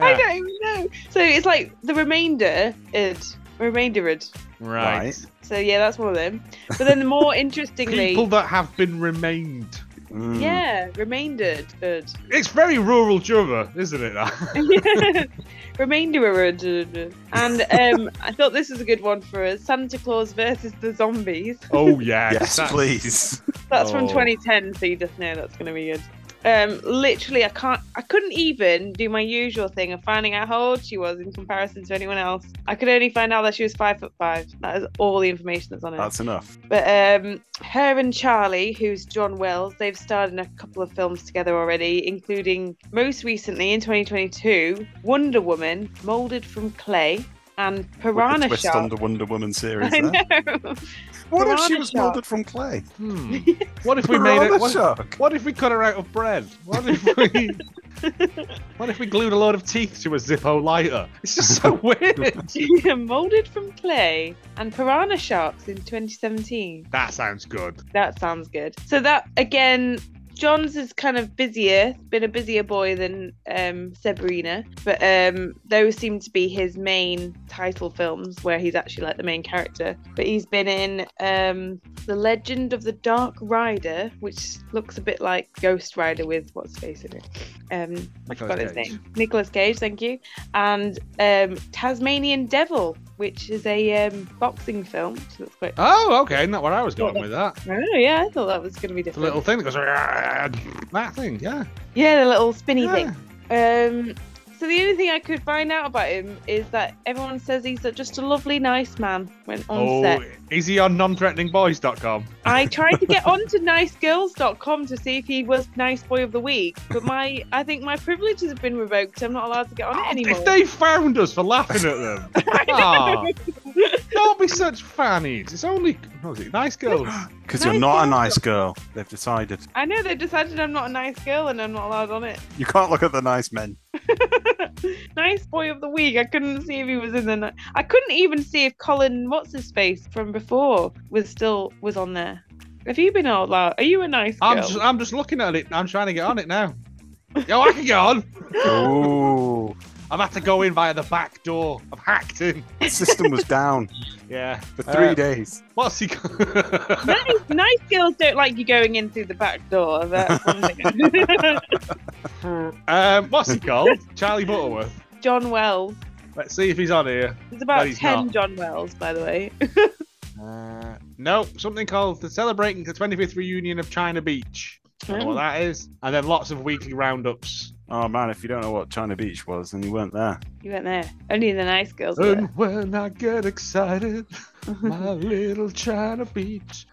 Speaker 2: I
Speaker 1: Yeah.
Speaker 2: don't even know. So it's like the remainder is remaindered.
Speaker 1: Right.
Speaker 2: So yeah, that's one of them. But then the more interestingly,
Speaker 1: People Hmm. that have been remained.
Speaker 3: Mm.
Speaker 2: yeah, remaindered,
Speaker 1: It's very rural Jura, isn't it? that?
Speaker 2: remaindered, and um, I thought this was a good one for us: Santa Claus versus the zombies.
Speaker 1: oh, yeah.
Speaker 3: Yes, please.
Speaker 2: That's from
Speaker 1: Oh.
Speaker 2: 2010, so you just know that's going to be good. Um, literally, I can't, I couldn't even do my usual thing of finding out how old she was in comparison to anyone else. I could only find out that she was five foot five. That is all the information that's on it.
Speaker 3: That's enough.
Speaker 2: But um, her and Charlie, who's John Wells, they've starred in a couple of films together already, including most recently in 2022, Wonder Woman, Molded from Clay, and
Speaker 3: With the
Speaker 2: Piranha
Speaker 3: twist on
Speaker 2: Shark.
Speaker 3: the Wonder Woman series.
Speaker 2: I
Speaker 3: There.
Speaker 2: know.
Speaker 3: What if she
Speaker 2: Piranha
Speaker 3: was
Speaker 2: Shark.
Speaker 3: molded from clay?
Speaker 1: Hmm. What if we made
Speaker 3: Piranha
Speaker 1: it? What,
Speaker 3: shark.
Speaker 1: what if we cut her out of bread? What if we. What if we glued a load of teeth to a Zippo lighter? It's just so weird.
Speaker 2: Molded from Clay and Piranha Sharks in 2017.
Speaker 1: that sounds good.
Speaker 2: That sounds good. So that again, John's is kind of busier, been a busier boy than um, Sabrina, but um, those seem to be his main title films where he's actually like the main character. But he's been in um, the Legend of the Dark Rider, which looks a bit like Ghost Rider with what's his face in it. Um, I
Speaker 1: Nicolas
Speaker 2: forgot his
Speaker 1: Cage.
Speaker 2: name. Nicholas Cage, thank you. And um, Tasmanian Devil, which is a um, boxing film. So that's quite.
Speaker 1: Oh, okay. Not where I was going with that.
Speaker 2: Oh yeah, I thought that was going to be
Speaker 1: The
Speaker 2: different.
Speaker 1: little thing that goes. That thing, yeah.
Speaker 2: Yeah, the little spinny
Speaker 1: yeah.
Speaker 2: thing. Um, so the only thing I could find out about him is that everyone says he's just a lovely, nice man when on
Speaker 1: Oh,
Speaker 2: set.
Speaker 1: is he on non-threateningboys.com?
Speaker 2: I tried to get onto nicegirls.com to see if he was nice boy of the week, but my I think my privileges have been revoked. I'm not allowed to get on it anymore.
Speaker 1: If they found us for laughing at them, Ah, don't be such fannies. It's only what was it, nice girls.
Speaker 3: Because you're
Speaker 2: Nice
Speaker 3: not a
Speaker 2: girl.
Speaker 3: nice girl. They've decided.
Speaker 2: I know they decided I'm not a nice girl and I'm not allowed on it.
Speaker 3: You can't look at the nice men.
Speaker 2: Nice boy of the week. I couldn't see if he was in the. Ni- I couldn't even see if Colin, what's his face from before, was still was on there. Have you been out loud? Are you a nice girl?
Speaker 1: I'm just, I'm just looking at it. I'm trying to get on it now. Yo, I can get on.
Speaker 3: Ooh.
Speaker 1: I've had to go in via the back door. I've hacked in.
Speaker 3: The system was down
Speaker 1: Yeah.
Speaker 3: for three
Speaker 1: Uh,
Speaker 3: days.
Speaker 1: What's he? got-
Speaker 2: nice, nice girls don't like you going in through the back door. That's one thing.
Speaker 1: um, what's he called? Charlie Butterworth.
Speaker 2: John Wells.
Speaker 1: Let's see if he's on here.
Speaker 2: There's about
Speaker 1: No, he's
Speaker 2: ten
Speaker 1: not.
Speaker 2: John Wells, by the way.
Speaker 1: Uh, no, something called the celebrating the 25th reunion of China Beach. Don't know what that is. And then lots of weekly roundups.
Speaker 3: Oh man, if you don't know what China Beach was, then you weren't there.
Speaker 2: You weren't there. Only the nice girls were.
Speaker 1: And when I get excited, my little China Beach.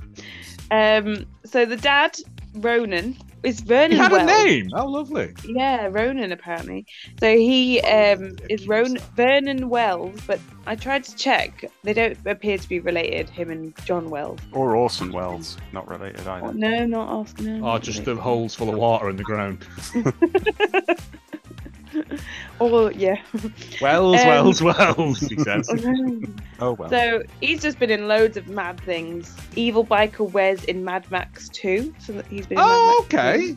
Speaker 2: um, so the dad, Ronan, is
Speaker 1: He
Speaker 2: Vernon
Speaker 1: had a
Speaker 2: Wells.
Speaker 1: name. How lovely.
Speaker 2: Yeah, Ronan apparently. So he um, is Ron- Vernon Wells, but I tried to check. They don't appear to be related. Him and John Wells.
Speaker 3: Or Orson Welles, not related either.
Speaker 2: No, not off. No.
Speaker 1: Oh,
Speaker 2: not
Speaker 1: just
Speaker 2: related.
Speaker 1: the holes full of water in the ground.
Speaker 2: Or yeah.
Speaker 1: Wells,
Speaker 2: Um,
Speaker 1: Wells, Wells, he says.
Speaker 3: Oh well.
Speaker 2: So he's just been in loads of mad things. Evil biker Wes in Mad Max 2. So that he's been. in Mad
Speaker 1: Oh,
Speaker 2: Max 2.
Speaker 1: okay.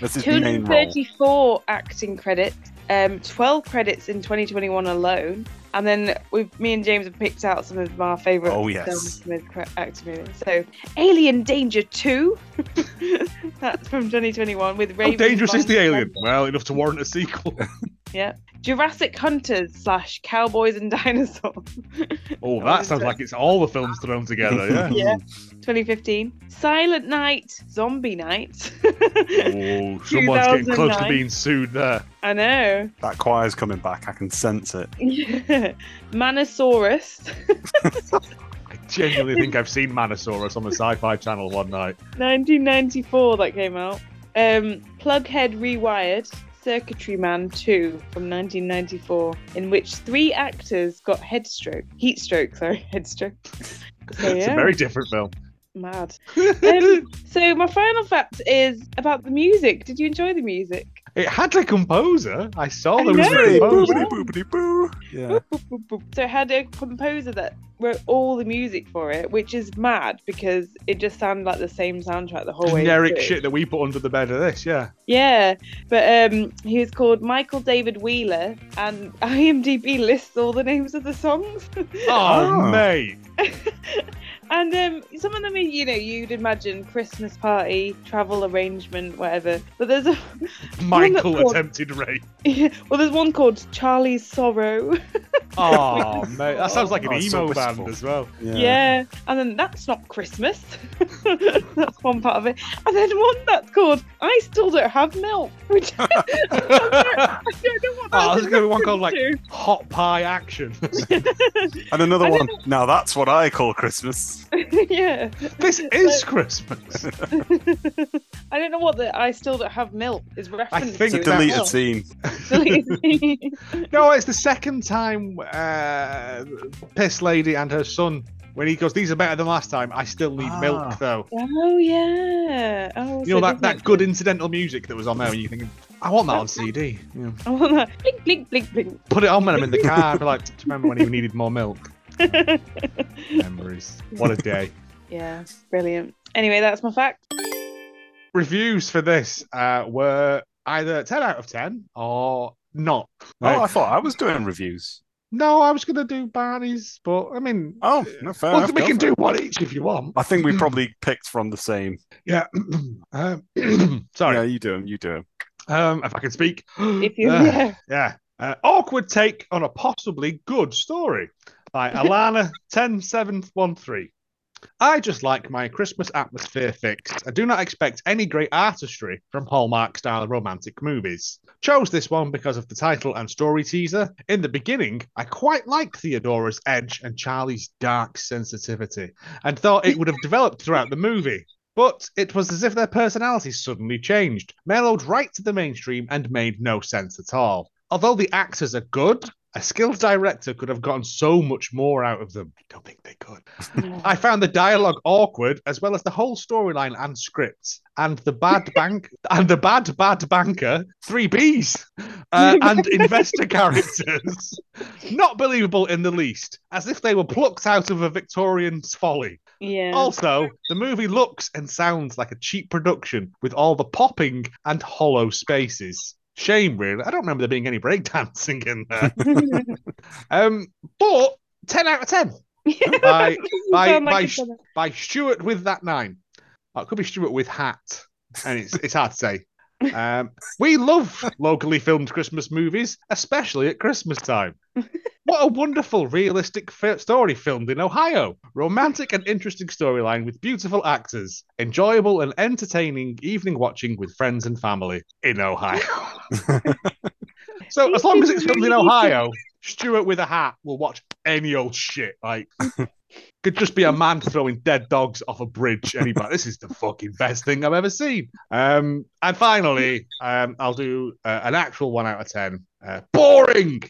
Speaker 3: That's his main role.
Speaker 2: 234 acting credits, um, 12 credits in 2021 alone. And then we've, me and James have picked out some of our favourite
Speaker 3: Oh, yes.
Speaker 2: films
Speaker 1: um,
Speaker 2: from his cra- acting movies. So, Alien Danger 2, that's from 2021 with
Speaker 1: How
Speaker 2: Raven.
Speaker 1: Oh, dangerous is the
Speaker 2: Bond-
Speaker 1: alien? Well, enough to warrant a sequel.
Speaker 2: Jurassic Hunters slash Cowboys and Dinosaurs,
Speaker 1: Oh,
Speaker 2: That
Speaker 1: that
Speaker 2: was
Speaker 1: sounds
Speaker 2: it.
Speaker 1: like it's all the films thrown together.
Speaker 2: Yeah. 2015. Silent Night, Zombie Night.
Speaker 1: Yeah. Oh, someone's getting close to
Speaker 2: 2009.
Speaker 1: being sued there.
Speaker 2: I know.
Speaker 3: That choir's coming back. I can sense it.
Speaker 2: Manosaurus.
Speaker 1: I genuinely think I've seen Manosaurus on the Sci-Fi Channel one night.
Speaker 2: 1994 that came out. Um, Plughead Rewired, Circuitry Man 2 from 1994, in which three actors got head stroke, heat stroke, sorry, head stroke. So,
Speaker 1: It's a
Speaker 2: yeah,
Speaker 1: very different film.
Speaker 2: mad. Um, so my final fact is about the music. Did you enjoy the music?
Speaker 1: It had a composer. I saw
Speaker 2: I
Speaker 1: there was
Speaker 2: know.
Speaker 1: a composer.
Speaker 3: Boobity-boobity-boo. Yeah.
Speaker 2: Boop, boop, boop. So it had a composer that wrote all the music for it, which is mad because it just sounded like the same soundtrack the whole way.
Speaker 1: Generic
Speaker 2: through.
Speaker 1: shit that we put under the bed of this, yeah.
Speaker 2: Yeah, but um, he was called Michael David Wheeler, and IMDb lists all the names of the songs.
Speaker 1: Oh,
Speaker 3: Oh.
Speaker 1: mate.
Speaker 2: and um, some of them are, you know, you'd imagine Christmas party, travel arrangement, whatever. But there's a,
Speaker 1: Michael
Speaker 2: God.
Speaker 1: attempted rape.
Speaker 2: well, there's one called Charlie's Sorrow.
Speaker 1: Oh, mate. That sounds like an
Speaker 3: Oh, it's so
Speaker 1: emo band
Speaker 3: wistful.
Speaker 1: as well.
Speaker 2: Yeah. And then that's not Christmas. that's one part of it. And then one that's called I Still Don't Have Milk, which I
Speaker 1: oh,
Speaker 2: don't know what that's
Speaker 1: there's going to be one called, like,
Speaker 2: to.
Speaker 1: Hot Pie Action.
Speaker 3: And another
Speaker 2: I
Speaker 3: one. Now that's what I call Christmas.
Speaker 2: yeah.
Speaker 1: this is Christmas.
Speaker 2: I don't know what the I still don't have milk is referenced
Speaker 1: think
Speaker 3: It's
Speaker 2: to.
Speaker 3: a
Speaker 2: as
Speaker 3: deleted
Speaker 2: well.
Speaker 3: scene.
Speaker 2: Deleted
Speaker 1: No, it's the second time uh, Piss Lady and her son, when he goes, These are better than last time. I still need
Speaker 3: Ah.
Speaker 1: milk, though.
Speaker 2: scene. oh yeah. Oh,
Speaker 1: You know, that,
Speaker 2: so doesn't
Speaker 1: that
Speaker 2: it-
Speaker 1: good incidental music that was on there, and you're thinking, I want that on CD. Yeah.
Speaker 2: I want that. Blink, blink, blink, blink.
Speaker 1: Put it on when I'm in the car. I'd be like, "Do you remember when he needed more milk? Memories. What a day.
Speaker 2: yeah, brilliant. Anyway, that's my fact.
Speaker 1: Reviews for this uh, were either 10 out of 10 or not.
Speaker 3: Oh,
Speaker 1: Right.
Speaker 3: I thought I was doing reviews.
Speaker 1: No, I was going to do Barney's, but I mean,
Speaker 3: Oh, no, fair
Speaker 1: well,
Speaker 3: enough.
Speaker 1: we
Speaker 3: go
Speaker 1: can
Speaker 3: for it.
Speaker 1: do Hmm. one each if you want.
Speaker 3: I think we probably picked from the same.
Speaker 1: Yeah. um, sorry.
Speaker 3: Yeah, you do 'em, You do 'em.
Speaker 1: Um, if I can speak.
Speaker 2: If you,
Speaker 1: Uh,
Speaker 2: yeah.
Speaker 1: yeah. Uh, awkward take on a possibly good story by Alana ten seven one three. I just like my Christmas atmosphere fixed. I do not expect any great artistry from Hallmark style romantic movies. Chose this one because of the title and story teaser. In the beginning, I quite liked Theodora's edge and Charlie's dark sensitivity and thought it would have developed throughout the movie. But it was as if their personalities suddenly changed, mellowed right to the mainstream, and made no sense at all. Although the actors are good, a skilled director could have gotten so much more out of them. I don't think they could. I found the dialogue awkward, as well as the whole storyline and script, and the bad bank and the bad bad banker three Bs uh, and investor characters. Not believable in the least, as if they were plucked out of a Victorian's folly.
Speaker 2: yeah.
Speaker 1: Also, the movie looks and sounds like a cheap production with all the popping and hollow spaces. Shame, really. I don't remember there being any breakdancing in there. um, but 10 out of 10 by, by,
Speaker 2: Sound like
Speaker 1: by,
Speaker 2: each
Speaker 1: sh-
Speaker 2: other.
Speaker 1: by Stuart with that nine. Oh, it could be Stuart with hat, and it's it's hard to say. Um, we love locally filmed Christmas movies, especially at Christmas time. What a wonderful, realistic fi- story filmed in Ohio. Romantic and interesting storyline with beautiful actors. Enjoyable and entertaining evening watching with friends and family in Ohio. so, as long as it's filmed in Ohio, Stuart with a hat will watch any old shit. Like, could just be a man throwing dead dogs off a bridge. And he'd be like, this is the fucking best thing I've ever seen. Um, and finally, um, I'll do uh, an actual one out of 10. Uh, boring!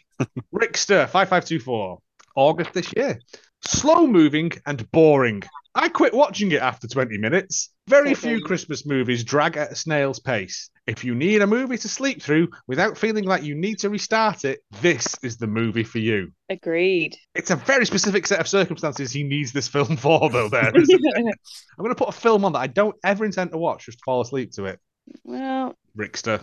Speaker 1: Rickster, 5524, August this year. Slow moving and boring. I quit watching it after 20 minutes. Very
Speaker 2: Okay.
Speaker 1: few Christmas movies drag at a snail's pace. If you need a movie to sleep through without feeling like you need to restart it, this is the movie for you
Speaker 2: Agreed.
Speaker 1: it's a very specific set of circumstances he needs this film for, though. There, isn't it? I'm going to put a film on that I don't ever intend to watch, just to fall asleep to it.
Speaker 2: well,
Speaker 1: Rickster.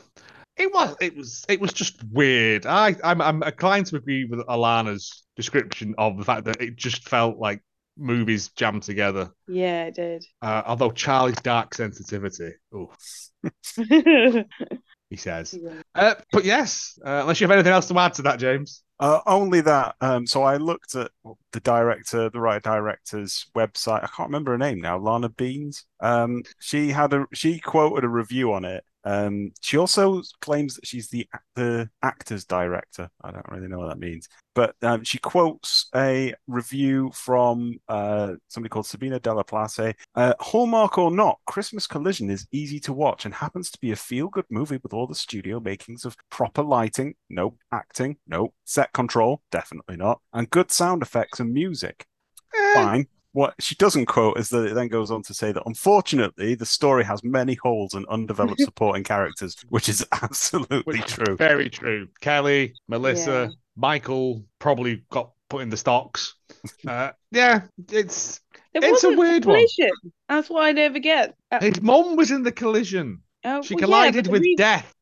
Speaker 1: It was, it was, it was just weird. I, I'm, I'm inclined to agree with Alana's description of the fact that it just felt like movies jammed together.
Speaker 2: yeah, it did.
Speaker 1: Uh, although Charlie's dark sensitivity, ooh,
Speaker 2: Yeah.
Speaker 1: he says. Uh, but yes, uh, unless you have anything else to add to that, James.
Speaker 3: Uh, only that. Um, so I looked at the director, the right director's website. I can't remember her name now. Lana Beans. Um, she had a she quoted a review on it. Um, she also claims that she's the the actor's director. I don't really know what that means, but um, she quotes a review from uh, somebody called Sabina Della Place. Uh, Hallmark or not, Christmas Collision is easy to watch and happens to be a feel good movie with all the studio makings of proper lighting, no acting, no set control, definitely not, and good sound effects and music.
Speaker 1: Eh,
Speaker 3: Fine. What she doesn't quote is that it then goes on to say that unfortunately the story has many holes and undeveloped supporting characters, which is absolutely
Speaker 1: Which-
Speaker 3: true.
Speaker 1: Very true. Kelly, Melissa,
Speaker 2: Yeah.
Speaker 1: Michael probably got put in the stocks. Uh, yeah, it's
Speaker 2: There
Speaker 1: It's a
Speaker 2: wasn't
Speaker 1: weird one.
Speaker 2: collision. That's what I never get. Uh,
Speaker 1: his mum was in the collision.
Speaker 2: oh,
Speaker 1: She
Speaker 2: well, yeah,
Speaker 1: collided
Speaker 2: but
Speaker 1: with
Speaker 2: the
Speaker 1: death.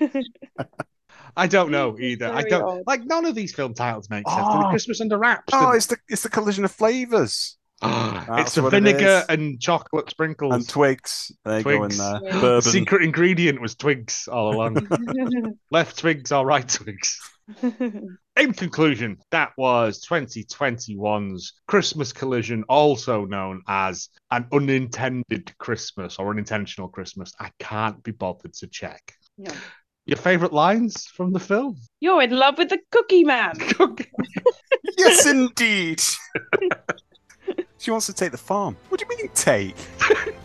Speaker 2: reason-
Speaker 1: I don't know
Speaker 2: It's
Speaker 1: either. I
Speaker 2: very
Speaker 1: don't
Speaker 2: odd.
Speaker 1: like none of these film titles make sense. They're
Speaker 3: Oh.
Speaker 1: Christmas under wraps.
Speaker 3: Oh,
Speaker 1: They're-
Speaker 3: it's the it's the collision of flavors
Speaker 1: Ah, it's
Speaker 3: That's
Speaker 1: the
Speaker 3: what it
Speaker 1: vinegar
Speaker 3: is.
Speaker 1: and chocolate sprinkles.
Speaker 3: and twigs. They go in
Speaker 1: Twigs.
Speaker 3: there.
Speaker 2: Yeah.
Speaker 1: the
Speaker 3: Bourbon.
Speaker 1: secret ingredient was twigs all along. Left twigs are right twigs. In conclusion, that was 2021's Christmas Collision, also known as an unintended Christmas or unintentional Christmas. I can't be bothered to check.
Speaker 2: No.
Speaker 1: Your favorite lines from the film?
Speaker 2: You're in love with the Cookie Man.
Speaker 3: Yes, indeed. she wants to take the farm. What do you mean take?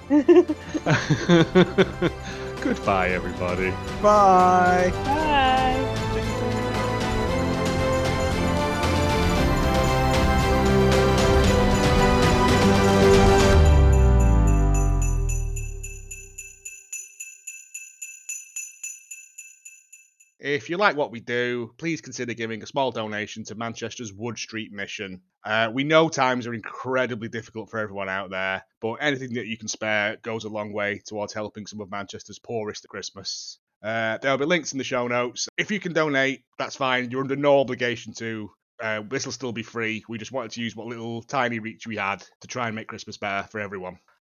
Speaker 1: Goodbye, everybody.
Speaker 3: Bye.
Speaker 2: Bye.
Speaker 1: If you like what we do, please consider giving a small donation to Manchester's Wood Street Mission. Uh, we know times are incredibly difficult for everyone out there, but anything that you can spare goes a long way towards helping some of Manchester's poorest at Christmas. Uh, there'll be links in the show notes. If you can donate, that's fine. You're under no obligation to. Uh, this will still be free. We just wanted to use what little tiny reach we had to try and make Christmas better for everyone.